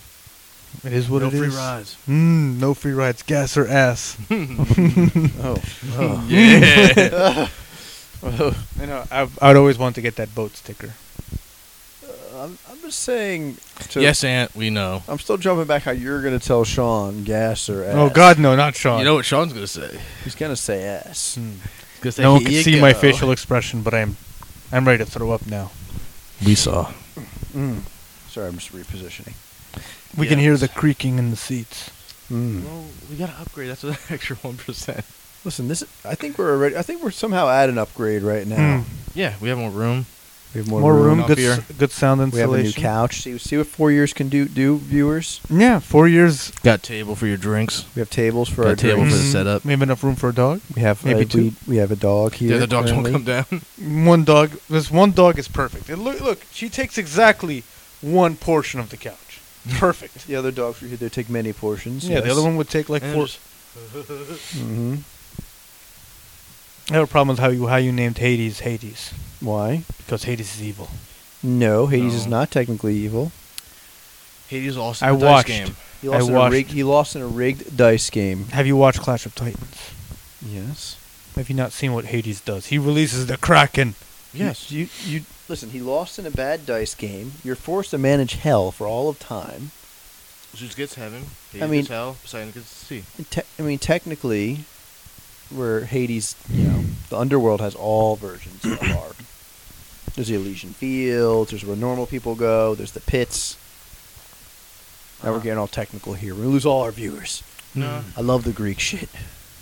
Speaker 3: It is what
Speaker 2: no
Speaker 3: it is.
Speaker 2: free rides.
Speaker 3: Mm, no free rides, gas or ass.
Speaker 4: Oh, oh.
Speaker 2: Yeah.
Speaker 3: I know. I, I'd always want to get that boat sticker.
Speaker 4: I'm, I'm just saying. To,
Speaker 2: yes, Aunt, we know.
Speaker 4: I'm still jumping back. How you're gonna tell Sean gas or ass?
Speaker 3: Oh God, no, not Sean.
Speaker 2: You know what Sean's going to say?
Speaker 4: he's gonna say ass.
Speaker 3: Mm.
Speaker 2: He's gonna say,
Speaker 3: no one can
Speaker 2: "Here you
Speaker 3: see my
Speaker 2: go."
Speaker 3: facial expression, but I'm, I'm ready to throw up now.
Speaker 2: We saw.
Speaker 4: Mm. Sorry, I'm just repositioning.
Speaker 3: We can
Speaker 2: Yeah.
Speaker 3: hear the creaking in the seats.
Speaker 4: Mm.
Speaker 2: Well, we got to upgrade. That's an extra 1%.
Speaker 4: Listen, this I think we're already. I think we're somehow at an upgrade right now.
Speaker 3: Mm.
Speaker 2: Yeah, we have more room.
Speaker 4: We have
Speaker 3: More, room,
Speaker 2: up
Speaker 3: good,
Speaker 2: here.
Speaker 3: s- good sound
Speaker 4: We have
Speaker 3: insulation.
Speaker 4: a new couch. See, see what four years can do, do viewers.
Speaker 3: Yeah, four years.
Speaker 2: Got table for your drinks.
Speaker 4: We have tables for
Speaker 2: Got
Speaker 4: our
Speaker 2: table
Speaker 4: drinks.
Speaker 2: for the setup.
Speaker 3: We have enough room for a dog.
Speaker 4: We have
Speaker 3: Maybe
Speaker 4: uh,
Speaker 3: two.
Speaker 4: We, we have a dog here.
Speaker 2: The other dogs won't
Speaker 4: currently.
Speaker 2: come down.
Speaker 3: One dog. This one dog is perfect. And look, look, she takes exactly one portion of the couch. Perfect.
Speaker 4: The other dogs were here. They take many portions.
Speaker 3: yeah, the other one would take like
Speaker 2: And
Speaker 3: four.
Speaker 2: just-
Speaker 4: hmm
Speaker 3: I have a problem with how you how you named Hades Hades
Speaker 4: Why?
Speaker 3: because Hades is evil.
Speaker 4: No, Hades
Speaker 2: No.
Speaker 4: is not technically evil.
Speaker 2: Hades lost.
Speaker 3: I
Speaker 2: in the dice
Speaker 3: watched.
Speaker 2: Game.
Speaker 4: He
Speaker 3: I
Speaker 4: lost, in a
Speaker 3: watched-
Speaker 4: rigged, he lost in a rigged dice game.
Speaker 3: Have you watched Clash of Titans?
Speaker 4: Yes.
Speaker 3: Have you not seen what Hades does? He releases the Kraken.
Speaker 2: Yes.
Speaker 4: You, you listen. He lost in a bad dice game. You're forced to manage hell for all of time.
Speaker 2: Zeus gets heaven. Hades
Speaker 4: I mean-
Speaker 2: gets hell. Poseidon gets the sea.
Speaker 4: And Te- I mean, technically, where Hades, you know, the underworld has all versions of our. There's the Elysian Fields. There's where normal people go. There's the pits. Now we're getting all technical here. We're gonna lose all our viewers.
Speaker 2: No.
Speaker 4: I love the Greek shit.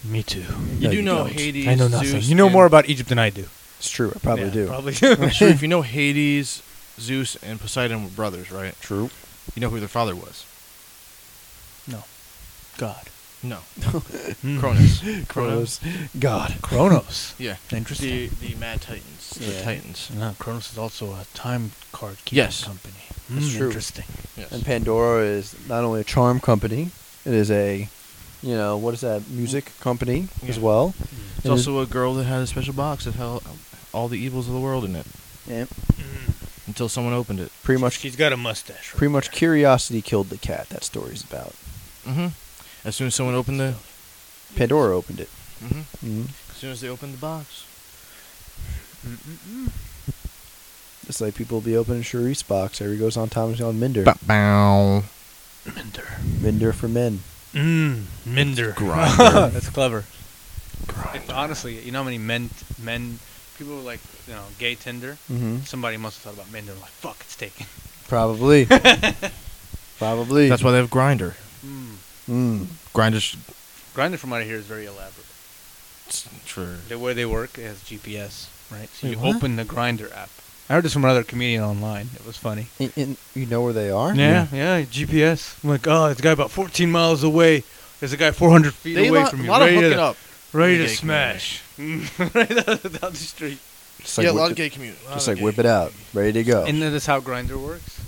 Speaker 3: Me too.
Speaker 2: You
Speaker 4: No,
Speaker 2: do
Speaker 4: you
Speaker 2: know
Speaker 4: don't.
Speaker 2: Hades.
Speaker 3: I know nothing.
Speaker 2: Zeus,
Speaker 3: you know
Speaker 2: and-
Speaker 3: more about Egypt than I do. Oh,
Speaker 4: It's true. I probably
Speaker 3: Yeah,
Speaker 4: do.
Speaker 3: Probably.
Speaker 2: I'm sure if you know Hades, Zeus, and Poseidon were brothers, right?
Speaker 4: True.
Speaker 2: You know who their father was.
Speaker 3: no. God.
Speaker 2: No.
Speaker 4: Hmm.
Speaker 2: Cronus.
Speaker 4: Kronos. God.
Speaker 3: Kronos.
Speaker 2: Hmm. Yeah.
Speaker 3: Interesting.
Speaker 2: The the Mad Titans. The
Speaker 4: Yeah.
Speaker 2: Titans.
Speaker 3: No, Kronos is also a time card keeping
Speaker 2: Yes.
Speaker 3: company.
Speaker 4: That's
Speaker 3: Mm,
Speaker 4: true.
Speaker 3: Interesting.
Speaker 2: Yes.
Speaker 4: And Pandora is not only a charm company, it is a, you know, what is that, music company as
Speaker 2: Yeah.
Speaker 4: well.
Speaker 2: It's
Speaker 4: And
Speaker 2: also a girl that had a special box that held all the evils of the world in it
Speaker 4: yeah,
Speaker 2: until someone opened it.
Speaker 4: pretty much,
Speaker 3: She's got a mustache.
Speaker 4: pretty much, curiosity killed the cat. That story's about.
Speaker 2: hmm As soon as someone opened the,
Speaker 4: Pandora opened it.
Speaker 2: hmm
Speaker 4: Mhm.
Speaker 2: as soon as they opened the box,
Speaker 4: It's like people be opening Charisse box. There he goes on Thomas on Minder.
Speaker 2: bow.
Speaker 3: Minder.
Speaker 4: Minder for men.
Speaker 3: Mm, Minder.
Speaker 2: Grinder.
Speaker 3: That's clever. It- honestly, you know how many men, men, people were like, you know, gay Tinder.
Speaker 4: Mm-hmm.
Speaker 3: Somebody must have thought about Minder. and Like, fuck, it's taken.
Speaker 4: Probably. Probably.
Speaker 2: That's why they have grinder.
Speaker 3: Mm.
Speaker 4: Mm.
Speaker 2: Grinder's
Speaker 3: Grindr from out of here is very elaborate.
Speaker 2: true.
Speaker 3: The way they work it has GPS, right? So
Speaker 4: Wait,
Speaker 3: you
Speaker 4: what?
Speaker 3: open the Grinder app. I heard this from another comedian online. It was funny.
Speaker 4: And, and you know where they are.
Speaker 3: Yeah, yeah, GPS. I'm like, oh, it's a guy about 14 miles away. There's a guy 400 feet away from you. ready to,
Speaker 2: up.
Speaker 3: Ready
Speaker 2: in the
Speaker 3: to
Speaker 2: gay
Speaker 3: smash. Mm, right out- down the street.
Speaker 4: Just like,
Speaker 2: yeah, a
Speaker 4: whip
Speaker 2: lot of
Speaker 4: it-
Speaker 2: gay community.
Speaker 4: just like whip it out, ready to go.
Speaker 3: Isn't this how Grinder works?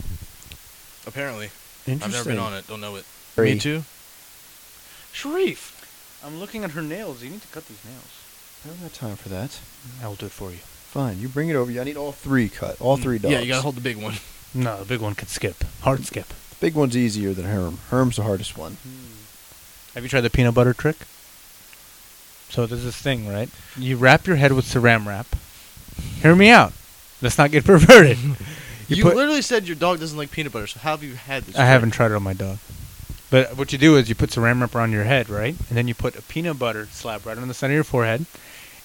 Speaker 2: Apparently,
Speaker 4: Interesting.
Speaker 2: I've never been on it. Don't know it.
Speaker 4: Very-
Speaker 2: Me too.
Speaker 3: Sharif, I'm looking at her nails. You need to cut these nails.
Speaker 4: I don't have time for that.
Speaker 3: I will do it for you.
Speaker 4: Fine, you
Speaker 2: Mm.
Speaker 4: bring it over. I need all three cut, all three dogs.
Speaker 2: Yeah, you gotta hold the big one.
Speaker 3: No, the big one could skip. Hard skip.
Speaker 4: Big one's easier than Herm. Herm's the hardest one.
Speaker 3: Have you tried the peanut butter trick? So there's this thing, right? You wrap your head with saran wrap. Hear me out. Let's not get perverted.
Speaker 2: You,
Speaker 3: You put-
Speaker 2: literally said your dog doesn't like peanut butter, so how have you had this?
Speaker 3: I haven't tried it on my dog. But what you do is you put saran wrap around your head, right? And then you put a peanut butter slab right on the center of your forehead.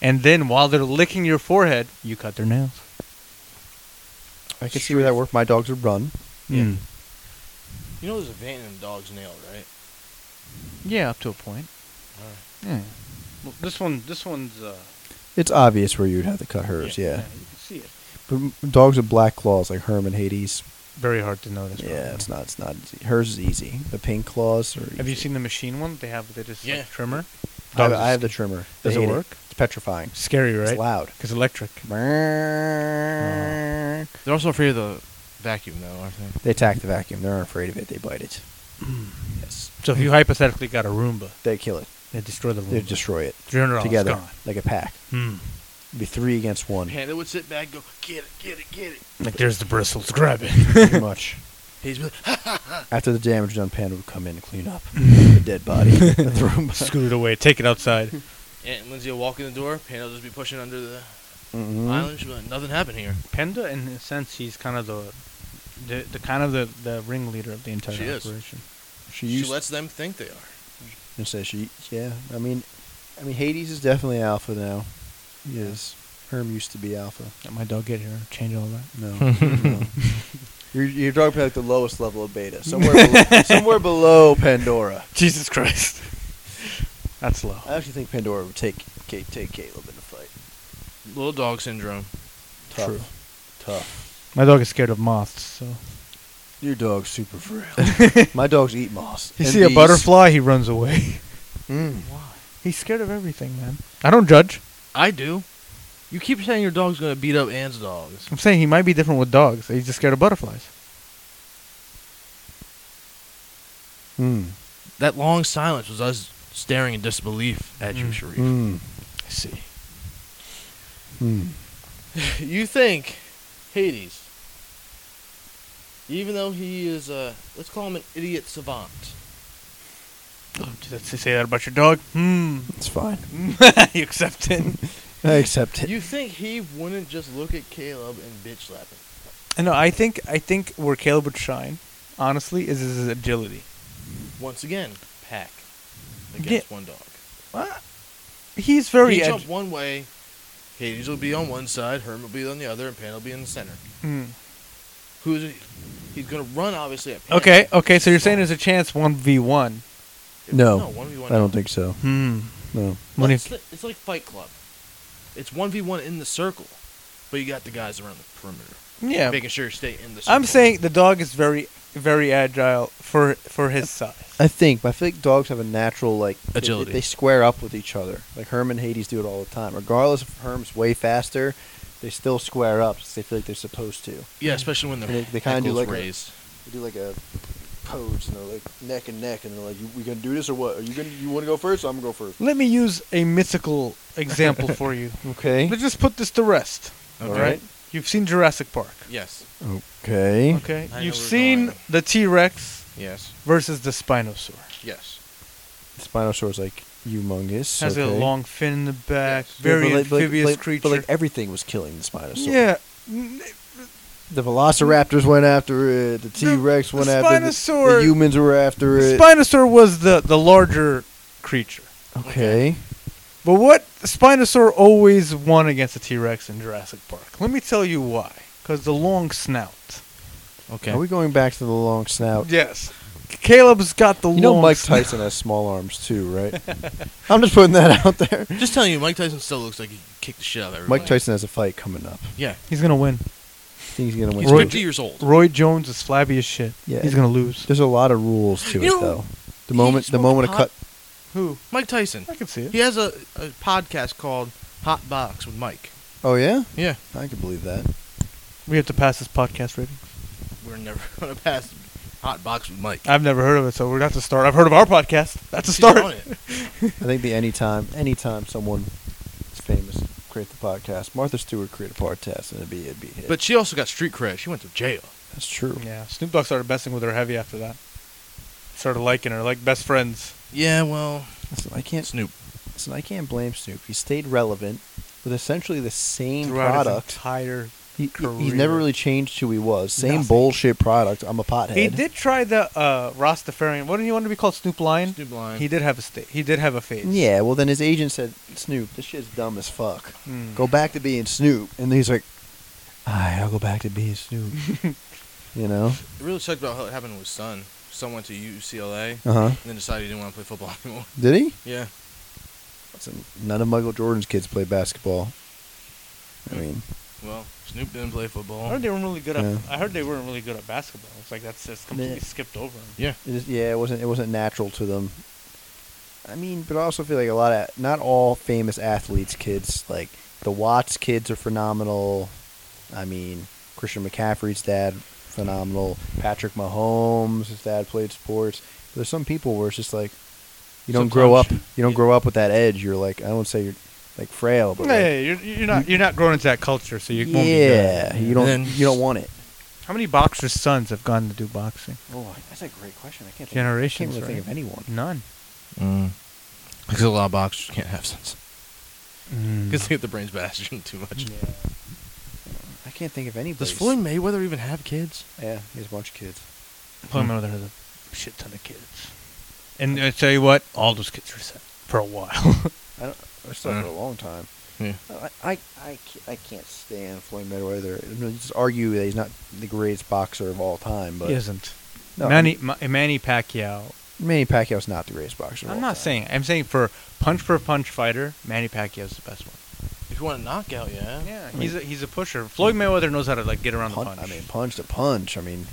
Speaker 3: And then while they're licking your forehead, you cut their nails.
Speaker 4: I can see where that worked. My dogs would run.
Speaker 2: Yeah.
Speaker 3: Mm.
Speaker 2: You know there's a vein in a dog's nail, right?
Speaker 3: Yeah, up to a point.
Speaker 2: Alright.
Speaker 3: Yeah. Well, this one, this one's. Uh,
Speaker 4: It's obvious where you'd have to cut hers, yeah.
Speaker 3: you can see it.
Speaker 4: But m- dogs with black claws like Herm and Hades,
Speaker 3: Very hard to notice.
Speaker 4: yeah,
Speaker 3: probably.
Speaker 4: it's not. It's not. Easy. Hers is easy. The pink claws. Are
Speaker 3: Have you
Speaker 4: easy.
Speaker 3: seen the machine one? They have they just
Speaker 2: Yeah.
Speaker 3: like, trimmer.
Speaker 4: I have,
Speaker 3: Dogs
Speaker 4: I have
Speaker 3: is
Speaker 4: the trimmer.
Speaker 3: Does
Speaker 4: They
Speaker 3: it
Speaker 4: hate
Speaker 3: work?
Speaker 4: It's petrifying.
Speaker 3: scary, right?
Speaker 4: It's loud.
Speaker 3: Because electric.
Speaker 2: They're also afraid of the vacuum, though, aren't they?
Speaker 4: They attack the vacuum. They're not afraid of it. They bite it. yes.
Speaker 3: So if you hypothetically got a Roomba,
Speaker 4: They kill it.
Speaker 3: they destroy the Roomba.
Speaker 4: They destroy it
Speaker 3: Three hundred dollars
Speaker 4: together
Speaker 3: gone.
Speaker 4: like a pack.
Speaker 3: Hmm.
Speaker 4: It'd be three against one.
Speaker 2: Panda would sit back, and go get it, get it, get it.
Speaker 3: Like there's the bristles. Grab it.
Speaker 4: Pretty much.
Speaker 2: He's like, ha ha ha.
Speaker 4: After the damage done, Panda would come in and clean up the dead body. throw him back.
Speaker 3: Scoot it away. Take it outside.
Speaker 2: Aunt Lindsay will walk in the door. Panda will just be pushing under the
Speaker 4: Mhm.
Speaker 2: island. She'll be like, nothing happened here.
Speaker 3: Penda, in a sense, he's kind of the, the, the kind of the, the ringleader of the entire
Speaker 2: She is.
Speaker 3: operation.
Speaker 2: She
Speaker 4: She used
Speaker 2: lets them think they are.
Speaker 4: and say she. Yeah, I mean, I mean Hades is definitely alpha now. He is. Herm used to be alpha.
Speaker 3: Let my dog get here. Change all that.
Speaker 4: No. no. Your, your dog probably like the lowest level of beta, somewhere below, somewhere below Pandora.
Speaker 3: Jesus Christ. That's low.
Speaker 4: I actually think Pandora would take Kate, take Caleb in the fight.
Speaker 2: Little dog syndrome.
Speaker 4: Tough,
Speaker 3: True.
Speaker 4: tough.
Speaker 3: My dog is scared of moths, so.
Speaker 4: Your dog's super frail. My dogs eat moss.
Speaker 3: You
Speaker 4: and
Speaker 3: see a
Speaker 4: bees.
Speaker 3: butterfly, he runs away.
Speaker 4: Mm.
Speaker 3: He's scared of everything, man. I don't judge.
Speaker 2: I do. You keep saying your dog's gonna beat up Ann's dogs.
Speaker 3: I'm saying he might be different with dogs. He's just scared of butterflies.
Speaker 4: Mm.
Speaker 2: That long silence was us staring in disbelief at you,
Speaker 3: Mm.
Speaker 2: Sharif.
Speaker 4: Mm.
Speaker 2: I see.
Speaker 4: Mm.
Speaker 2: you think Hades, even though he is, uh, let's call him an idiot savant,
Speaker 3: Oh, Did they say that about your dog? Hmm.
Speaker 4: It's fine.
Speaker 3: you accept it.
Speaker 4: I accept it.
Speaker 2: you think he wouldn't just look at Caleb and bitch slap him?
Speaker 3: No, I think I think where Caleb would shine, honestly, is his agility.
Speaker 2: Once again, pack against one dog.
Speaker 3: What? He's very.
Speaker 2: he
Speaker 3: ag-
Speaker 2: jump one way, Hades will be on one side, Herm will be on the other, and Pan will be in the center.
Speaker 3: Hmm.
Speaker 2: Who's he? He's gonna run obviously at Pan.
Speaker 3: Okay, okay. So you're saying there's a chance one v one.
Speaker 4: No,
Speaker 2: no, one v one.
Speaker 4: I don't think so.
Speaker 3: Hmm.
Speaker 4: No.
Speaker 3: When
Speaker 2: it's,
Speaker 3: if-
Speaker 2: li- it's like Fight Club. It's one v one in the circle, but you got the guys around the perimeter.
Speaker 3: Yeah.
Speaker 2: making sure you stay in the. Circle.
Speaker 3: I'm saying the dog is very, very agile for for his size.
Speaker 4: I think, but I feel like dogs have a natural like they-
Speaker 2: Agility.
Speaker 4: They, square up with each other. Like Herm and Hades do it all the time. Regardless if Herm's way faster, they still square up 'cause they feel like they're supposed to.
Speaker 2: yeah, especially when the
Speaker 4: They- they kinda do
Speaker 2: heckle's
Speaker 4: like a-
Speaker 2: raised.
Speaker 4: They do like a pose, and they're like neck and neck, and they're like, "You we gonna do this or what? Are you gonna you want to go first? I'm gonna go first.
Speaker 3: Let me use a mythical example for you.
Speaker 4: Okay.
Speaker 3: Let's just put this to rest.
Speaker 2: Okay.
Speaker 3: All right. You've seen Jurassic Park.
Speaker 2: Yes.
Speaker 4: Okay.
Speaker 3: Okay.
Speaker 2: I know where we're
Speaker 3: You've seen
Speaker 2: going.
Speaker 3: the T Rex
Speaker 2: Yes.
Speaker 3: versus the Spinosaur.
Speaker 2: Yes.
Speaker 4: Spinosaur's like humongous.
Speaker 3: Has
Speaker 4: okay.
Speaker 3: a long fin in the back.
Speaker 2: Yes.
Speaker 3: Very
Speaker 4: but like- but like-
Speaker 3: amphibious
Speaker 4: but like-
Speaker 3: creature.
Speaker 4: But like everything was killing the Spinosaur.
Speaker 3: yeah. N-
Speaker 4: The Velociraptors went after it. The T Rex
Speaker 3: the
Speaker 4: went after it. The,
Speaker 3: Spinosaur-
Speaker 4: humans were after it.
Speaker 3: Spinosaur was the, the larger creature.
Speaker 4: okay.
Speaker 3: But what Spinosaur always won against the T Rex in Jurassic Park? Let me tell you why. Because the long snout.
Speaker 2: Okay.
Speaker 4: Are we going back to the long snout?
Speaker 3: Yes. Caleb's got the
Speaker 4: You
Speaker 3: long
Speaker 4: know Mike
Speaker 3: snout.
Speaker 4: Tyson has small arms too, right? I'm just putting that out there.
Speaker 2: Just telling you, Mike Tyson still looks like he kicked the shit out of everybody.
Speaker 4: Mike Tyson has a fight coming up.
Speaker 2: Yeah.
Speaker 3: He's going to win.
Speaker 4: I think he's gonna win.
Speaker 2: He's
Speaker 3: Roy-
Speaker 2: 50 years old.
Speaker 3: Roy Jones is flabby as shit.
Speaker 4: Yeah.
Speaker 3: He's going to lose.
Speaker 4: There's a lot of rules to
Speaker 2: You
Speaker 4: it
Speaker 2: know,
Speaker 4: though. The
Speaker 2: he
Speaker 4: moment the
Speaker 2: smoked
Speaker 4: moment a
Speaker 2: pot.
Speaker 4: cut
Speaker 3: Who?
Speaker 2: Mike Tyson.
Speaker 3: I can see it.
Speaker 2: He has a, a podcast called Hot Box with Mike.
Speaker 4: Oh yeah?
Speaker 2: Yeah.
Speaker 4: I can believe that.
Speaker 3: We have to pass this podcast rating.
Speaker 2: We're never gonna pass Hot Box with Mike.
Speaker 3: I've never heard of it, so we're going to have to start. I've heard of our podcast. That's a
Speaker 2: He's
Speaker 3: start.
Speaker 2: on it.
Speaker 4: I think the anytime anytime someone is famous create the podcast. Martha Stewart create a podcast and it'd be it'd be a hit.
Speaker 2: But she also got street cred. She went to jail.
Speaker 4: That's true.
Speaker 3: Yeah, Snoop Dogg started besting with her heavy after that. Started liking her, like best friends.
Speaker 2: Yeah, well,
Speaker 4: Listen, I can't.
Speaker 2: Snoop.
Speaker 4: Listen, I can't blame Snoop. He stayed relevant with essentially the same
Speaker 3: Throughout his
Speaker 4: product.
Speaker 3: entire
Speaker 4: He, he- he
Speaker 3: career.
Speaker 4: never really changed who he was. Same
Speaker 3: Nothing.
Speaker 4: bullshit product. I'm a pothead.
Speaker 3: He did try the uh, Rastafarian. What do you want to be called, Snoop Lion?
Speaker 2: Snoop Lion.
Speaker 3: He did have a sta- he did have a phase.
Speaker 4: Yeah. Well, then his agent said, "Snoop, this shit's dumb as fuck.
Speaker 3: Hmm.
Speaker 4: Go back to being Snoop." And he's like, "Alright, I'll go back to being Snoop." you know?
Speaker 2: It really sucked about how it happened to his son. Son went to UCLA and
Speaker 4: Uh huh.
Speaker 2: then decided he didn't want to play football anymore.
Speaker 4: Did he?
Speaker 2: Uh-huh. Yeah.
Speaker 4: Listen, none of Michael Jordan's kids play basketball. I mean,
Speaker 2: Well, Snoop didn't play
Speaker 3: I
Speaker 2: football.
Speaker 3: heard they weren't really good at.
Speaker 4: Yeah.
Speaker 3: I heard they weren't really good at basketball. It's like that's just completely
Speaker 4: Yeah.
Speaker 3: skipped over.
Speaker 2: Yeah.
Speaker 4: it is, yeah, it wasn't it wasn't natural to them. I mean, but I also feel like a lot of not all famous athletes' kids like the Watts kids are phenomenal. I mean, Christian McCaffrey's dad phenomenal. Patrick Mahomes' his dad played sports. But there's some people where it's just like you don't grow up.
Speaker 2: Sometimes-
Speaker 4: You don't
Speaker 2: yeah.
Speaker 4: grow up with that edge. You're like I don't say you're like frail, but
Speaker 3: Yeah,
Speaker 4: like,
Speaker 3: yeah, you're, you're not you're not growing into that culture, so you won't be good.
Speaker 4: yeah, you don't
Speaker 2: Then-
Speaker 4: you don't want it.
Speaker 3: How many boxers' sons have gone to do boxing?
Speaker 4: Oh, that's a great question. I can't
Speaker 3: think- I can't Generations, really think right? Hmm. of
Speaker 4: anyone.
Speaker 3: None.
Speaker 2: Mm. Because a lot of boxers can't have sense. Because
Speaker 3: Mm.
Speaker 2: they get their brains bashed in too much.
Speaker 4: I can't think of anybody.
Speaker 2: Does Floyd Mayweather even have kids?
Speaker 4: Yeah, he has a bunch of kids.
Speaker 3: Plymouth
Speaker 4: Hmm.
Speaker 3: Mother has a shit ton of kids, and I tell you what, all those kids were set for a while.
Speaker 4: I don't. I still
Speaker 2: Yeah.
Speaker 4: for a long time.
Speaker 2: Yeah.
Speaker 4: I I, I, can't, I can't stand Floyd Mayweather. I mean, just argue that he's not the greatest boxer of all time, but
Speaker 3: he isn't.
Speaker 4: No,
Speaker 3: Manny Ma- Manny Pacquiao.
Speaker 4: Manny Pacquiao's not the greatest boxer. Of
Speaker 3: I'm
Speaker 4: all
Speaker 3: not
Speaker 4: time.
Speaker 3: saying. I'm saying for punch for punch fighter, Manny Pacquiao's the best one.
Speaker 2: If you want a knockout, yeah.
Speaker 3: Yeah, he's a, he's a pusher. Floyd Mayweather knows how to like get around
Speaker 4: Punch,
Speaker 3: the punch.
Speaker 4: I mean, punch to punch. I mean,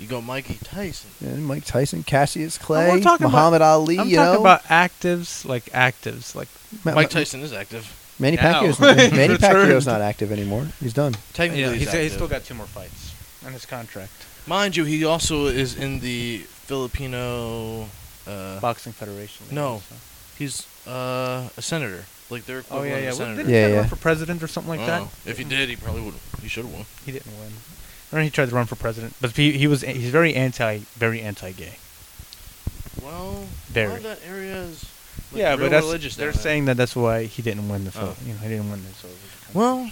Speaker 2: You go Mikey Tyson.
Speaker 4: yeah, Mike Tyson, Cassius Clay,
Speaker 3: I'm talking about-
Speaker 4: Muhammad Ali.
Speaker 3: I'm
Speaker 4: you
Speaker 3: talking
Speaker 4: know,
Speaker 3: about actives, like actives, like
Speaker 4: Ma-
Speaker 2: Mike
Speaker 4: Ma-
Speaker 2: Tyson is active.
Speaker 4: Manny
Speaker 3: now.
Speaker 4: Pacquiao's Manny
Speaker 3: Returned.
Speaker 4: Pacquiao's not active anymore. He's done.
Speaker 2: Technically,
Speaker 3: yeah,
Speaker 2: he's,
Speaker 3: he's, he's
Speaker 2: active.
Speaker 3: still got two more fights on his contract.
Speaker 2: Mind you, he also is in the Filipino. Uh,
Speaker 3: Boxing Federation. maybe,
Speaker 2: No.
Speaker 3: so.
Speaker 2: he's uh, a senator. Like they're
Speaker 3: Oh yeah, yeah.
Speaker 2: a
Speaker 3: Well,
Speaker 2: senator.
Speaker 3: didn't he
Speaker 4: Yeah,
Speaker 3: try to
Speaker 4: yeah.
Speaker 3: run for president or something like
Speaker 2: I
Speaker 3: that?
Speaker 2: don't know. Oh, If he did, he probably would. He should have won.
Speaker 3: He didn't win. Or he tried to run for president, but he, he was he's very anti, very anti-gay.
Speaker 2: Well, a lot
Speaker 3: Very.
Speaker 2: of that area is like,
Speaker 3: yeah,
Speaker 2: real
Speaker 3: but that's
Speaker 2: religious.
Speaker 3: they're
Speaker 2: down there.
Speaker 3: saying that that's why he didn't win the
Speaker 2: Oh.
Speaker 3: vote. You know, he didn't win this. so it was-
Speaker 2: Well,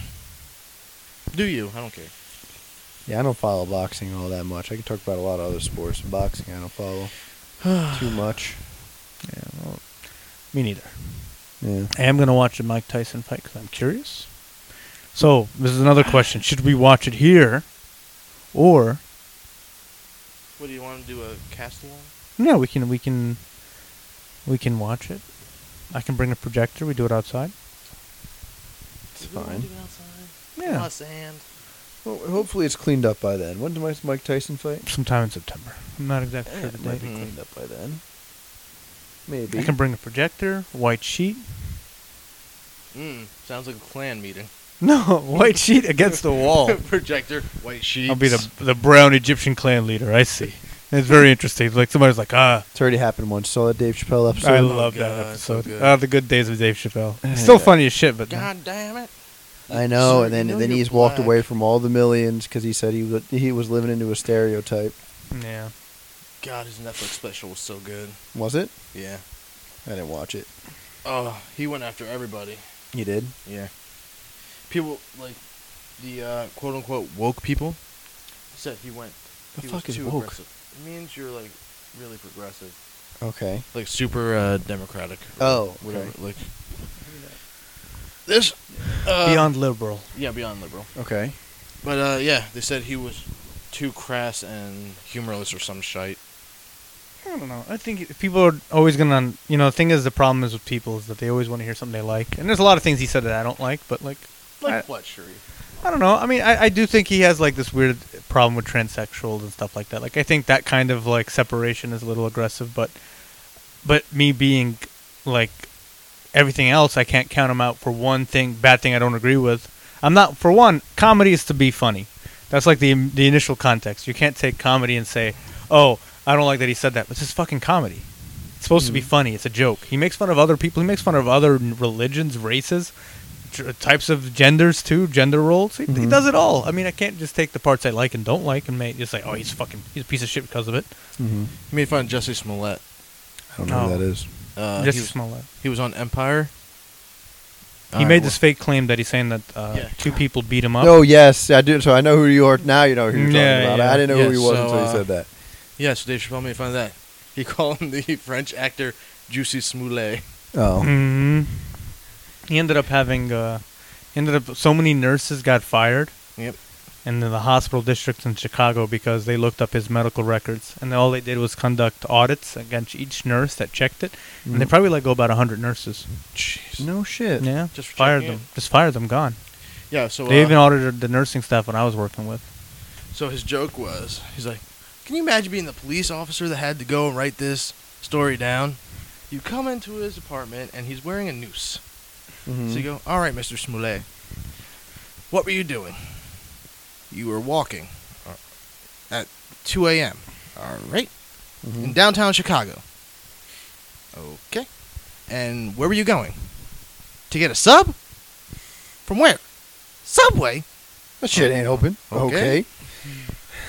Speaker 2: do you? I don't care.
Speaker 4: Yeah, I don't follow boxing all that much. I can talk about a lot of other sports. Boxing, I don't follow too much.
Speaker 3: yeah, well, me neither.
Speaker 4: Yeah.
Speaker 3: I am going to watch the Mike Tyson fight because I'm curious. So, this is another question. Should we watch it here? Or,
Speaker 2: What do you want to do? A cast along?
Speaker 3: no, we can, we can, we can watch it. I can bring a projector. We do it outside.
Speaker 4: It's
Speaker 2: Do we wanna
Speaker 4: fine.
Speaker 2: do it outside?
Speaker 3: Yeah.
Speaker 2: Lot of sand.
Speaker 4: Well, hopefully it's cleaned up by then. When did my Mike Tyson fight?
Speaker 3: Sometime in September. I'm not exactly
Speaker 4: Eh,
Speaker 3: sure
Speaker 4: it
Speaker 3: the
Speaker 4: might
Speaker 3: date.
Speaker 4: be
Speaker 2: Mhm.
Speaker 4: cleaned up by then. Maybe.
Speaker 3: I can bring a projector, white sheet.
Speaker 2: Mm, sounds like a clan meeting.
Speaker 3: No, white sheet against the wall.
Speaker 2: Projector, white sheets.
Speaker 3: Oh. I'll be the the brown Egyptian clan leader. I see. It's very interesting. Like somebody's like, ah,
Speaker 4: it's already happened once. Saw that Dave Chappelle episode.
Speaker 3: I
Speaker 2: lo-
Speaker 3: love
Speaker 2: God,
Speaker 3: that
Speaker 2: so
Speaker 3: episode.
Speaker 2: good.
Speaker 3: Ah, the good Eh, days of Dave Chappelle. Still funny as shit, but
Speaker 2: God damn it!
Speaker 4: I know,
Speaker 2: Sir,
Speaker 4: and then
Speaker 2: you know
Speaker 4: then
Speaker 2: you're
Speaker 4: he's walked
Speaker 2: black.
Speaker 4: away from all the millions because he said he was, he was living into a stereotype.
Speaker 3: yeah.
Speaker 2: God, his Netflix special was so good.
Speaker 4: Was it?
Speaker 2: Yeah.
Speaker 4: I didn't watch it.
Speaker 2: Oh, he went after everybody.
Speaker 4: He did.
Speaker 2: Yeah. People like the uh, quote unquote woke people said he went.
Speaker 4: The
Speaker 2: he
Speaker 4: fuck
Speaker 2: was
Speaker 4: is
Speaker 2: too
Speaker 4: woke?
Speaker 2: Aggressive. It means you're like really progressive,
Speaker 4: Okay.
Speaker 2: like super uh, democratic. or
Speaker 4: Oh,
Speaker 2: whatever.
Speaker 4: okay.
Speaker 2: Like this. Uh,
Speaker 3: Beyond liberal.
Speaker 2: Yeah, beyond liberal.
Speaker 4: Okay.
Speaker 2: But uh, yeah, they said he was too crass and humorless or some shite.
Speaker 3: I don't know. I think it- people are always gonna, you know, the thing is the problem is with people is that they always want to hear something they like, and there's a lot of things he said that I don't like, but like,
Speaker 2: Like
Speaker 3: I-
Speaker 2: what, Sharif?
Speaker 3: I don't know. I mean, I, I do think he has like this weird problem with transsexuals and stuff like that. Like, I think that kind of like separation is a little aggressive, but but me being like everything else, I can't count him out for one thing, bad thing I don't agree with. I'm not for one. Comedy is to be funny. That's like the the initial context. You can't take comedy and say, "Oh, I don't like that he said that." It's just fucking comedy.
Speaker 2: Mm.
Speaker 3: It's supposed to be funny. It's a joke. He makes fun of other people. He makes fun of other n- religions, races. tr- types of genders too, gender roles. He,
Speaker 2: Mm-hmm.
Speaker 3: he
Speaker 4: Mhm.
Speaker 3: does it all. I mean, I can't just take the parts I like and don't like and make just like, oh, he's fucking, he's a piece of shit because of it.
Speaker 4: Mm-hmm.
Speaker 2: You made fun of Jesse Smollett.
Speaker 1: I don't know
Speaker 3: No.
Speaker 1: who that is.
Speaker 2: Uh,
Speaker 3: just
Speaker 2: he,
Speaker 3: a
Speaker 2: was,
Speaker 3: small lad.
Speaker 2: he was on Empire.
Speaker 3: He made this fake claim that he's saying that uh,
Speaker 2: Yeah.
Speaker 3: two people beat him up.
Speaker 4: Oh yes, I do. So I know who you are now. You know who you're talking
Speaker 3: Yeah,
Speaker 4: about.
Speaker 3: yeah.
Speaker 4: I didn't know who
Speaker 2: Yeah,
Speaker 4: he was
Speaker 2: so,
Speaker 4: until you
Speaker 2: uh,
Speaker 4: said that.
Speaker 2: Yeah, so Dave Chappelle made fun of that. He called him the French actor Juicy Smollett.
Speaker 4: Oh,
Speaker 3: Mhm. He ended up having, uh, ended up so many nurses got fired
Speaker 2: Yep.
Speaker 3: in the hospital districts in Chicago because they looked up his medical records and all they did was conduct audits against each nurse that checked it, and they
Speaker 4: Mhm.
Speaker 3: probably let go about hundred nurses.
Speaker 2: Jeez.
Speaker 4: no shit.
Speaker 3: Yeah,
Speaker 2: Just for
Speaker 3: fired
Speaker 2: checking
Speaker 3: them. Just fired them. Gone.
Speaker 2: Yeah, so
Speaker 3: they
Speaker 2: uh,
Speaker 3: even audited the nursing staff when I was working with.
Speaker 2: so his joke was, he's like, "Can you imagine being the police officer that had to go and write this story down? You come into his apartment and he's wearing a noose.
Speaker 4: Mm-hmm.
Speaker 2: So you go, all right, Mr. Smollett, what were you doing? You were walking uh, at 2 a.m. All right, in
Speaker 4: Mm-hmm.
Speaker 2: downtown Chicago. Okay, and where were you going? To get a sub? From where? Subway.
Speaker 4: That shit ain't open.
Speaker 2: Okay.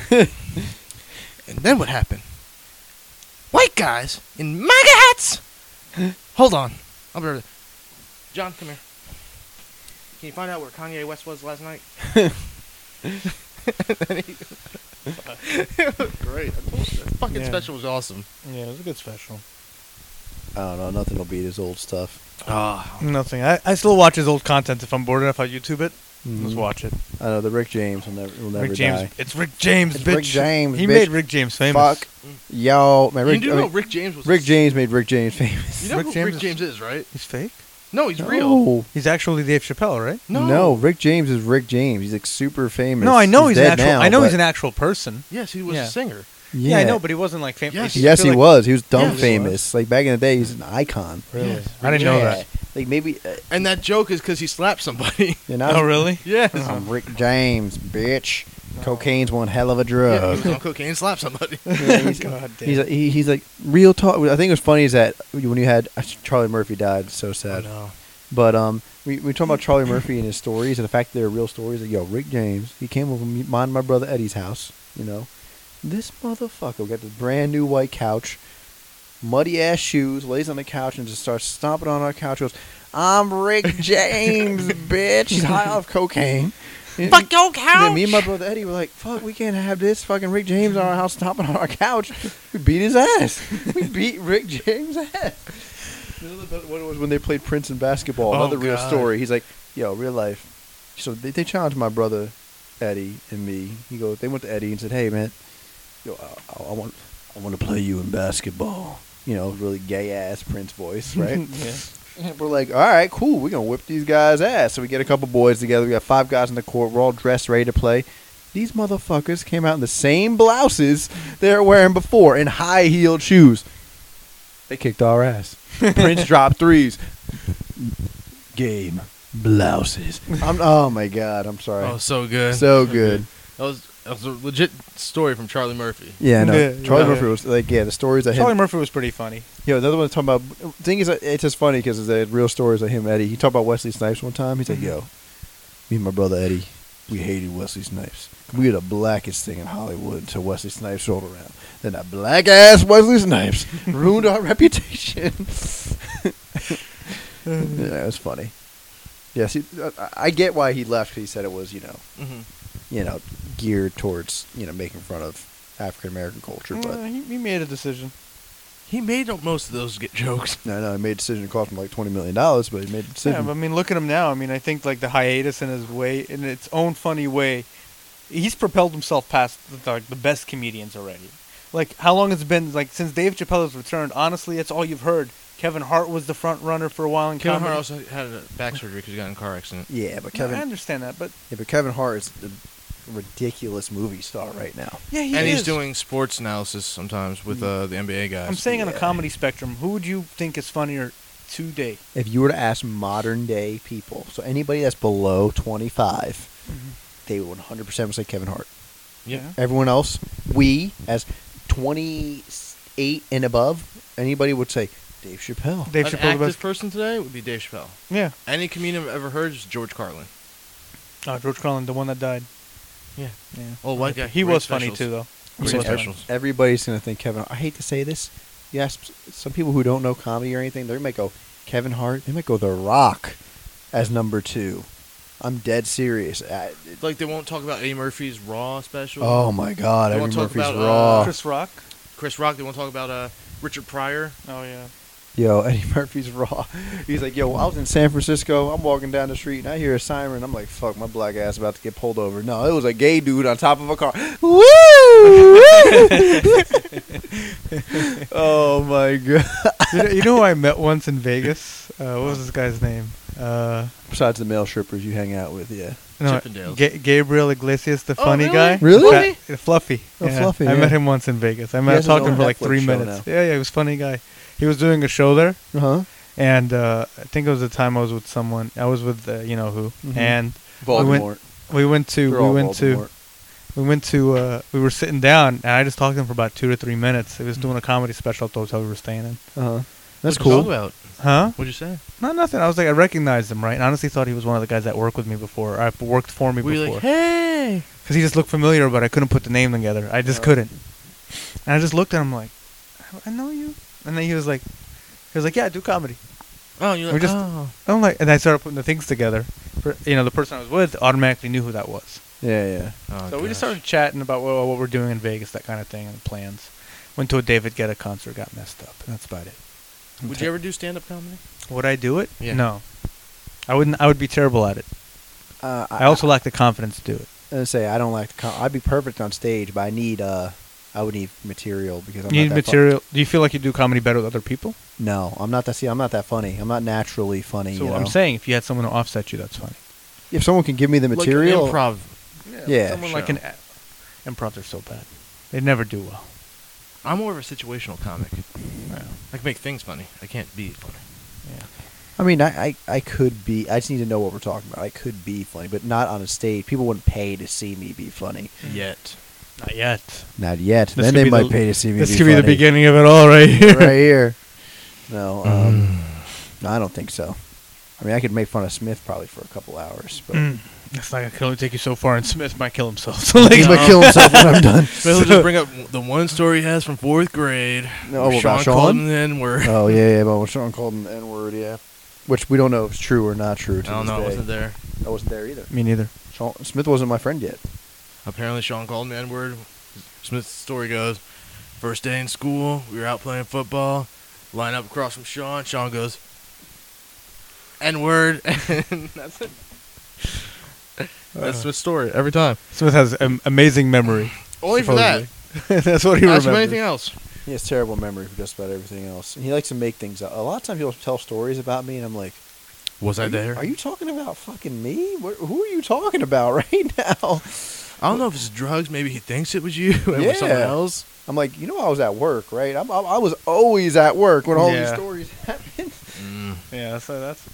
Speaker 4: Okay.
Speaker 2: And then what happened? White guys in MAGA hats. Hold on, I'll be right back. John, come here. Can you find out where Kanye West was last night? it was great. That fucking
Speaker 3: Yeah.
Speaker 2: special was awesome.
Speaker 3: Yeah, it was a good special.
Speaker 4: I don't know. Nothing will beat his old stuff.
Speaker 2: Ah,
Speaker 3: Nothing. I, I still watch his old content if I'm bored enough. I YouTube it. Just
Speaker 4: Mhm.
Speaker 3: watch it.
Speaker 4: I know the Rick James will never will never
Speaker 3: Mm-hmm. Rick James.
Speaker 4: die.
Speaker 3: It's Rick James,
Speaker 4: It's
Speaker 3: bitch.
Speaker 4: Rick James,
Speaker 3: He
Speaker 4: bitch.
Speaker 3: made Rick James famous.
Speaker 4: Fuck, yo,
Speaker 2: Mm.
Speaker 4: man.
Speaker 2: you
Speaker 4: Rick,
Speaker 2: do
Speaker 4: I
Speaker 2: know
Speaker 4: mean,
Speaker 2: Rick James was.
Speaker 4: Rick James made Rick James famous.
Speaker 2: You know
Speaker 3: Rick
Speaker 2: who
Speaker 3: James
Speaker 2: Rick
Speaker 3: is-
Speaker 2: James is, right?
Speaker 3: He's fake.
Speaker 2: No, he's real.
Speaker 4: No.
Speaker 3: He's actually Dave Chappelle, right?
Speaker 2: No.
Speaker 4: No. Rick James is Rick James. He's like super famous.
Speaker 3: No, I know he's, an
Speaker 4: dead
Speaker 3: actual.
Speaker 4: now,
Speaker 3: I know he's
Speaker 4: but-
Speaker 3: an actual person.
Speaker 2: Yes, he was
Speaker 3: Yeah.
Speaker 2: a singer.
Speaker 3: Yeah, I know, but he wasn't like famous.
Speaker 2: Yes.
Speaker 4: yes, he was. He was dumb
Speaker 2: Yes, he was.
Speaker 4: famous. Like back in the day, he's an icon.
Speaker 3: Really?
Speaker 2: Yes.
Speaker 3: I didn't know that.
Speaker 4: Like maybe, uh,
Speaker 2: And that joke is because he slapped somebody.
Speaker 4: you know.
Speaker 3: Oh, really?
Speaker 2: yes.
Speaker 4: I'm Rick James, bitch. Cocaine's one hell of a drug.
Speaker 2: Yeah, he was on cocaine, slapped somebody.
Speaker 4: Yeah, he's,
Speaker 3: God damn.
Speaker 4: he's, like- he, he's like real talk. I think it was funny is that when you had Charlie Murphy died, it's so sad.
Speaker 2: no.
Speaker 4: But um, we we talking about Charlie Murphy and his stories and the fact that they're real stories. Like yo, Rick James, he came over me, mine, and my brother Eddie's house. You know, this motherfucker got this brand new white couch, muddy ass shoes, lays on the couch and just starts stomping on our couch. Goes, I'm Rick James, bitch. He's high off cocaine. Fuck your couch. me and my brother Eddie were like, "Fuck, we can't have this." Fucking Rick James in our house stomping on our couch. We beat his ass. We beat Rick James' ass. Another bad one was when they played Prince in basketball.
Speaker 3: Oh,
Speaker 4: Another real
Speaker 3: God.
Speaker 4: story. He's like, yo, real life. So they, they challenged my brother, Eddie, and me. He goes, they went to Eddie and said, hey, man, yo, I, I, I want, I want to play you in basketball. You know, really gay ass Prince voice, right? And we're like, all right, cool. We're going to whip these guys' ass. So we get a couple boys together. We got five guys in the court. We're all dressed, ready to play. These motherfuckers came out in the same blouses they were wearing before in high heeled shoes. They kicked our ass. Prince dropped threes. Game blouses. I'm, oh my god, I'm sorry.
Speaker 2: Oh, so good.
Speaker 4: so good.
Speaker 2: That was that was a legit story from Charlie Murphy.
Speaker 4: Yeah, no.
Speaker 3: Yeah,
Speaker 4: Charlie
Speaker 3: yeah.
Speaker 4: Murphy was like, yeah, the stories that
Speaker 3: Charlie
Speaker 4: him.
Speaker 3: Murphy was pretty funny.
Speaker 4: Yo, another one talking about. Thing is, it's just funny because the real stories of him, Eddie. He talked about Wesley Snipes one time. He's like, yo, me and my brother Eddie, we hated Wesley Snipes. We were the blackest thing in Hollywood until Wesley Snipes rolled around. Then that black ass Wesley Snipes ruined our reputation. yeah, that was funny. Yeah, see, I, I get why he left. 'cause He said it was, you know,
Speaker 2: Mm-hmm.
Speaker 4: you know, geared towards, you know, making fun of African American culture. But
Speaker 3: Uh, he, he made a decision.
Speaker 2: He made up most of those get jokes.
Speaker 4: No, no, he made a decision to cost him like twenty million dollars, but he made a
Speaker 3: Yeah,
Speaker 4: decision.
Speaker 3: but I mean, look at him now. I mean, I think like the hiatus in his way, in its own funny way, he's propelled himself past the, like the best comedians already. Like how long it's been like since Dave Chappelle has returned. Honestly, that's all you've heard. Kevin Hart was the front runner for a while in
Speaker 2: Kevin
Speaker 3: comedy.
Speaker 2: Hart also had a back surgery because he got in a car accident.
Speaker 4: yeah, but
Speaker 3: Kevin. I
Speaker 4: Kevin,
Speaker 3: understand that, but
Speaker 4: yeah, but Kevin Hart is the ridiculous movie star right now.
Speaker 3: yeah, he
Speaker 2: and
Speaker 3: is.
Speaker 2: he's doing sports analysis sometimes with uh, the NBA guys.
Speaker 3: I'm saying on a
Speaker 4: yeah.
Speaker 3: comedy spectrum, who would you think is funnier today?
Speaker 4: If you were to ask modern day people, so anybody that's below twenty they would one hundred percent would say Kevin Hart.
Speaker 2: yeah.
Speaker 4: Everyone else, we as twenty eight and above, anybody would say Dave Chappelle.
Speaker 3: Dave
Speaker 2: An
Speaker 3: Chappelle,
Speaker 2: active
Speaker 3: the best.
Speaker 2: person today would be Dave Chappelle.
Speaker 3: Yeah.
Speaker 2: Any comedian I've ever heard is George Carlin.
Speaker 3: Uh, George Carlin, the one that died.
Speaker 2: Yeah.
Speaker 3: Yeah.
Speaker 2: Oh, white guy.
Speaker 3: He
Speaker 2: Great
Speaker 3: was
Speaker 2: specials.
Speaker 3: funny too, though.
Speaker 2: Great
Speaker 3: He was funny.
Speaker 2: specials.
Speaker 4: Everybody's gonna think Kevin. I hate to say this. Yes, some people who don't know comedy or anything, they might go Kevin Hart. They might go The Rock as number two. I'm dead serious. I,
Speaker 2: It's Like they won't talk about Eddie Murphy's Raw special.
Speaker 4: oh my God,
Speaker 2: You
Speaker 4: Eddie
Speaker 2: wanna talk
Speaker 4: Murphy's
Speaker 2: about, uh,
Speaker 4: Raw.
Speaker 3: Chris Rock.
Speaker 2: Chris Rock. They won't talk about uh, Richard Pryor.
Speaker 3: Oh yeah.
Speaker 4: Yo, Eddie Murphy's raw. He's like, yo, I was in San Francisco. I'm walking down the street and I hear a siren. I'm like, fuck, my black ass about to get pulled over. No, it was a gay dude on top of a car. Woo! oh my god.
Speaker 3: you, know, you know who I met once in Vegas? Uh, what was this guy's name? Uh,
Speaker 4: Besides the male strippers you hang out with, yeah.
Speaker 3: no,
Speaker 2: Chippendales.
Speaker 3: Ga- Gabriel Iglesias, the
Speaker 2: Oh,
Speaker 3: funny
Speaker 2: really?
Speaker 3: guy.
Speaker 4: Really?
Speaker 3: Fat- fluffy.
Speaker 4: Oh, Fluffy,
Speaker 3: I met
Speaker 4: yeah.
Speaker 3: him once in Vegas. I
Speaker 4: He
Speaker 3: met
Speaker 4: has
Speaker 3: him
Speaker 4: his
Speaker 3: talking
Speaker 4: own
Speaker 3: for like
Speaker 4: Netflix
Speaker 3: three
Speaker 4: show
Speaker 3: minutes.
Speaker 4: now.
Speaker 3: Yeah, yeah, he was a funny guy. He was doing a show there,
Speaker 4: Uh huh.
Speaker 3: and uh, I think it was the time I was with someone. I was with uh, you know who,
Speaker 4: Mhm.
Speaker 3: and We went-
Speaker 4: Voldemort.
Speaker 3: we went to
Speaker 4: They're
Speaker 3: we
Speaker 4: all
Speaker 3: went to
Speaker 4: Voldemort.
Speaker 3: we went to uh, we were sitting down, and I just talked to him for about two to three minutes. He was
Speaker 4: Mm.
Speaker 3: doing a comedy special at the hotel we were staying in.
Speaker 4: Uh huh. That's
Speaker 2: What'd you talk
Speaker 4: cool.
Speaker 2: about?
Speaker 3: Huh?
Speaker 2: What'd you say?
Speaker 3: Not nothing. I was like, I recognized him, right? And honestly, thought he was one of the guys that worked with me before. I worked for me
Speaker 2: Were you
Speaker 3: before
Speaker 2: like, hey?
Speaker 3: because he just looked familiar, but I couldn't put the name together. I just
Speaker 2: Oh.
Speaker 4: Yeah.
Speaker 3: couldn't. And I just looked at him like, I I know you. And then he was like, he was like, yeah, I do comedy.
Speaker 2: Oh, you're
Speaker 3: We
Speaker 2: like,
Speaker 3: just-
Speaker 2: oh.
Speaker 3: I'm like, and I started putting the things together. For, you know, the person I was with automatically knew who that was.
Speaker 4: Yeah, yeah.
Speaker 2: Oh,
Speaker 3: so we just
Speaker 2: gosh.
Speaker 3: started chatting about what, what we're doing in Vegas, that kind of thing, and plans. Went to a David Guetta concert, got messed up. and That's about it.
Speaker 2: Would you ever do stand-up comedy?
Speaker 3: Would I do it?
Speaker 2: Yeah.
Speaker 3: No. I wouldn't. I would be terrible at it.
Speaker 4: Uh,
Speaker 3: I also lack the confidence to do it.
Speaker 4: I was gonna say I don't like to. Com- I'd be perfect on stage, but I need uh, I would need material because I'm
Speaker 3: you
Speaker 4: not
Speaker 3: need
Speaker 4: that fu-
Speaker 3: material. Do you feel like you do comedy better with other people?
Speaker 4: no, I'm not that. See, I'm not that funny. I'm not naturally funny.
Speaker 3: So
Speaker 4: you
Speaker 3: I'm
Speaker 4: know?
Speaker 3: saying, if you had someone to offset you, that's funny.
Speaker 4: if someone can give me the material,
Speaker 2: Like improv.
Speaker 4: Yeah,
Speaker 3: someone like
Speaker 2: sure.
Speaker 3: an a- improv. They're so bad. They never do well.
Speaker 2: I'm more of a situational comic.
Speaker 3: Yeah.
Speaker 4: Mm.
Speaker 2: I can make things funny. I can't be funny.
Speaker 4: I mean, I, I I could be. I just need to know what we're talking about. I could be funny, but not on a stage. People wouldn't pay to see me be funny.
Speaker 2: Yet.
Speaker 3: Not yet.
Speaker 4: Not yet.
Speaker 3: This
Speaker 4: then
Speaker 3: could
Speaker 4: they
Speaker 3: be
Speaker 4: might
Speaker 3: the-
Speaker 4: pay to see me.
Speaker 3: This
Speaker 4: be
Speaker 3: could be the
Speaker 4: funny.
Speaker 3: beginning of it all, right here.
Speaker 4: right here. No, um, I don't think so. I mean, I could make fun of Smith probably for a couple hours, but
Speaker 3: Mm. That's not gonna kill, take you so far, and Smith might kill himself. So like,
Speaker 4: he might kill himself when I'm done.
Speaker 2: But he'll just bring up the one story he has from fourth grade.
Speaker 4: No,
Speaker 2: where
Speaker 4: about
Speaker 2: Oh, Sean called
Speaker 4: Sean?
Speaker 2: him the N-word.
Speaker 4: Oh yeah, yeah, but when Sean called him the N word, yeah. Which we don't know if it's true or not true.
Speaker 2: I
Speaker 4: To
Speaker 2: don't
Speaker 4: this
Speaker 2: know. I
Speaker 4: day.
Speaker 2: wasn't there.
Speaker 4: I wasn't there either.
Speaker 3: me neither.
Speaker 4: Sean Smith wasn't my friend yet.
Speaker 2: Apparently, Sean called him the N-word. Smith's story goes, first day in school, we were out playing football, line up across from Sean. Sean goes, N-word, and that's it. That's Smith's story every time.
Speaker 3: Smith has an amazing memory.
Speaker 2: Only for that.
Speaker 3: that. That's what he
Speaker 2: Not
Speaker 3: remembers.
Speaker 2: from anything else.
Speaker 4: He has terrible memory for just about everything else. And he likes to make things up. A lot of times he'll tell stories about me, and I'm like,
Speaker 2: Was
Speaker 4: "Are
Speaker 2: I
Speaker 4: you,
Speaker 2: there?
Speaker 4: are you talking about fucking me? What, who are you talking about right now?"
Speaker 2: I don't know if it's drugs. Maybe he thinks it was you and it was someone
Speaker 4: Yeah.
Speaker 2: else.
Speaker 4: I'm like, you know, I was at work, right? I'm, I, I was always at work when all
Speaker 3: Yeah.
Speaker 4: these stories happened.
Speaker 3: Yeah, so that's.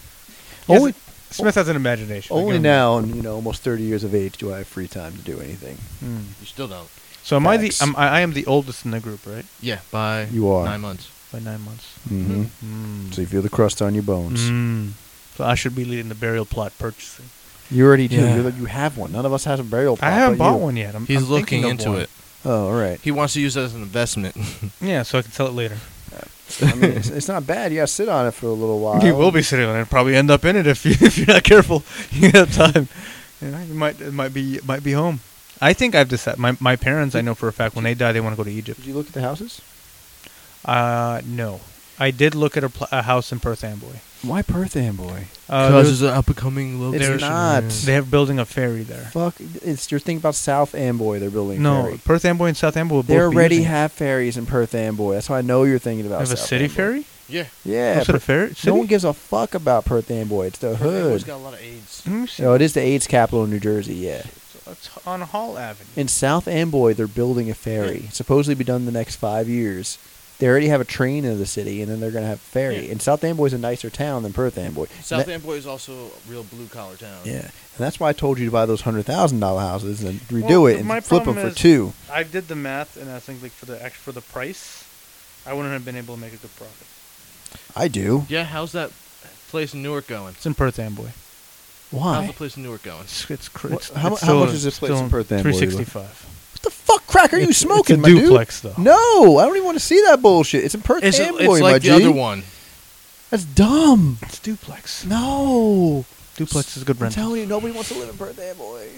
Speaker 4: Only,
Speaker 3: Smith has an imagination.
Speaker 4: only
Speaker 3: Again.
Speaker 4: now, in you know, almost 30 years of age, do I have free time to do anything.
Speaker 3: Mm.
Speaker 2: You still don't.
Speaker 3: So am I the?
Speaker 4: Facts.
Speaker 3: I'm, I I am the oldest in the group, right?
Speaker 2: Yeah, by
Speaker 4: You are.
Speaker 2: nine months.
Speaker 3: By nine months.
Speaker 4: Mm-hmm.
Speaker 3: Mm.
Speaker 4: So you feel the crust on your bones.
Speaker 3: Mm. So I should be leading the burial plot purchasing.
Speaker 4: You already do.
Speaker 2: Yeah.
Speaker 4: You're the, you have one. None of us has a burial plot.
Speaker 3: Mm-hmm. I haven't
Speaker 4: but
Speaker 3: bought
Speaker 4: you.
Speaker 3: one yet. I'm,
Speaker 2: He's
Speaker 3: I'm thinking
Speaker 2: looking
Speaker 3: of
Speaker 2: into
Speaker 3: one.
Speaker 2: it.
Speaker 4: Oh, all right.
Speaker 2: He wants to use that as an investment.
Speaker 3: Yeah, so I can sell it later.
Speaker 4: I mean, it's, it's not bad. You got to sit on it for a little while.
Speaker 3: You will be sitting on it. Probably end up in it if you if you're not careful. You have time. You, know, you might it might be it might be home. I think I've decided. My my parents, I know for a fact, when they die, they want to go to Egypt.
Speaker 4: Did you look at the houses?
Speaker 3: Uh, no, I did look at a, pl- a house in Perth Amboy.
Speaker 4: Why Perth Amboy?
Speaker 3: Uh,
Speaker 2: it's an up and coming
Speaker 4: It's
Speaker 2: location.
Speaker 4: not.
Speaker 3: there's- they have building a ferry there.
Speaker 4: Fuck! It's you're thinking about South Amboy. They're building.
Speaker 3: No,
Speaker 4: ferry.
Speaker 3: Perth Amboy and South Amboy. Will
Speaker 4: they
Speaker 3: both be
Speaker 4: already
Speaker 3: using it.
Speaker 4: have ferries in Perth Amboy. That's why I know you're thinking
Speaker 3: They
Speaker 4: about.
Speaker 3: have a
Speaker 4: South
Speaker 3: city
Speaker 4: Amboy.
Speaker 3: ferry.
Speaker 2: Yeah.
Speaker 4: Yeah.
Speaker 3: What's it, a
Speaker 4: but
Speaker 3: ferry? City?
Speaker 4: no one gives a fuck about Perth Amboy. It's the
Speaker 2: Everyone's
Speaker 4: hood. Mm-hmm.
Speaker 2: got a lot of AIDS.
Speaker 3: Let me see.
Speaker 4: No, it is the AIDS capital of New Jersey. Yeah.
Speaker 3: It's on Hall Avenue.
Speaker 4: In South Amboy, they're building a ferry, supposedly be done in the next five years. They already have a train in the city, and then they're going to have a ferry.
Speaker 2: Yeah.
Speaker 4: And South Amboy's a nicer town than Perth Amboy. And
Speaker 2: South
Speaker 4: that-
Speaker 2: Amboy is also a real blue collar town.
Speaker 4: Yeah, and that's why I told you to buy those hundred thousand dollar houses and redo
Speaker 3: Well,
Speaker 4: it
Speaker 3: my
Speaker 4: and flip them
Speaker 3: problem
Speaker 4: for
Speaker 3: is-
Speaker 4: two.
Speaker 3: I did the math, and I think like for the act- for the price, I wouldn't have been able to make a good profit.
Speaker 4: I do.
Speaker 2: Yeah, how's that place in Newark going?
Speaker 3: It's in Perth Amboy.
Speaker 2: How's the
Speaker 4: Why?
Speaker 2: place in Newark going?
Speaker 3: It's, it's, cr-
Speaker 4: What-
Speaker 3: it's,
Speaker 4: how mu-
Speaker 3: it's
Speaker 4: how
Speaker 3: still
Speaker 4: much
Speaker 3: a-
Speaker 4: is this place
Speaker 3: still
Speaker 4: in Perth Amboy, Lou?
Speaker 3: 365.
Speaker 4: What the fuck crack are
Speaker 3: It's-
Speaker 4: you
Speaker 3: it's a
Speaker 4: smoking, my
Speaker 3: duplex,
Speaker 4: dude?
Speaker 3: though.
Speaker 4: No, I don't even want to see that bullshit. It's in Perth
Speaker 2: It's,
Speaker 4: Amboy,
Speaker 2: it's
Speaker 4: my
Speaker 2: like the
Speaker 4: G.
Speaker 2: other one.
Speaker 4: That's dumb.
Speaker 3: It's duplex.
Speaker 4: No.
Speaker 3: Duplex is a good
Speaker 4: I'm
Speaker 3: rent.
Speaker 4: telling you, nobody wants to live in Perth Amboy. I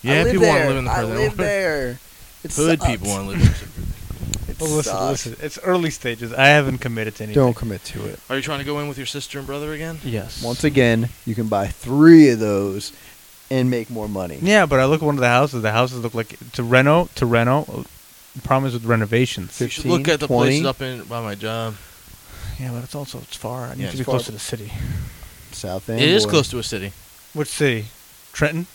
Speaker 2: Yeah,
Speaker 4: live
Speaker 2: people
Speaker 4: there.
Speaker 2: want to live in the
Speaker 4: I
Speaker 2: Perth Amboy.
Speaker 4: live there. It
Speaker 2: Hood
Speaker 4: sucks.
Speaker 2: people want to live. in Perth Amboy.
Speaker 4: It
Speaker 3: Oh, listen,
Speaker 4: sucks.
Speaker 3: listen. It's early stages. I haven't committed to anything.
Speaker 4: Don't commit to it.
Speaker 2: Are you trying to go in with your sister and brother again?
Speaker 3: Yes.
Speaker 4: Once again, you can buy three of those and make more money.
Speaker 3: Yeah, but I look at one of the houses. The houses look like to reno to reno. uh, The problem is with renovations.
Speaker 2: You should look
Speaker 4: 15,
Speaker 2: at the
Speaker 4: 20.
Speaker 2: places up in by my job.
Speaker 3: Yeah, but it's also it's far. I need
Speaker 2: Yeah,
Speaker 3: to
Speaker 2: it's
Speaker 3: be
Speaker 4: far.
Speaker 3: close to the city.
Speaker 4: South Amboy.
Speaker 2: It is close to a city,
Speaker 3: Which city? Trenton,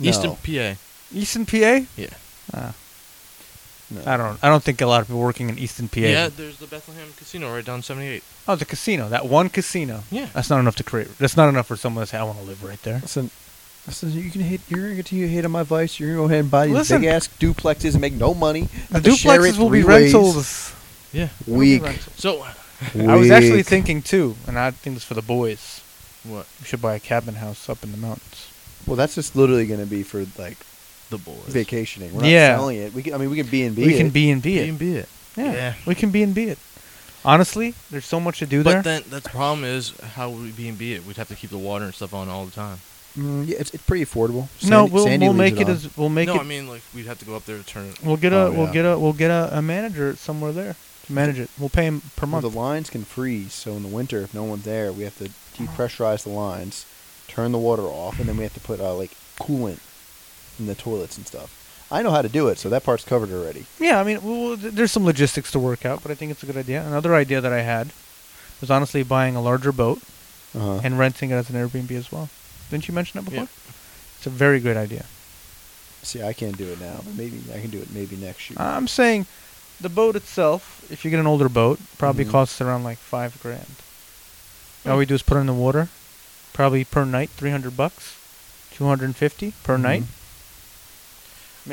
Speaker 4: No,
Speaker 2: Easton, PA.
Speaker 3: Easton, PA.
Speaker 2: Yeah.
Speaker 3: Ah,
Speaker 4: no.
Speaker 3: I don't. I don't think a lot of people working in Easton, PA.
Speaker 2: Yeah, there's the Bethlehem Casino right down 78.
Speaker 3: Oh, the casino. That one casino.
Speaker 2: Yeah.
Speaker 3: That's not enough to create. That's not enough for someone to say, "I want to live right there."
Speaker 4: Listen, listen. You can hate. You're gonna continue to hate on my vice. You're gonna go ahead and buy these
Speaker 3: Listen.
Speaker 4: big ass duplexes and make no money.
Speaker 3: The
Speaker 4: Have to share it
Speaker 3: duplexes will be
Speaker 4: three ways.
Speaker 3: rentals.
Speaker 2: Yeah.
Speaker 3: They'll be
Speaker 4: Weak.
Speaker 3: rentals.
Speaker 2: So,
Speaker 3: I was actually
Speaker 4: Weak.
Speaker 3: thinking too, and I think it's for the boys.
Speaker 2: what?
Speaker 3: We should buy a cabin house up in the mountains.
Speaker 4: Well, that's just literally gonna be for like
Speaker 2: The boys.
Speaker 4: vacationing. We're not
Speaker 3: Yeah.
Speaker 4: selling it. We can, I mean, we can B and B.
Speaker 3: we can B and B it.
Speaker 2: B&B it.
Speaker 3: Yeah,
Speaker 2: Yeah.
Speaker 3: we can B and B it. Honestly, there's so much to do
Speaker 2: But
Speaker 3: there.
Speaker 2: then that's the problem is how would we B&B it? We'd have to keep the water and stuff on all the time.
Speaker 4: Mm, yeah, it's, it's pretty affordable.
Speaker 3: no,
Speaker 4: Sandy-
Speaker 3: we'll
Speaker 4: Sandy
Speaker 3: we'll
Speaker 4: leaves
Speaker 3: make it,
Speaker 4: on.
Speaker 3: as we'll make
Speaker 2: no,
Speaker 3: it.
Speaker 2: I mean like we'd have to go up there to turn it.
Speaker 3: we'll get a
Speaker 4: Oh,
Speaker 3: we'll
Speaker 4: yeah.
Speaker 3: get a we'll get a, a manager somewhere there to manage it. We'll pay him per
Speaker 4: Well,
Speaker 3: month.
Speaker 4: the lines can freeze, so in the winter, if no one's there, we have to depressurize the lines, turn the water off, and then we have to put uh, like coolant in the toilets and stuff. I know how to do it, so that part's covered already.
Speaker 3: Yeah, I mean, well, well, th- there's some logistics to work out, but I think it's a good idea. Another idea that I had was honestly buying a larger boat
Speaker 4: Uh-huh.
Speaker 3: and renting it as an Airbnb as well. Didn't you mention that
Speaker 2: Yeah.
Speaker 3: before? It's a very good idea.
Speaker 4: See, I can't do it now, but maybe I can do it maybe next year.
Speaker 3: I'm saying the boat itself, if you get an older boat, probably
Speaker 2: Mm-hmm.
Speaker 4: Mhm.
Speaker 3: costs around like five grand. All we do is put it in the water, probably per night, 300 bucks, 250 per night.
Speaker 4: Mhm.
Speaker 3: Make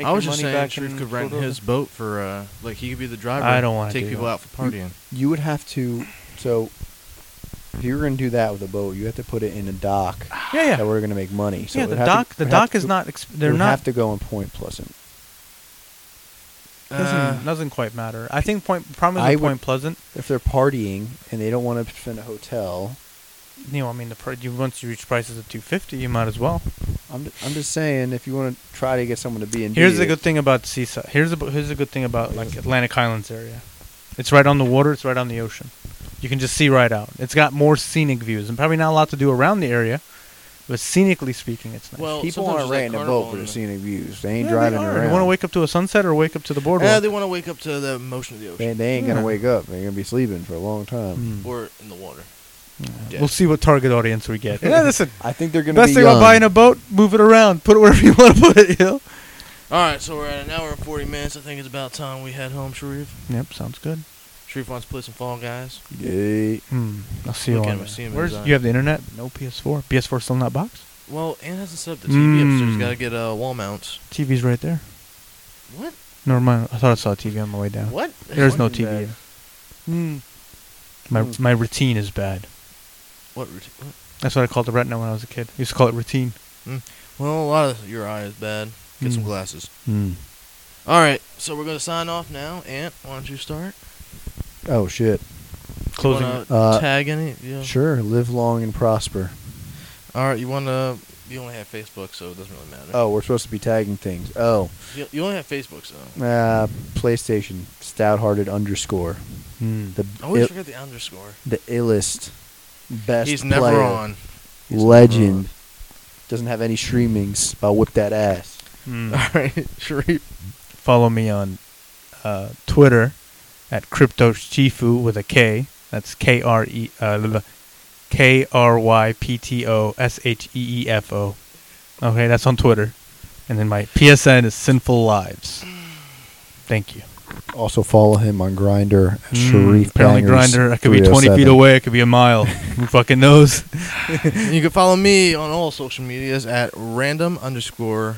Speaker 2: Mm-hmm. I
Speaker 3: your
Speaker 2: was just
Speaker 3: money
Speaker 2: saying
Speaker 3: back
Speaker 2: Sharif
Speaker 3: and
Speaker 2: could
Speaker 3: float
Speaker 2: rent
Speaker 3: over.
Speaker 2: his boat for uh like he could be the driver.
Speaker 3: I don't wanna
Speaker 2: take
Speaker 3: do
Speaker 2: people
Speaker 3: that.
Speaker 2: out for partying.
Speaker 4: You would have to. So, if you were going to do that with a boat, you have to put it in a dock
Speaker 3: Yeah,
Speaker 4: that
Speaker 3: yeah.
Speaker 4: we're going to make money. So
Speaker 3: yeah,
Speaker 4: it
Speaker 3: the
Speaker 4: would have to-
Speaker 3: dock,
Speaker 4: it
Speaker 3: the
Speaker 4: would have
Speaker 3: dock
Speaker 4: to
Speaker 3: is
Speaker 4: go-
Speaker 3: not, exp- they're
Speaker 4: it would
Speaker 3: not,
Speaker 4: have to go in Point Pleasant.
Speaker 3: doesn't,
Speaker 2: Uh,
Speaker 3: doesn't quite matter. I think Point, problem is
Speaker 4: I
Speaker 3: with
Speaker 4: would-
Speaker 3: Point Pleasant,
Speaker 4: If they're partying and they don't want to spend a hotel,
Speaker 3: you know, I mean, the pr- you, once you reach prices of 250 you might as well.
Speaker 4: I'm, I'm just saying, if you want to try to get someone to be in,
Speaker 3: Here's the good thing about seaside. Here's the here's the good thing about like Atlantic Highlands area. It's right on the water. It's right on the ocean. You can just see right out. It's got more scenic views and probably not a lot to do around the area, but scenically speaking, it's nice.
Speaker 2: Well,
Speaker 4: people
Speaker 2: Oh, sometimes there's
Speaker 4: aren't renting
Speaker 2: that
Speaker 4: a
Speaker 2: carnival
Speaker 4: boat for the
Speaker 2: and-
Speaker 4: scenic views. They ain't
Speaker 3: Yeah, they
Speaker 4: driving
Speaker 3: are.
Speaker 4: around. Uh,
Speaker 3: You want to wake up to a sunset or wake up to the boardwalk?
Speaker 2: Yeah, they want to wake up to the motion of the
Speaker 4: They,
Speaker 2: ocean
Speaker 4: they ain't gonna
Speaker 3: Yeah.
Speaker 4: wake up. They're gonna be sleeping for a long time.
Speaker 3: Mm.
Speaker 2: or in the water. Yeah.
Speaker 3: We'll see what target audience we get. yeah, listen.
Speaker 4: I think they're gonna
Speaker 3: Best
Speaker 4: be
Speaker 3: thing
Speaker 4: young.
Speaker 3: about buying a boat, move it around, put it wherever you want to put it. You know.
Speaker 2: All right, so we're at an hour and 40 minutes. I think it's about time we head home, Sharif.
Speaker 3: Yep, sounds good.
Speaker 2: Sharif wants to play some Fall Guys.
Speaker 4: Yeah.
Speaker 3: Hmm. I'll see you
Speaker 2: Look at
Speaker 3: on.
Speaker 2: him, I see him in
Speaker 3: Where's
Speaker 2: his eye.
Speaker 3: you have the internet? No PS4. PS4 still in that box?
Speaker 2: Well, Ann hasn't set up the TV upstairs.
Speaker 3: Mm.
Speaker 2: Got to get uh, wall mounts.
Speaker 3: TV's right there.
Speaker 2: What?
Speaker 3: Never mind. I thought I saw a TV on my way down.
Speaker 2: What?
Speaker 3: There's no
Speaker 4: Fucking bad.
Speaker 3: TV. My
Speaker 4: Mm.
Speaker 3: my routine is bad.
Speaker 2: What? routine- what?
Speaker 3: Hmm. That's what I called the retina when I was a kid. I used to call it routine.
Speaker 2: Mm. Well, a lot of your eye is bad. Get some
Speaker 3: Mm.
Speaker 2: glasses.
Speaker 3: Mm.
Speaker 2: All right, so we're gonna sign off now. Ant, why don't you start?
Speaker 4: Oh shit.
Speaker 3: Closing.
Speaker 2: Wanna
Speaker 4: Uh,
Speaker 2: tag any? Yeah.
Speaker 4: Sure. Live long and prosper.
Speaker 2: All right, you wanna? You only have Facebook, so it doesn't really matter.
Speaker 4: Oh, we're supposed to be tagging things. Oh,
Speaker 2: You, you only have Facebook, so.
Speaker 4: uh, PlayStation stouthearted underscore
Speaker 3: Mm.
Speaker 4: the
Speaker 2: I always
Speaker 4: il-
Speaker 2: forget the underscore.
Speaker 4: the illest best
Speaker 2: He's never
Speaker 4: player,
Speaker 2: on. He's never
Speaker 4: legend doesn't have any streamings. But I'll whip that ass.
Speaker 3: Mm.
Speaker 2: on. All right, Sharif.
Speaker 3: Follow me on uh, Twitter at CryptoChifu with a K. That's K R E uh, K R Y P T O S H E E F O. Okay, that's on Twitter. And then my PSN is Sinful Lives. Thank you.
Speaker 4: Also follow him on Grinder at
Speaker 3: Mm,
Speaker 4: Sharif
Speaker 3: apparently
Speaker 4: Bangers
Speaker 3: grinder. I could be twenty
Speaker 4: 307.
Speaker 3: feet away. I could be a mile. Who fucking knows?
Speaker 2: you can follow me on all social medias at random underscore,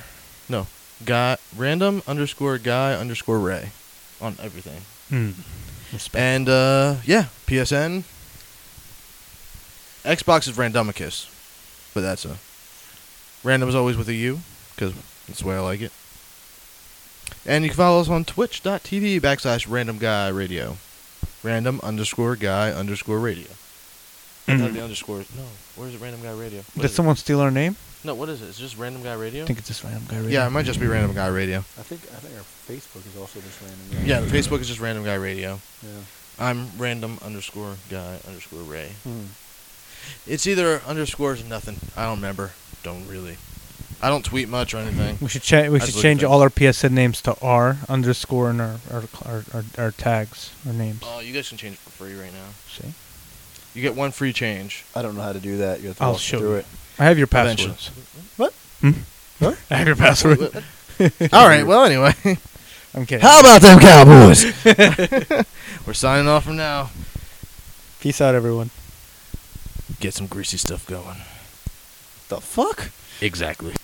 Speaker 2: no, guy random underscore guy underscore ray, on everything.
Speaker 3: Mm. Respect.
Speaker 2: And uh, yeah, PSN, Xbox is Randomicus, but that's a random is always with a U because that's the way I like it. And you can follow us on twitch.tv backslash random guy radio. Random underscore guy underscore radio.
Speaker 3: Mm-hmm.
Speaker 2: Not the underscore. No. Where's it? Random guy radio. What
Speaker 3: Did
Speaker 2: is it?
Speaker 3: someone steal our name?
Speaker 2: No, what is it? It's just random guy radio?
Speaker 3: I think it's just random guy. Radio.
Speaker 2: yeah, it might just be random guy radio.
Speaker 4: I think I think our Facebook is also just random.
Speaker 2: Yeah, Facebook is just random guy radio.
Speaker 4: Yeah.
Speaker 2: I'm random underscore guy underscore ray.
Speaker 4: Hmm.
Speaker 2: It's either underscores or nothing. I don't remember. Don't really. I don't tweet much or anything.
Speaker 3: We should cha- we
Speaker 2: I'd
Speaker 3: should
Speaker 2: look
Speaker 3: change
Speaker 2: that
Speaker 3: all our PSN names to R underscore and our our, our, our, our tags our names.
Speaker 2: Oh, you guys can change for free right now.
Speaker 3: See,
Speaker 2: You get one free change.
Speaker 4: I don't know how to do that. You have to
Speaker 3: I'll
Speaker 4: walk me
Speaker 3: show
Speaker 4: through
Speaker 3: you.
Speaker 4: it.
Speaker 3: I have your
Speaker 2: Eventually.
Speaker 3: passwords.
Speaker 4: What?
Speaker 3: Hmm?
Speaker 4: What?
Speaker 3: I have your password.
Speaker 2: All right. Well, anyway,
Speaker 3: I'm kidding.
Speaker 4: How about them Cowboys?
Speaker 2: we're signing off from now.
Speaker 3: Peace out, everyone.
Speaker 2: Get some greasy stuff going.
Speaker 4: the fuck?
Speaker 2: Exactly.